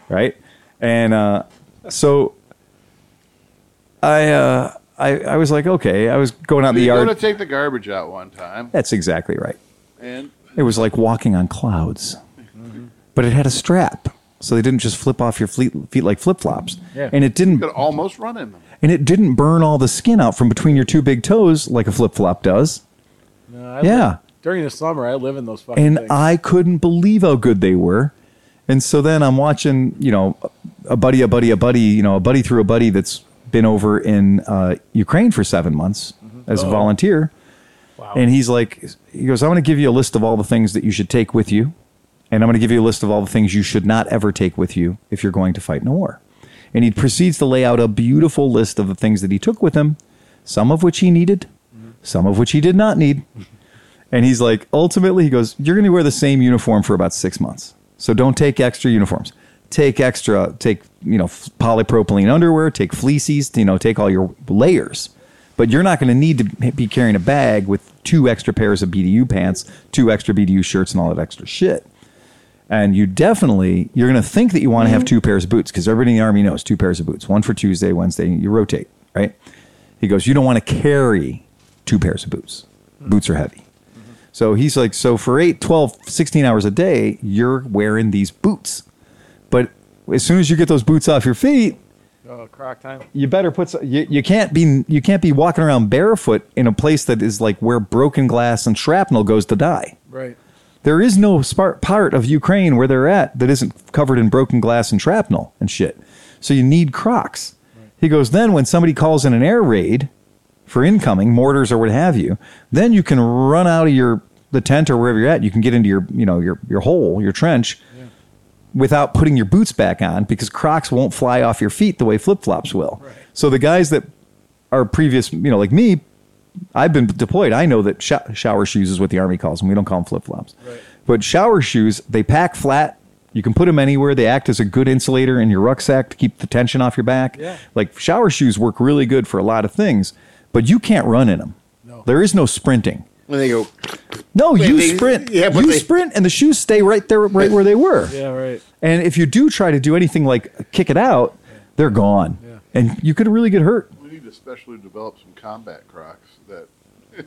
S2: right? And uh, so I, uh, I, I was like, okay. I was going out in the
S4: You're
S2: yard.
S4: going to take the garbage out one time.
S2: That's exactly right.
S4: And
S2: It was like walking on clouds, but it had a strap, so they didn't just flip off your fleet, feet like flip flops.
S1: Yeah.
S2: And it didn't
S4: you could almost run in them.
S2: and it didn't burn all the skin out from between your two big toes like a flip flop does.
S1: No, I
S2: Yeah.
S1: live- during the summer, I live in those fucking
S2: and
S1: things.
S2: I couldn't believe how good they were. And so then I'm watching, you know, a buddy, a buddy, a buddy, you know, a buddy through a buddy that's been over in uh, Ukraine for seven months as a volunteer. And he's like, he goes, I'm going to give you a list of all the things that you should take with you. And I'm going to give you a list of all the things you should not ever take with you if you're going to fight in a war. And he proceeds to lay out a beautiful list of the things that he took with him, some of which he needed, some of which he did not need. And he's like, ultimately, he goes, You're going to wear the same uniform for about six months. So don't take extra uniforms. Take extra, take, you know, f- polypropylene underwear, take fleeces, you know, take all your layers. But you're not going to need to be carrying a bag with two extra pairs of BDU pants, two extra BDU shirts, and all that extra shit. And you definitely, you're going to think that you want to have two pairs of boots because everybody in the Army knows two pairs of boots, one for Tuesday, Wednesday, you rotate, right? He goes, You don't want to carry two pairs of boots. Boots are heavy. So he's like, so for 8, 12, 16 hours a day, you're wearing these boots. But as soon as you get those boots off your feet,
S1: oh, croc time.
S2: you better put some, you, you can't be you can't be walking around barefoot in a place that is like where broken glass and shrapnel goes to die.
S1: Right.
S2: There is no spar- part of Ukraine where they're at that isn't covered in broken glass and shrapnel and shit. So you need Crocs. He goes, then when somebody calls in an air raid for incoming, mortars or what have you, then you can run out of your the tent or wherever you're at. You can get into your you know your your hole, your trench, without putting your boots back on because Crocs won't fly off your feet the way flip flops will. So the guys that are previous, you know, like me, I've been deployed. I know that sho- shower shoes is what the army calls them. We don't call them flip flops. But shower shoes, they pack flat. You can put them anywhere. They act as a good insulator in your rucksack to keep the tension off your back.
S1: Yeah.
S2: Like shower shoes work really good for a lot of things, but you can't run in them.
S1: No.
S2: There is no sprinting.
S3: And they go,
S2: No,
S3: Wait,
S2: you
S3: they-
S2: sprint.
S3: yeah, but
S2: you
S3: they-
S2: sprint, and the shoes stay right there, right where they were.
S1: Yeah, right.
S2: And if you do try to do anything like kick it out, they're gone. And you could really get hurt.
S4: We need to specially develop some combat crocs that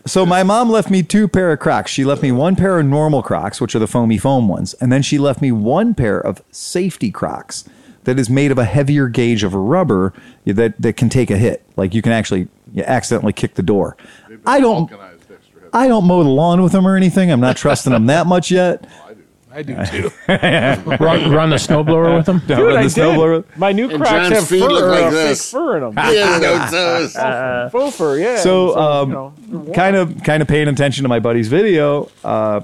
S2: So my mom left me two pair of Crocs. She left me one pair of normal Crocs, which are the foamy foam ones, and then she left me one pair of safety Crocs that is made of a heavier gauge of rubber that that can take a hit. Like you can actually you accidentally kick the door.
S4: they've been
S2: I don't
S4: vulcanized extra heavy.
S2: I don't mow the lawn with them or anything. I'm not trusting them that much yet.
S1: I do too.
S7: Run, run the snowblower with them.
S1: Dude, I
S2: the
S1: did.
S2: snowblower.
S1: My new
S3: And
S1: Crocs
S3: John's
S1: have
S3: feet
S1: fur,
S3: look like
S1: uh, fake
S3: this.
S1: fur in them.
S3: he has no toes.
S1: Faux fur, yeah.
S2: so,
S1: you
S2: um,
S1: know, they're warm.
S2: kind of kind of paying attention to my buddy's video uh,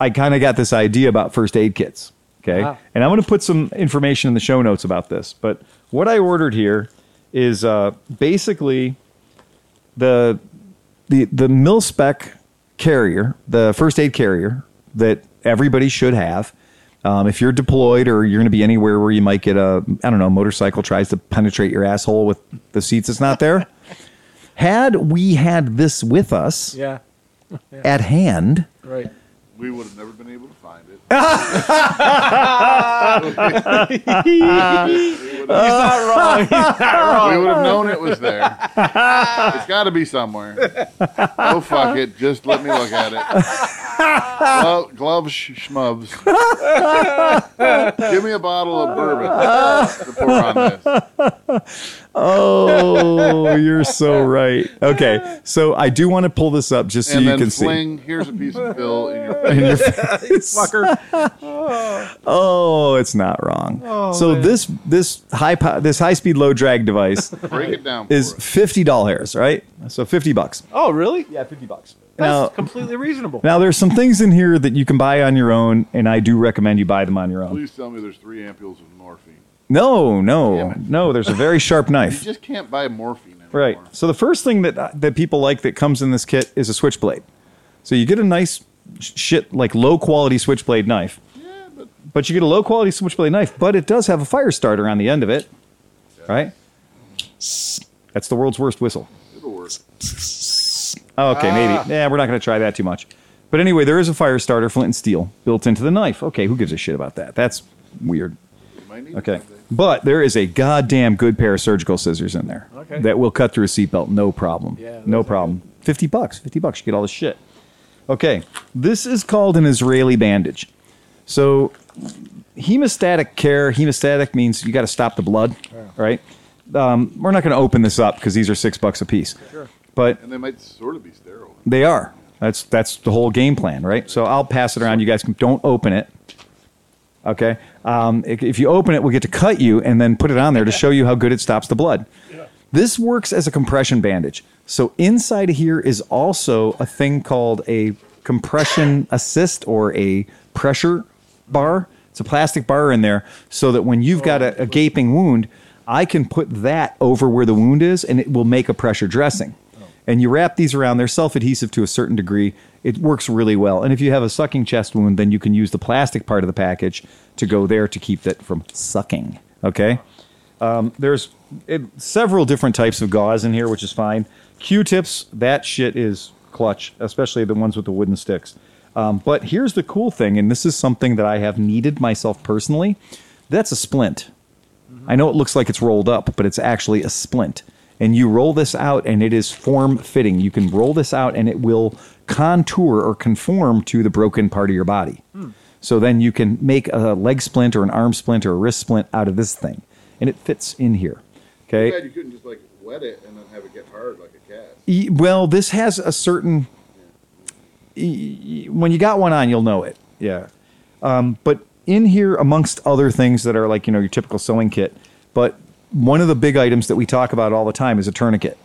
S2: i kind of got this idea about first aid kits okay
S1: Wow.
S2: and i'm going to put some information in the show notes about this but what i ordered here is uh, basically the the the mil spec carrier the first aid carrier that everybody should have um, if you're deployed or you're going to be anywhere where you might get a i don't know motorcycle tries to penetrate your asshole with the seats that's not there had we had this with us
S1: Yeah,
S2: at hand,
S1: right.
S4: We would have never been able to find it. He's not wrong. He's not wrong. We would have known it was there. It's got to be somewhere. Oh fuck it. Just let me look at it. Well, gloves, sh- schmubs. Give me a bottle of bourbon to pour on this.
S2: oh, you're so right. Okay, so I do want to pull this up just so
S4: And
S2: you
S4: then
S2: can
S4: fling. Here's a piece of pill in your
S2: see.
S4: face.
S2: In your face. Oh, it's not wrong.
S4: Oh,
S2: so this this high po- this high speed low drag device
S4: Break it down. For
S2: is
S4: us.
S2: fifty dollars, right? So fifty bucks.
S1: Oh, really?
S2: Yeah, fifty bucks.
S1: That's
S2: Now,
S1: completely reasonable.
S2: now there's some things in here that you can buy on your own, and I do recommend you buy them on your own.
S4: Please tell me there's three ampules of morphine.
S2: No,
S4: Damn
S2: no,
S4: it.
S2: no. There's a very sharp
S4: You
S2: knife.
S4: just can't buy morphine anymore.
S2: Right. So the first thing that that people like that comes in this kit is a switchblade. So you get a nice sh- shit like low quality switchblade knife. But you get a low quality switchblade knife, but it does have a fire starter on the end of it. Right? That's the world's worst whistle.
S4: It'll work. Ah.
S2: Oh, okay, maybe. Yeah, we're not going to try that too much. But anyway, there is a fire starter, flint and steel, built into the knife. Okay, who gives a shit about that? That's weird.
S4: You might need
S2: Okay.
S4: something.
S2: But there is a goddamn good pair of surgical scissors in there
S1: Okay.
S2: that will cut through a seatbelt, no problem.
S1: Yeah, those
S2: no
S1: are
S2: problem. 50 bucks. 50 bucks. You get all this shit. Okay, this is called an Israeli bandage. So, hemostatic care. Hemostatic means you got to stop the blood, right? Um, we're not going to open this up because these are six bucks a piece. Sure. But
S4: And they might sort of be sterile.
S2: they are. That's that's the whole game plan, right? So I'll pass it around. You guys can, don't open it. Okay. Um, if if you open it, we'll get to cut you and then put it on there to show you how good it stops the blood. This works as a compression bandage. So inside of here is also a thing called a compression assist or a pressure bar. It's a plastic bar in there so that when you've got a, a gaping wound, I can put that over where the wound is and it will make a pressure dressing and you wrap these around. They're self adhesive to a certain degree. It works really well. And if you have a sucking chest wound, then you can use the plastic part of the package to go there to keep that from sucking. Okay. Um, there's it, several different types of gauze in here, which is fine. Q tips, that shit is clutch, especially the ones with the wooden sticks. Um, but here's the cool thing, and this is something that I have needed myself personally that's a splint. I know it looks like it's rolled up, but it's actually a splint. And you roll this out, and it is form fitting. You can roll this out, and it will contour or conform to the broken part of your body. So then you can make a leg splint or an arm splint or a wrist splint out of this thing, and it fits in here.
S4: Too
S2: Okay.
S4: bad you couldn't just like wet it and then have it get hard like a cat.
S2: E- Well, this has a certain. e- e- When you got one on, you'll know it. Yeah. Um, but in here, amongst other things that are like, you know, your typical sewing kit, but one of the big items that we talk about all the time is a tourniquet.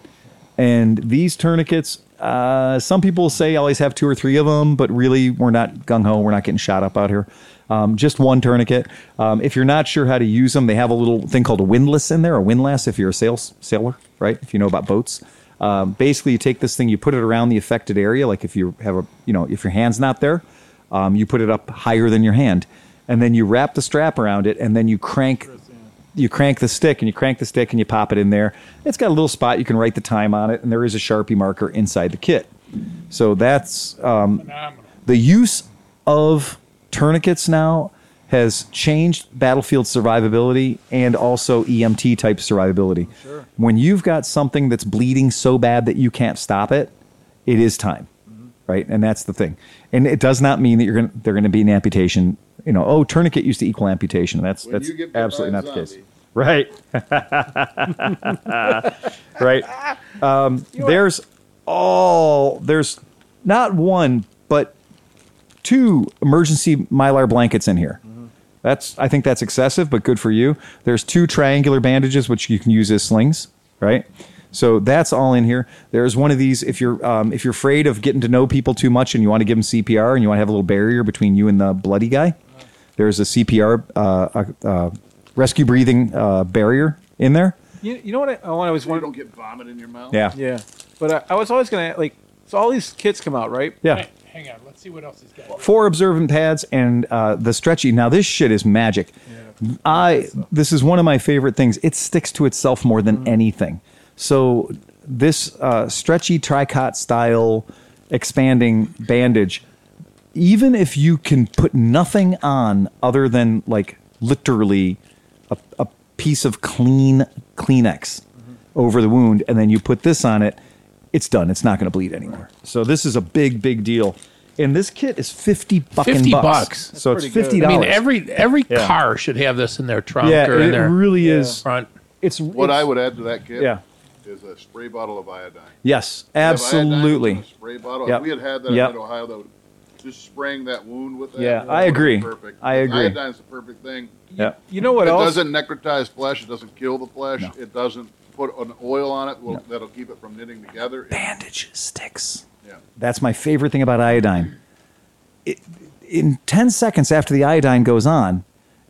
S2: And these tourniquets, uh, some people say always have two or three of them, but really we're not gung ho. We're not getting shot up out here. Um, just one tourniquet. Um, if you're not sure how to use them, they have a little thing called a windlass in there, a windlass if you're a sales, sailor, right? If you know about boats. Um, basically, you take this thing, you put it around the affected area. Like if you have a, you know, if your hand's not there, um, you put it up higher than your hand, and then you wrap the strap around it, and then you crank you crank the stick and you crank the stick and you pop it in there. It's got a little spot you can write the time on it, and there is a Sharpie marker inside the kit. So that's um, the use of tourniquets now has changed battlefield survivability and also EMT type
S4: Oh,
S2: survivability. When you've got something that's bleeding so bad that you can't stop it, it is time
S4: Mm-hmm.
S2: right? And that's the thing. And it does not mean that you're going to they're going to be an amputation. You know, oh, tourniquet used to equal amputation. That's
S4: When
S2: that's
S4: you get bit by
S2: absolutely
S4: a
S2: not the case.
S4: zombie.
S2: Right. right. Um, there's all there's not one but two emergency mylar blankets in here. That's I think that's excessive, but good for you. There's two triangular bandages which you can use as slings, right? So that's all in here. There's one of these if you're um, if you're afraid of getting to know people too much and you want to give them CPR and you want to have a little barrier between you and the bloody guy. There's a CPR uh, uh, uh, rescue breathing uh, barrier in there.
S1: You, you know what I, oh, I always
S4: So you
S1: wanted?
S4: don't get vomit in your mouth.
S2: Yeah.
S1: Yeah, but I, I was always gonna like. So all these kits come out, right?
S2: Yeah.
S5: Hang on, let's see what else he's got.
S2: four observant pads and uh, the stretchy. Now this shit is magic. I this is one of my favorite things. It sticks to itself more than anything. So this uh, stretchy tricot style expanding bandage, even if you can put nothing on other than like literally a, a piece of clean Kleenex over the wound, and then you put this on it, it's done. It's not going to bleed anymore. So this is a big, big deal. And this kit is fifty fucking
S7: 50
S2: bucks.
S7: bucks.
S2: So it's
S1: pretty good.
S2: fifty
S7: I
S2: dollars.
S7: mean, every every
S2: Yeah.
S7: car should have this in their trunk
S2: yeah,
S7: or in
S2: it
S7: their
S2: really is.
S7: front.
S2: It's
S4: What
S2: it's-
S4: I would add to that kit
S2: Yeah.
S4: is a spray bottle of iodine.
S2: Yes,
S4: You have iodine,
S2: absolutely.
S4: a Spray bottle.
S2: Yep.
S4: If we had had that
S2: Yep.
S4: in Ohio, that would just spraying that wound with that.
S2: Yeah,
S4: that
S2: I
S4: would be
S2: agree.
S4: Perfect.
S2: I agree.
S4: Iodine's the perfect thing.
S2: Yeah.
S1: You know what
S4: it
S1: else?
S4: doesn't necrotize flesh. It doesn't kill the flesh.
S2: No.
S4: It doesn't put an oil on it. Well, That'll keep it from knitting together. It-
S2: Bandage sticks.
S4: yeah.
S2: That's my favorite thing about iodine. It, in 10 seconds after the iodine goes on,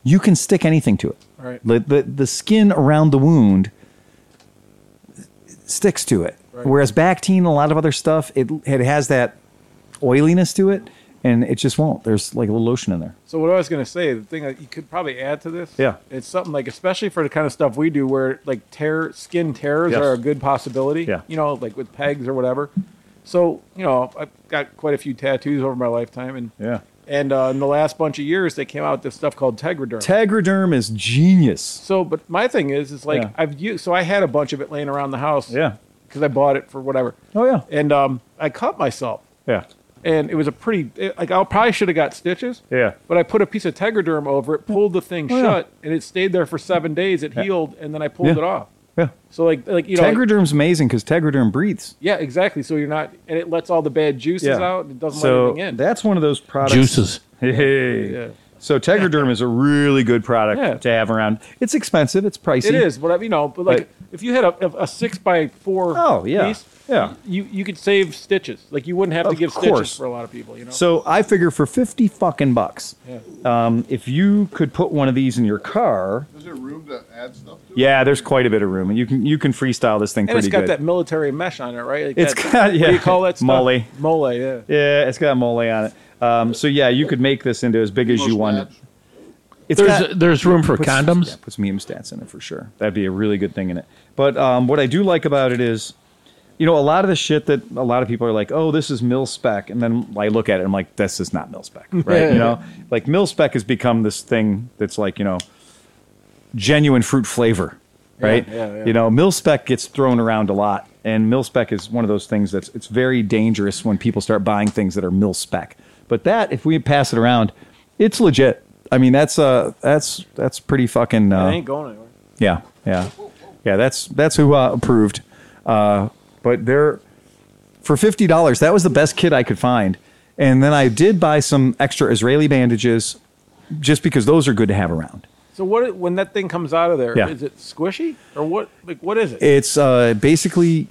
S2: you can stick anything to it.
S1: Right.
S2: The, the, the skin around the wound sticks to it.
S1: Right.
S2: Whereas Bactine and a lot of other stuff, it, it has that oiliness to it, and it just won't. There's like a little lotion in there.
S1: So what I was gonna say, the thing that you could probably add to this,
S2: Yeah.
S1: it's something like especially for the kind of stuff we do, where like tear skin tears
S2: Yes.
S1: are a good possibility.
S2: Yeah.
S1: you know, like with pegs or whatever. So you know, I've got quite a few tattoos over my lifetime, and
S2: Yeah.
S1: and uh, in the last bunch of years, they came out with this stuff called Tegraderm.
S2: Tegraderm is genius.
S1: so, but my thing is, is like
S2: Yeah.
S1: I've used, so I had a bunch of it laying around the house.
S2: Yeah.
S1: because I bought it for whatever,
S2: Oh, yeah.
S1: and um, I cut myself.
S2: Yeah.
S1: and it was a pretty it- like I probably should have got stitches.
S8: Yeah.
S1: But I put a piece of Tegaderm over it, pulled the thing shut, and it stayed there for seven days. It healed, and then I pulled
S2: Oh, Yeah.
S1: it off.
S2: Yeah.
S1: So like like you know like-
S2: Tegraderm's amazing because Tegraderm breathes.
S1: yeah exactly. So you're not and it lets all the bad juices out. It doesn't
S2: so
S1: let anything in.
S2: that's one of those products.
S7: Juices.
S2: Hey.
S1: Yeah.
S2: So Tegraderm is a really good product
S1: Yeah.
S2: to have around. It's expensive. It's pricey.
S1: It is, but I- you know, but like
S2: Like-
S1: if you had a, a six by four
S2: Oh yeah.
S1: piece,
S2: Yeah.
S1: you you could save stitches. Like you wouldn't have to
S2: Of
S1: give
S2: course.
S1: stitches for a lot of people. You know.
S2: So I figure for fifty fucking bucks, um, if you could put one of these in your car,
S4: Is there room to add stuff to it?
S2: yeah, there's quite a bit of room, and you can you can freestyle this thing
S1: and
S2: pretty
S1: it's got
S2: good.
S1: that military mesh on it, right? Like
S2: It's
S1: that-
S2: got-
S1: What
S2: yeah,
S1: do you call that stuff?
S2: mole.
S1: Mole, yeah.
S2: yeah, it's got mole on it. Um, so yeah, you could make this into as big as
S4: Most
S2: you wanted.
S4: labs.
S2: It's
S7: There's
S2: got-
S7: there's room for
S2: Put-
S7: condoms.
S2: Yeah, put some heme stats in it for sure. That'd be a really good thing in it. But um, what I do like about it is, you know, a lot of the shit that a lot of people are like, oh, this is mil spec, and then I look at it, I'm like, this is not mil spec, right? you know, like mil spec has become this thing that's like, you know, genuine fruit flavor, right?
S1: yeah, yeah.
S2: You know, mil spec gets thrown around a lot, and mil spec is one of those things that's it's very dangerous when people start buying things that are mil spec. But that, if we pass it around, it's legit. I mean, that's uh, that's that's pretty fucking. Uh,
S1: It ain't going anywhere.
S2: yeah, yeah, yeah. That's that's who uh, approved. Uh, but they're for fifty dollars. That was the best kit I could find. And then I did buy some extra Israeli bandages, just because those are good to have around.
S1: So what? When that thing comes out of there, is
S2: Yeah.
S1: it squishy or what? Like what is it?
S2: It's uh, basically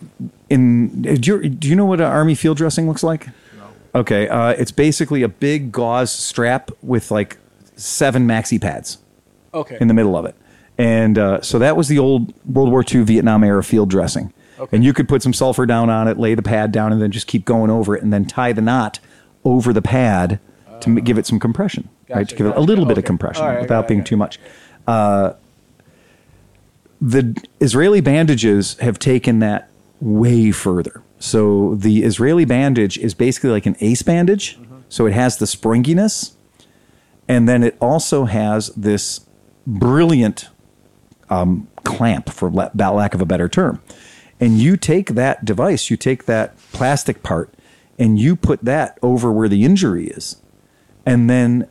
S2: in. Do you, do you know what an army field dressing looks like? No. Okay, uh, it's basically a big gauze strap with like seven maxi pads.
S1: okay.
S2: in the middle of it. And uh, so that was the old World War II Vietnam era field dressing.
S1: Okay.
S2: And you could put some sulfur down on it, lay the pad down, and then just keep going over it, and then tie the knot over the pad to m- give it some compression, right? To
S1: Ah. Gotcha,
S2: give it a
S1: gotcha.
S2: little bit of
S1: Okay.
S2: compression
S1: All right, I
S2: without
S1: got it,
S2: being
S1: I got
S2: too much. Uh, the Israeli bandages have taken that way further. So the Israeli bandage is basically like an ace bandage,
S1: Mm-hmm.
S2: so it has the springiness and then it also has this brilliant um, clamp, for la- ba- lack of a better term. And you take that device, you take that plastic part, and you put that over where the injury is, and then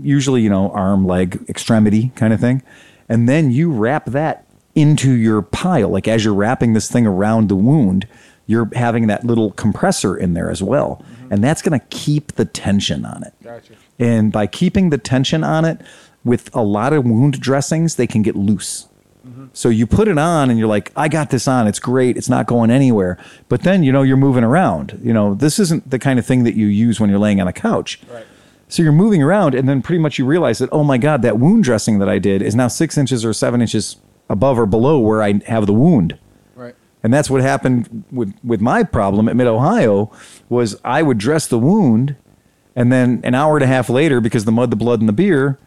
S2: usually you know arm, leg, extremity kind of thing, and then you wrap that into your pile. Like as you're wrapping this thing around the wound, you're having that little compressor in there as well, and that's going to keep the tension on it.
S1: Mm-hmm. Gotcha.
S2: And by keeping the tension on it with a lot of wound dressings, they can get loose.
S1: Mm-hmm.
S2: So you put it on and you're like, I got this on. It's great. It's not going anywhere. But then, you know, you're moving around. You know, this isn't the kind of thing that you use when you're laying on a couch.
S1: Right.
S2: So you're moving around and then pretty much you realize that, oh my God, that wound dressing that I did is now six inches or seven inches above or below where I have the wound.
S1: Right.
S2: And that's what happened with, with my problem at Mid Ohio was I would dress the wound, and then an hour and a half later, because the mud, the blood, and the beer,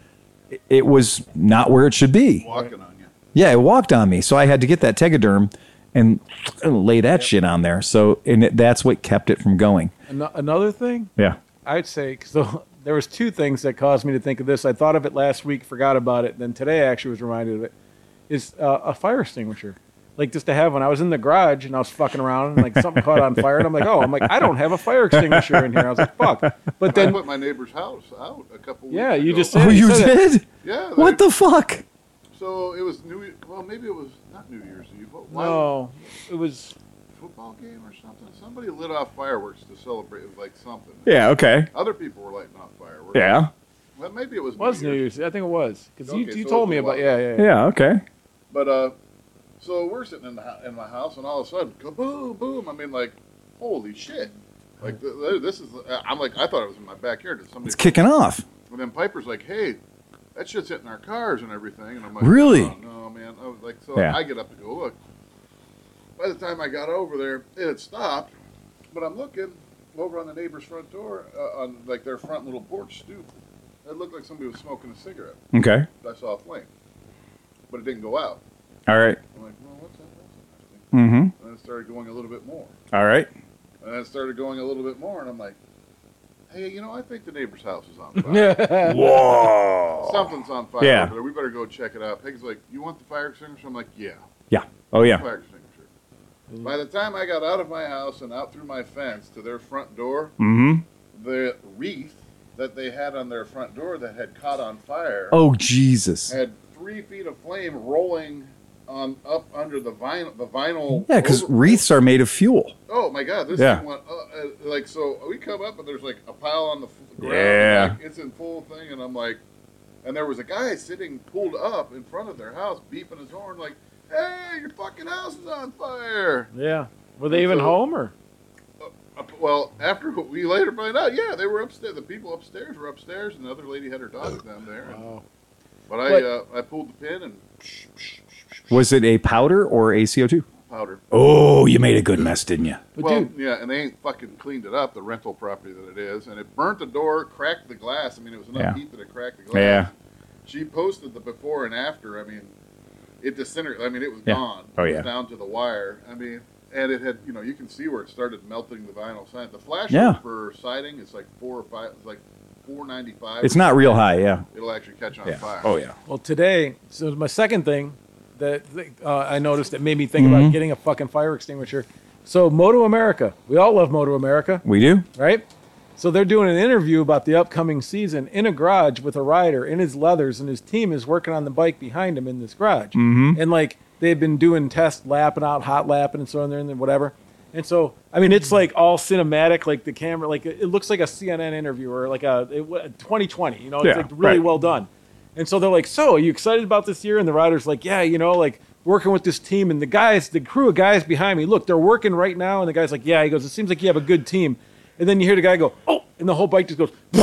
S2: i- it was not where it should be.
S4: Walking on you.
S2: Yeah, it walked on me, so I had to get that Tegaderm and lay that shit on there. So and it, that's what kept it from going.
S1: Ano- another thing,
S2: Yeah.
S1: I'd say so. There was two things that caused me to think of this. I thought of it last week, forgot about it. Then today, I actually was reminded of it. Is uh, a fire extinguisher, like just to have one. I was in the garage and I was fucking around and like something caught on fire and I'm like, oh, I'm like, I don't have a fire extinguisher in here. I was like, fuck. But
S4: I
S1: then,
S4: put my neighbor's house out a couple weeks
S1: Yeah, you
S4: ago.
S1: just said-
S2: Oh, you
S1: said it.
S2: did?
S4: Yeah.
S2: What
S4: like-
S2: the fuck?
S4: So it was New Well, maybe it was not New Year's Eve, but why-
S1: no, it was
S4: football game or something. Somebody lit off fireworks to celebrate it was like something.
S2: Yeah. Okay.
S4: Other people were lighting off fireworks.
S2: Yeah.
S4: Well, maybe it was,
S1: was New Year's. I think it was because you,
S4: Okay,
S1: you
S4: so
S1: told
S4: it
S1: me about
S4: was a
S1: yeah, yeah, yeah.
S2: Yeah. Okay.
S4: But uh, so we're sitting in the hou- in my house, and all of a sudden, kaboom, boom! I mean, like, holy shit! Like th- th- this is. uh, I'm like, I thought it was in my backyard. Did somebody?
S2: It's kicking off.
S4: And then Piper's like, hey, that shit's hitting our cars and everything. And I'm like,
S2: Really?
S4: "Oh, no, man. I was like, so
S2: Yeah.
S4: I get up to go look. By the time I got over there, it had stopped. But I'm looking over on the neighbor's front door, uh, on like their front little porch stoop. It looked like somebody was smoking a cigarette.
S2: Okay.
S4: I saw a flame, but it didn't go out.
S2: All right.
S4: I'm like, well, what's that? That's interesting.
S2: Mm-hmm.
S4: And then it started going a little bit more.
S2: All right.
S4: And then it started going a little bit more, and I'm like, hey, you know, I think the neighbor's house is on fire. Whoa! Something's on fire
S2: Yeah.
S4: over there. We better go check it out. Peggy's like, you want the fire extinguisher? I'm like, yeah,
S2: Yeah. Oh yeah.
S4: fire extinguisher. By the time I got out of my house and out through my fence to their front door,
S2: Mm-hmm.
S4: the wreath that they had on their front door that had caught on fire
S2: Oh Jesus!
S4: had three feet of flame rolling on up under the vinyl. The vinyl.
S2: Yeah, because
S4: over-
S2: wreaths are made of fuel.
S4: Oh my God! This
S2: Yeah.
S4: thing went uh, uh, like so. We come up and there's like a pile on the f- ground.
S2: Yeah.
S4: like, it's in full thing, and I'm like, and there was a guy sitting pulled up in front of their house, beeping his horn like, "Hey, your fucking house is on fire!"
S8: Yeah. Were they even
S4: So-
S8: home or?
S4: Uh, well, after what we later find out, yeah, they were upstairs. The people upstairs were upstairs, and the other lady had her dog down there. and- But I
S8: But-
S4: uh, I pulled the pin and
S2: Was it a powder or a CO two?
S4: powder.
S2: Oh, you made a good mess, didn't you?
S8: But
S4: well,
S8: dude,
S4: yeah, and they ain't fucking cleaned it up, the rental property that it is. And it burnt the door, cracked the glass. I mean, it was enough
S2: Yeah.
S4: heat that it cracked the glass.
S2: Yeah.
S4: She posted the before and after. I mean, it disintegrated. I mean, it was
S2: Yeah.
S4: gone.
S2: Oh,
S4: It was
S2: yeah.
S4: down to the wire. I mean, and it had, you know, you can see where it started melting the vinyl side. The flash
S2: Yeah.
S4: for siding is like four or five, it's like 495.
S2: It's not real high. Yeah.
S4: It'll actually catch on
S2: Yeah.
S4: fire.
S2: Oh yeah.
S8: well today, so my second thing that uh, I noticed that made me think
S2: Mm-hmm.
S8: about getting a fucking fire extinguisher. So Moto America, we all love Moto America,
S2: We do.
S8: right? So they're doing an interview about the upcoming season in a garage with a rider in his leathers, and his team is working on the bike behind him in this garage. Mm-hmm. And like they've been doing test lapping out, hot lapping, and so on there and whatever. And so I mean, it's like all cinematic, like the camera, like it it looks like a CNN interview or like a it, wa- 2020. You know, it's
S2: Yeah,
S8: like really
S2: right.
S8: well done. And so they're like, "So, are you excited about this year?" And the rider's like, "Yeah, you know, like working with this team and the guys, the crew of guys behind me. Look, they're working right now." And the guy's like, "Yeah." He goes, "It seems like you have a good team." And then you hear the guy go, "Oh!" and the whole bike just goes,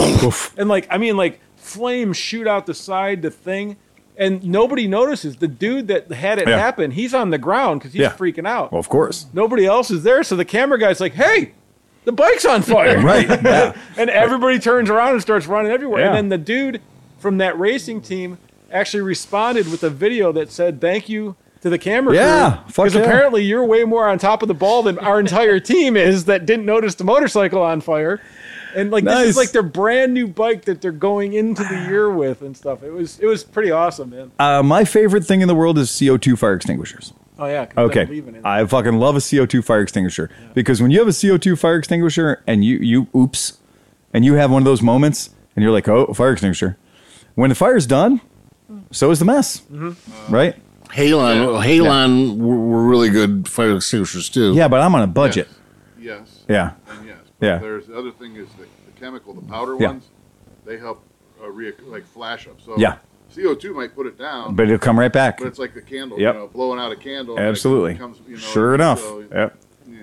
S8: and like, I mean, like flames shoot out the side, the thing, and nobody notices. The dude that had it
S2: Yeah.
S8: happen, he's on the ground because he's
S2: Yeah.
S8: freaking out.
S2: Well, of course.
S8: nobody else is there, so the camera guy's like, "Hey." The bike's on fire
S2: Right. Yeah.
S8: and everybody turns around and starts running everywhere.
S2: Yeah.
S8: And then the dude from that racing team actually responded with a video that said, "Thank you." To the camera
S2: Yeah,
S8: crew,
S2: fuck
S8: because
S2: yeah.
S8: apparently you're way more on top of the ball than our entire team is that didn't notice the motorcycle on fire, and like this
S2: Nice.
S8: is like their brand new bike that they're going into the year with and stuff. It was it was pretty awesome, man.
S2: Uh, my favorite thing in the world is CO2 fire extinguishers.
S8: Oh yeah, 'cause they're
S2: Okay.
S8: leaving it.
S2: I fucking love a CO2 fire extinguisher because when you have a CO2 fire extinguisher and you, you, oops, and you have one of those moments and you're like, oh, fire extinguisher. When the fire's done, so is the mess.
S4: Mm-hmm. Uh,
S2: Right?
S3: Halon, Halon were, were really good fire extinguishers too.
S2: Yeah, but I'm on a budget.
S4: Yes.
S2: Yeah.
S4: And yes.
S2: Yeah.
S4: There's the other thing is the, the chemical, the powder
S2: Yeah.
S4: ones, they help uh, re- like flash up. So
S2: Yeah.
S4: CO2 might put it down.
S2: But it'll come right back.
S4: But it's like the candle,
S2: Yep.
S4: you know, blowing out a candle. and it
S2: Absolutely.
S4: becomes, you know,
S2: sure enough.
S4: so-
S2: Yep.
S4: yeah.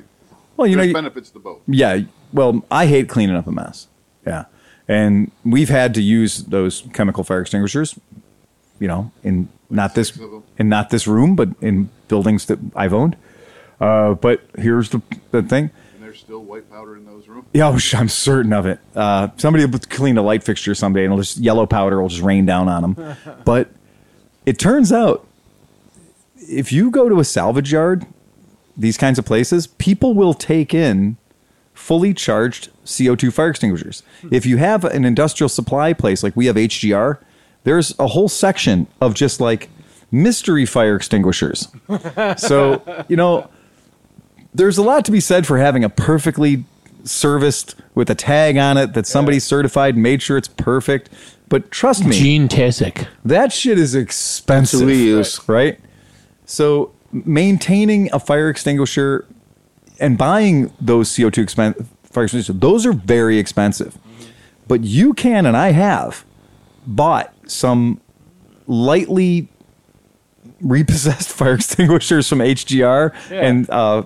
S2: Well, you know,
S4: There's
S2: you-
S4: benefits to both.
S2: yeah. Well, I hate cleaning up a mess. Yeah. And we've had to use those chemical fire extinguishers, you know, in not this
S4: six of 'em.
S2: in not this room, but in buildings that I've owned. Uh, but here's the, the thing.
S4: And there's still white powder in those rooms.
S2: Yeah, oh, sh- I'm certain of it. Uh, somebody will clean a light fixture someday, and it'll just yellow powder will just rain down on them. but it turns out, if you go to a salvage yard, these kinds of places, people will take in fully charged CO2 fire extinguishers. If you have an industrial supply place like we have HGR, there's a whole section of just like mystery fire extinguishers. so you know there's a lot to be said for having a perfectly serviced with a tag on it that somebody certified and made sure it's perfect. But trust me,
S7: Gene Tessic.
S2: that shit is expensive.
S3: That's what we use.
S2: right? So maintaining a fire extinguisher and buying those CO2 expen- fire extinguishers, those are very expensive. But you can, and I have, bought some lightly repossessed fire extinguishers from HGR
S8: Yeah.
S2: and uh,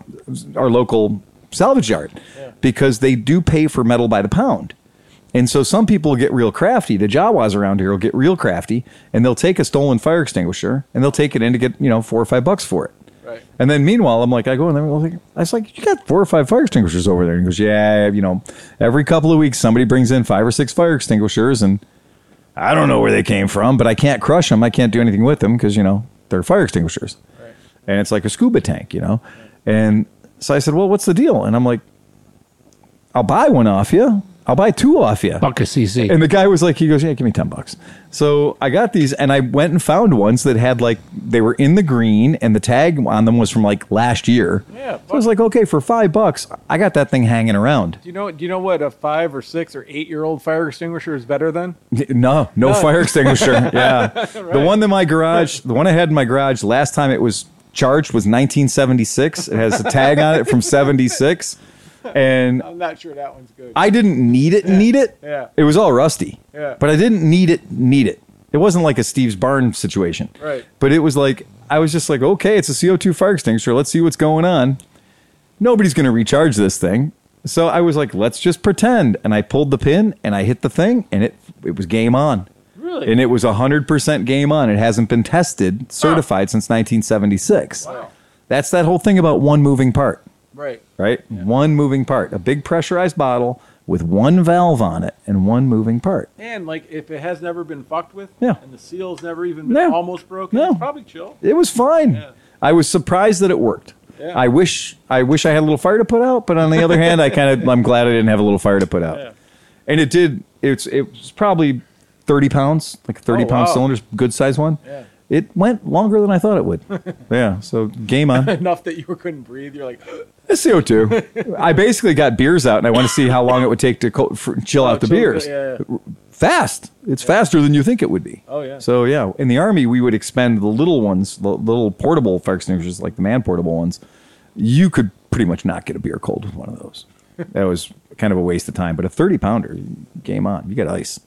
S2: our local salvage yard because they do pay for metal by the pound. And so some people get real crafty. The Jawas around here will get real crafty and they'll take a stolen fire extinguisher and they'll take it in to get, you know, four or five bucks for it.
S8: Right.
S2: And then meanwhile, I'm like, I go in there and I'm like, I was like, you got four or five fire extinguishers over there. And he goes, yeah, you know, every couple of weeks somebody brings in five or six fire extinguishers and I don't know where they came from, but I can't crush them. I can't do anything with them because, you know, they're fire extinguishers. And it's like a scuba tank, you know? And so I said, well, what's the deal? And I'm like, I'll buy one off you I'll buy two off you.
S7: Buck a CC.
S2: And the guy was like, he goes, yeah, give me 10 bucks. So I got these and I went and found ones that had like, they were in the green and the tag on them was from like last year.
S1: Yeah,
S2: So I was like, okay, for five bucks, I got that thing hanging around.
S1: Do you know? Do you know what a five or six or eight year old fire extinguisher is better than?
S2: No, no fire extinguisher. yeah. The one in my garage, the one I had in my garage last time it was charged was 1976. It has a tag on it from 76. And
S1: I'm not sure that one's good.
S2: I didn't need it, need it.
S1: Yeah.
S2: It was all rusty.
S1: Yeah.
S2: But I didn't need it, need it. It wasn't like a Steve's barn situation.
S1: Right.
S2: But it was like I was just like, okay, it's a CO2 fire extinguisher. Let's see what's going on. Nobody's gonna recharge this thing. So I was like, let's just pretend. And I pulled the pin and I hit the thing and it it was game on.
S1: really?
S2: And it was 100% game on. It hasn't been tested, certified since 1976.
S1: Wow.
S2: That's that whole thing about one moving part
S1: right.
S2: right? One moving part, a big pressurized bottle with one valve on it and one moving part.
S1: And like, if it has never been fucked with,
S2: Yeah.
S1: and the seal's never even been
S2: No.
S1: almost broken,
S2: No.
S1: it's probably chill.
S2: It was fine.
S1: Yeah.
S2: I was surprised that it worked.
S1: Yeah.
S2: I wish I wish I had a little fire to put out, but on the other hand, I kind of I'm glad I didn't have a little fire to put out.
S1: Yeah.
S2: And it did. It's it was probably 30 pounds, like a 30
S1: Oh,
S2: pound
S1: wow.
S2: cylinder's good size one.
S1: Yeah.
S2: It went longer than I thought it would. yeah. So game on.
S1: Enough that you couldn't breathe. You're like,
S2: It's CO2. I basically got beers out and I want to see how long it would take to co- for, chill out the
S1: Oh, chill the-
S2: beers.
S1: yeah,
S2: Fast. It's faster than you think it would be.
S1: Oh, yeah.
S2: So, yeah. In the Army, we would expend the little ones, the little portable fire extinguishers, like the man portable ones. You could pretty much not get a beer cold with one of those. that was kind of a waste of time. But a 30 pounder, game on. You got ice.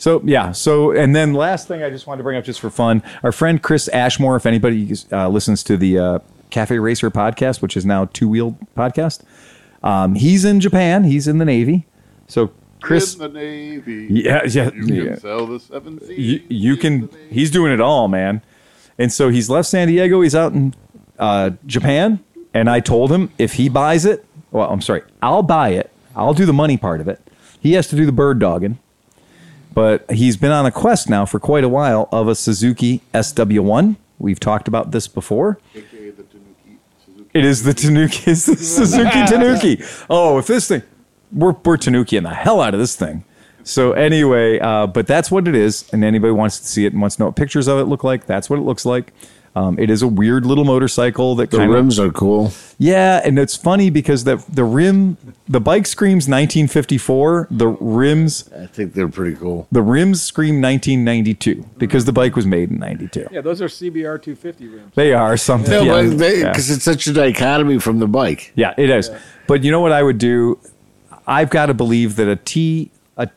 S2: So yeah, so and then last thing I just wanted to bring up just for fun, our friend Chris Ashmore. If anybody uh, listens to the uh, Cafe Racer podcast, which is now Two Wheel podcast, um, he's in Japan. He's in the Navy. So Chris,
S4: in the Navy.
S2: yeah, yeah,
S4: You can
S2: yeah.
S4: sell the seven seas.
S2: You, you
S4: in
S2: can.
S4: the Navy.
S2: He's doing it all, man. And so he's left San Diego. He's out in uh, Japan. And I told him if he buys it, well, I'm sorry, I'll buy it. I'll do the money part of it. He has to do the bird dogging. But he's been on a quest now for quite a while of a Suzuki SW1. We've talked about this before.
S4: AKA the Tanuki Suzuki.
S2: It is the Tanuki. It's the Suzuki Tanuki. Oh, if this thing, we're we're Tanukiing the hell out of this thing. So anyway, uh, but that's what it is. And anybody wants to see it and wants to know what pictures of it look like, that's what it looks like. Um, it is a weird little motorcycle that
S3: The
S2: kind of
S3: rims are cool.
S2: yeah, and it's funny because the the rim, the bike screams 1954. The rims,
S3: I think they're pretty cool.
S2: the rims scream 1992 because the bike was made in 92.
S1: yeah, those are CBR 250 rims.
S2: They are something.
S3: No,
S2: yeah,
S3: but they
S2: yeah.
S3: because it's such a dichotomy from the bike.
S2: Yeah, it is. But you know what I would do? I've got to believe that a T a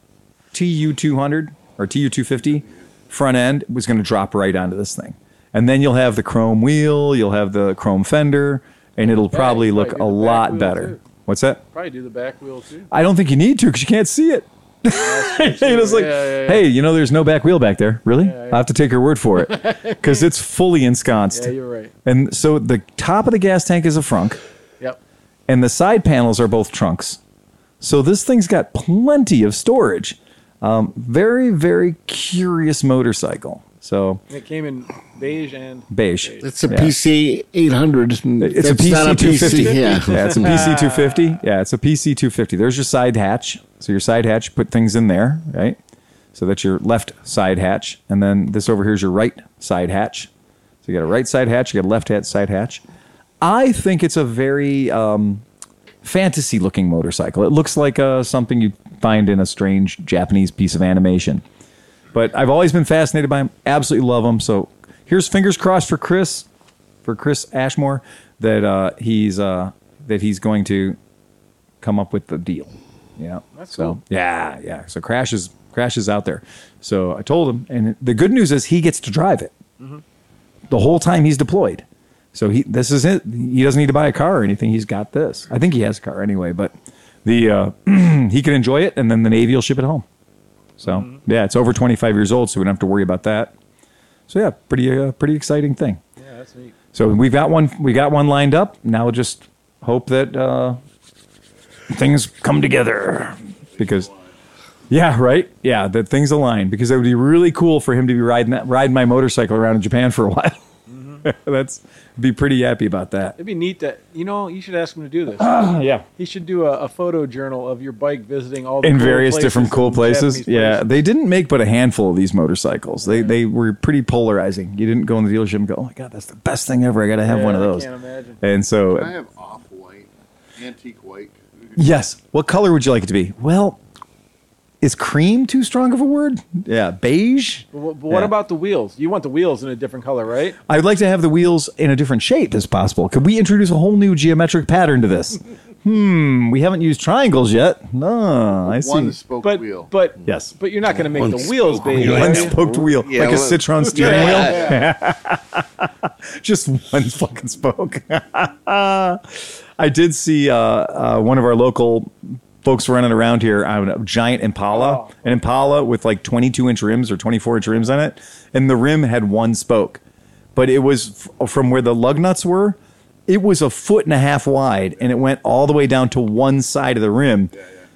S2: TU two hundred or TU two fifty front end was going to drop right onto this thing, and then you'll have the chrome wheel, you'll have the chrome fender, and it'll probably
S1: you might
S2: look
S1: do
S2: a
S1: the back
S2: lot
S1: wheel,
S2: better.
S1: too.
S2: What's that?
S1: Probably do the back wheel too.
S2: I don't think you need to because you can't see it. And it's like,
S1: Oh, Yeah, yeah, yeah.
S2: hey, you know, there's no back wheel back there. Really?
S1: yeah.
S2: I have to take your word for it because it's fully ensconced.
S1: Yeah, you're right.
S2: And so the top of the gas tank is a frunk
S1: Yep.
S2: and the side panels are both trunks. So this thing's got plenty of storage. Um, very, very curious motorcycle. So
S1: And it came in beige and
S2: beige.
S3: It's a
S2: Yeah.
S3: PC 800. It's
S2: It's a PC 250.
S3: Yeah.
S2: it's a PC 250. Yeah, it's a PC 250. There's your side hatch. So your side hatch, you put things in there, right? So that's your left side hatch, and then this over here is your right side hatch. So you got a right side hatch, you got a left hat side hatch. I think it's a very um, fantasy-looking motorcycle. It looks like uh, something you would find in a strange Japanese piece of animation. But I've always been fascinated by them. Absolutely love them. So here's fingers crossed for Chris for Chris Ashmore that uh, he's uh, that he's going to come up with the deal. Yeah,
S1: That's
S2: so
S1: cool.
S2: yeah, yeah. So Crash is Crash is out there. So I told him, and the good news is he gets to drive it
S1: Mm-hmm.
S2: the whole time he's deployed. So he this is it. He doesn't need to buy a car or anything. He's got this. I think he has a car anyway, but the uh, he can enjoy it, and then the Navy will ship it home. So
S1: Mm-hmm.
S2: yeah, it's over 25 years old, so we don't have to worry about that. So yeah, pretty uh, pretty exciting thing.
S1: yeah, that's neat.
S2: So we've got one. We got one lined up. Now we'll just hope that uh, things come together because. Yeah, right. Yeah, that things align because it would be really cool for him to be riding that ride my motorcycle around in Japan for a while. That's be pretty happy about that.
S1: It'd be neat that you know you should ask him to do this.
S2: yeah.
S1: he should do a, a photo journal of your bike visiting all the
S2: In
S1: cool
S2: various
S1: places
S2: different cool
S1: and
S2: places.
S1: Japanese
S2: Yeah.
S1: places.
S2: They didn't make but a handful of these motorcycles. They they were pretty polarizing. You didn't go in the dealership and go, Oh my god, that's the best thing ever. I gotta have
S1: Yeah,
S2: one of
S1: I
S2: those.
S1: can't imagine.
S2: And so
S4: Can I have off white, antique white?
S2: Yes. What color would you like it to be? Well, is cream too strong of a word? Yeah, beige.
S1: But, wh- but what
S2: Yeah.
S1: about the wheels? You want the wheels in a different color, right?
S2: I would like to have the wheels in a different shape as possible. Could we introduce a whole new geometric pattern to this? hmm, we haven't used triangles yet. No, I see.
S4: One spoke
S1: But
S4: wheel.
S1: but
S2: Yes.
S1: but you're not going to make
S3: One
S1: the wheels big.
S3: wheel.
S1: are
S2: one
S1: you?
S2: spoked wheel,
S4: Yeah,
S2: like a
S4: well-
S2: Citroen steering
S4: Yeah.
S2: wheel. Just one fucking spoke. I did see uh, uh, one of our local folks running around here on a giant Impala,
S1: Oh.
S2: an Impala with like 22 inch rims or 24 inch rims on it, and the rim had one spoke, but it was f- from where the lug nuts were. It was a foot and a half wide, and it went all the way down to one side of the rim.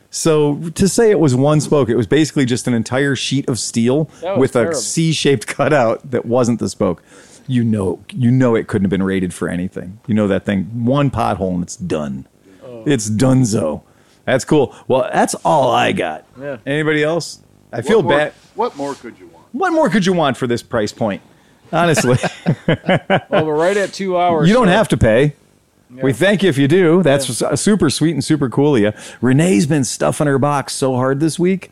S2: So to say it was one spoke, it was basically just an entire sheet of steel
S1: That was
S2: with a
S1: terrible.
S2: C-shaped cutout that wasn't the spoke. You know, you know it couldn't have been rated for anything. You know that thing, one pothole and it's done.
S1: Oh.
S2: It's donezo. That's cool. Well, that's all I got.
S1: Yeah.
S2: Anybody else? I feel
S4: what more,
S2: bad.
S4: What more could you want?
S2: What more could you want for this price point? Honestly,
S1: Well, we're right at two hours.
S2: you don't
S1: so-
S2: have to pay. We thank you if you do. That's su- super sweet and super cool of you. Renee's been stuffing her box so hard this week.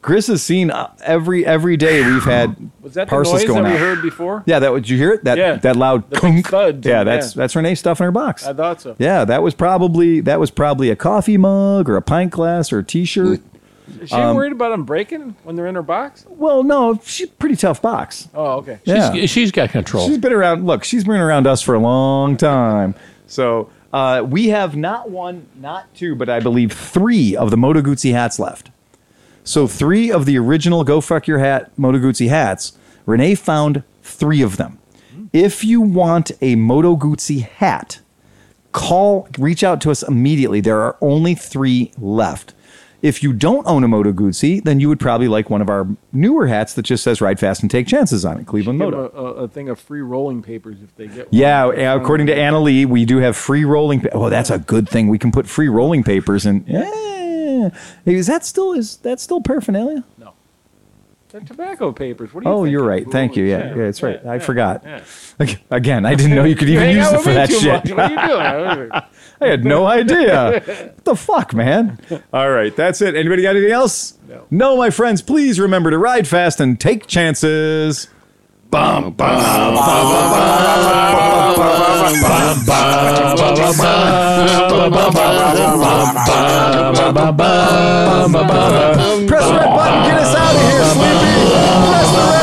S2: Chris has seen uh, every every day we've had
S1: Was that the
S2: parcels
S1: noise that
S2: going
S1: we
S2: out.
S1: heard before?
S2: Yeah, that would you hear it? That
S1: Yeah.
S2: that loud
S1: The big
S2: kunk.
S1: thud.
S2: Yeah, that's
S1: Yeah.
S2: that's Renee stuffing her box.
S1: I thought so.
S2: yeah, that was probably that was probably a coffee mug or a pint glass or a t-shirt.
S1: Is she
S2: um,
S1: worried about them breaking when they're in her box?
S2: well, no, she's a pretty tough box.
S1: Oh, okay.
S2: Yeah.
S5: She's, she's got control.
S2: She's been around. Look, she's been around us for a long time. So uh, we have not one, not two, but I believe three of the Moto Guzzi hats left. So three of the original "Go Fuck Your Hat" Moto Guzzi hats. Renee found three of them. If you want a Moto Guzzi hat, call, reach out to us immediately. There are only three left. If you don't own a Moto Guzzi, then you would probably like one of our newer hats that just says "Ride Fast and Take Chances" on it. Cleveland
S1: Give
S2: Moto.
S1: 'em a, a, a thing of free rolling papers if they get one.
S2: Yeah,
S1: Mm.
S2: uh, according to Anna Lee, we do have free rolling. Pa- oh, that's a good thing. We can put free rolling papers in. Yeah. Hey, Is that still is that still paraphernalia?
S1: They're tobacco papers. What do you
S2: Oh,
S1: think?
S2: you're right. Thank you. Yeah, yeah, it's right. I forgot.
S1: yeah.
S2: Ag- Again, I didn't know you could
S1: You
S2: even
S1: hang
S2: use
S1: out
S2: it
S1: with
S2: for
S1: me
S2: that
S1: too
S2: shit.
S1: much. What are you doing?
S2: I had no idea. what the fuck, man? All right, that's it. Anybody got anything else?
S1: No.
S2: No, my friends. Please remember to ride fast and take chances.
S1: Um,
S2: Press the red button. Get us out of here, sleepy. Press the red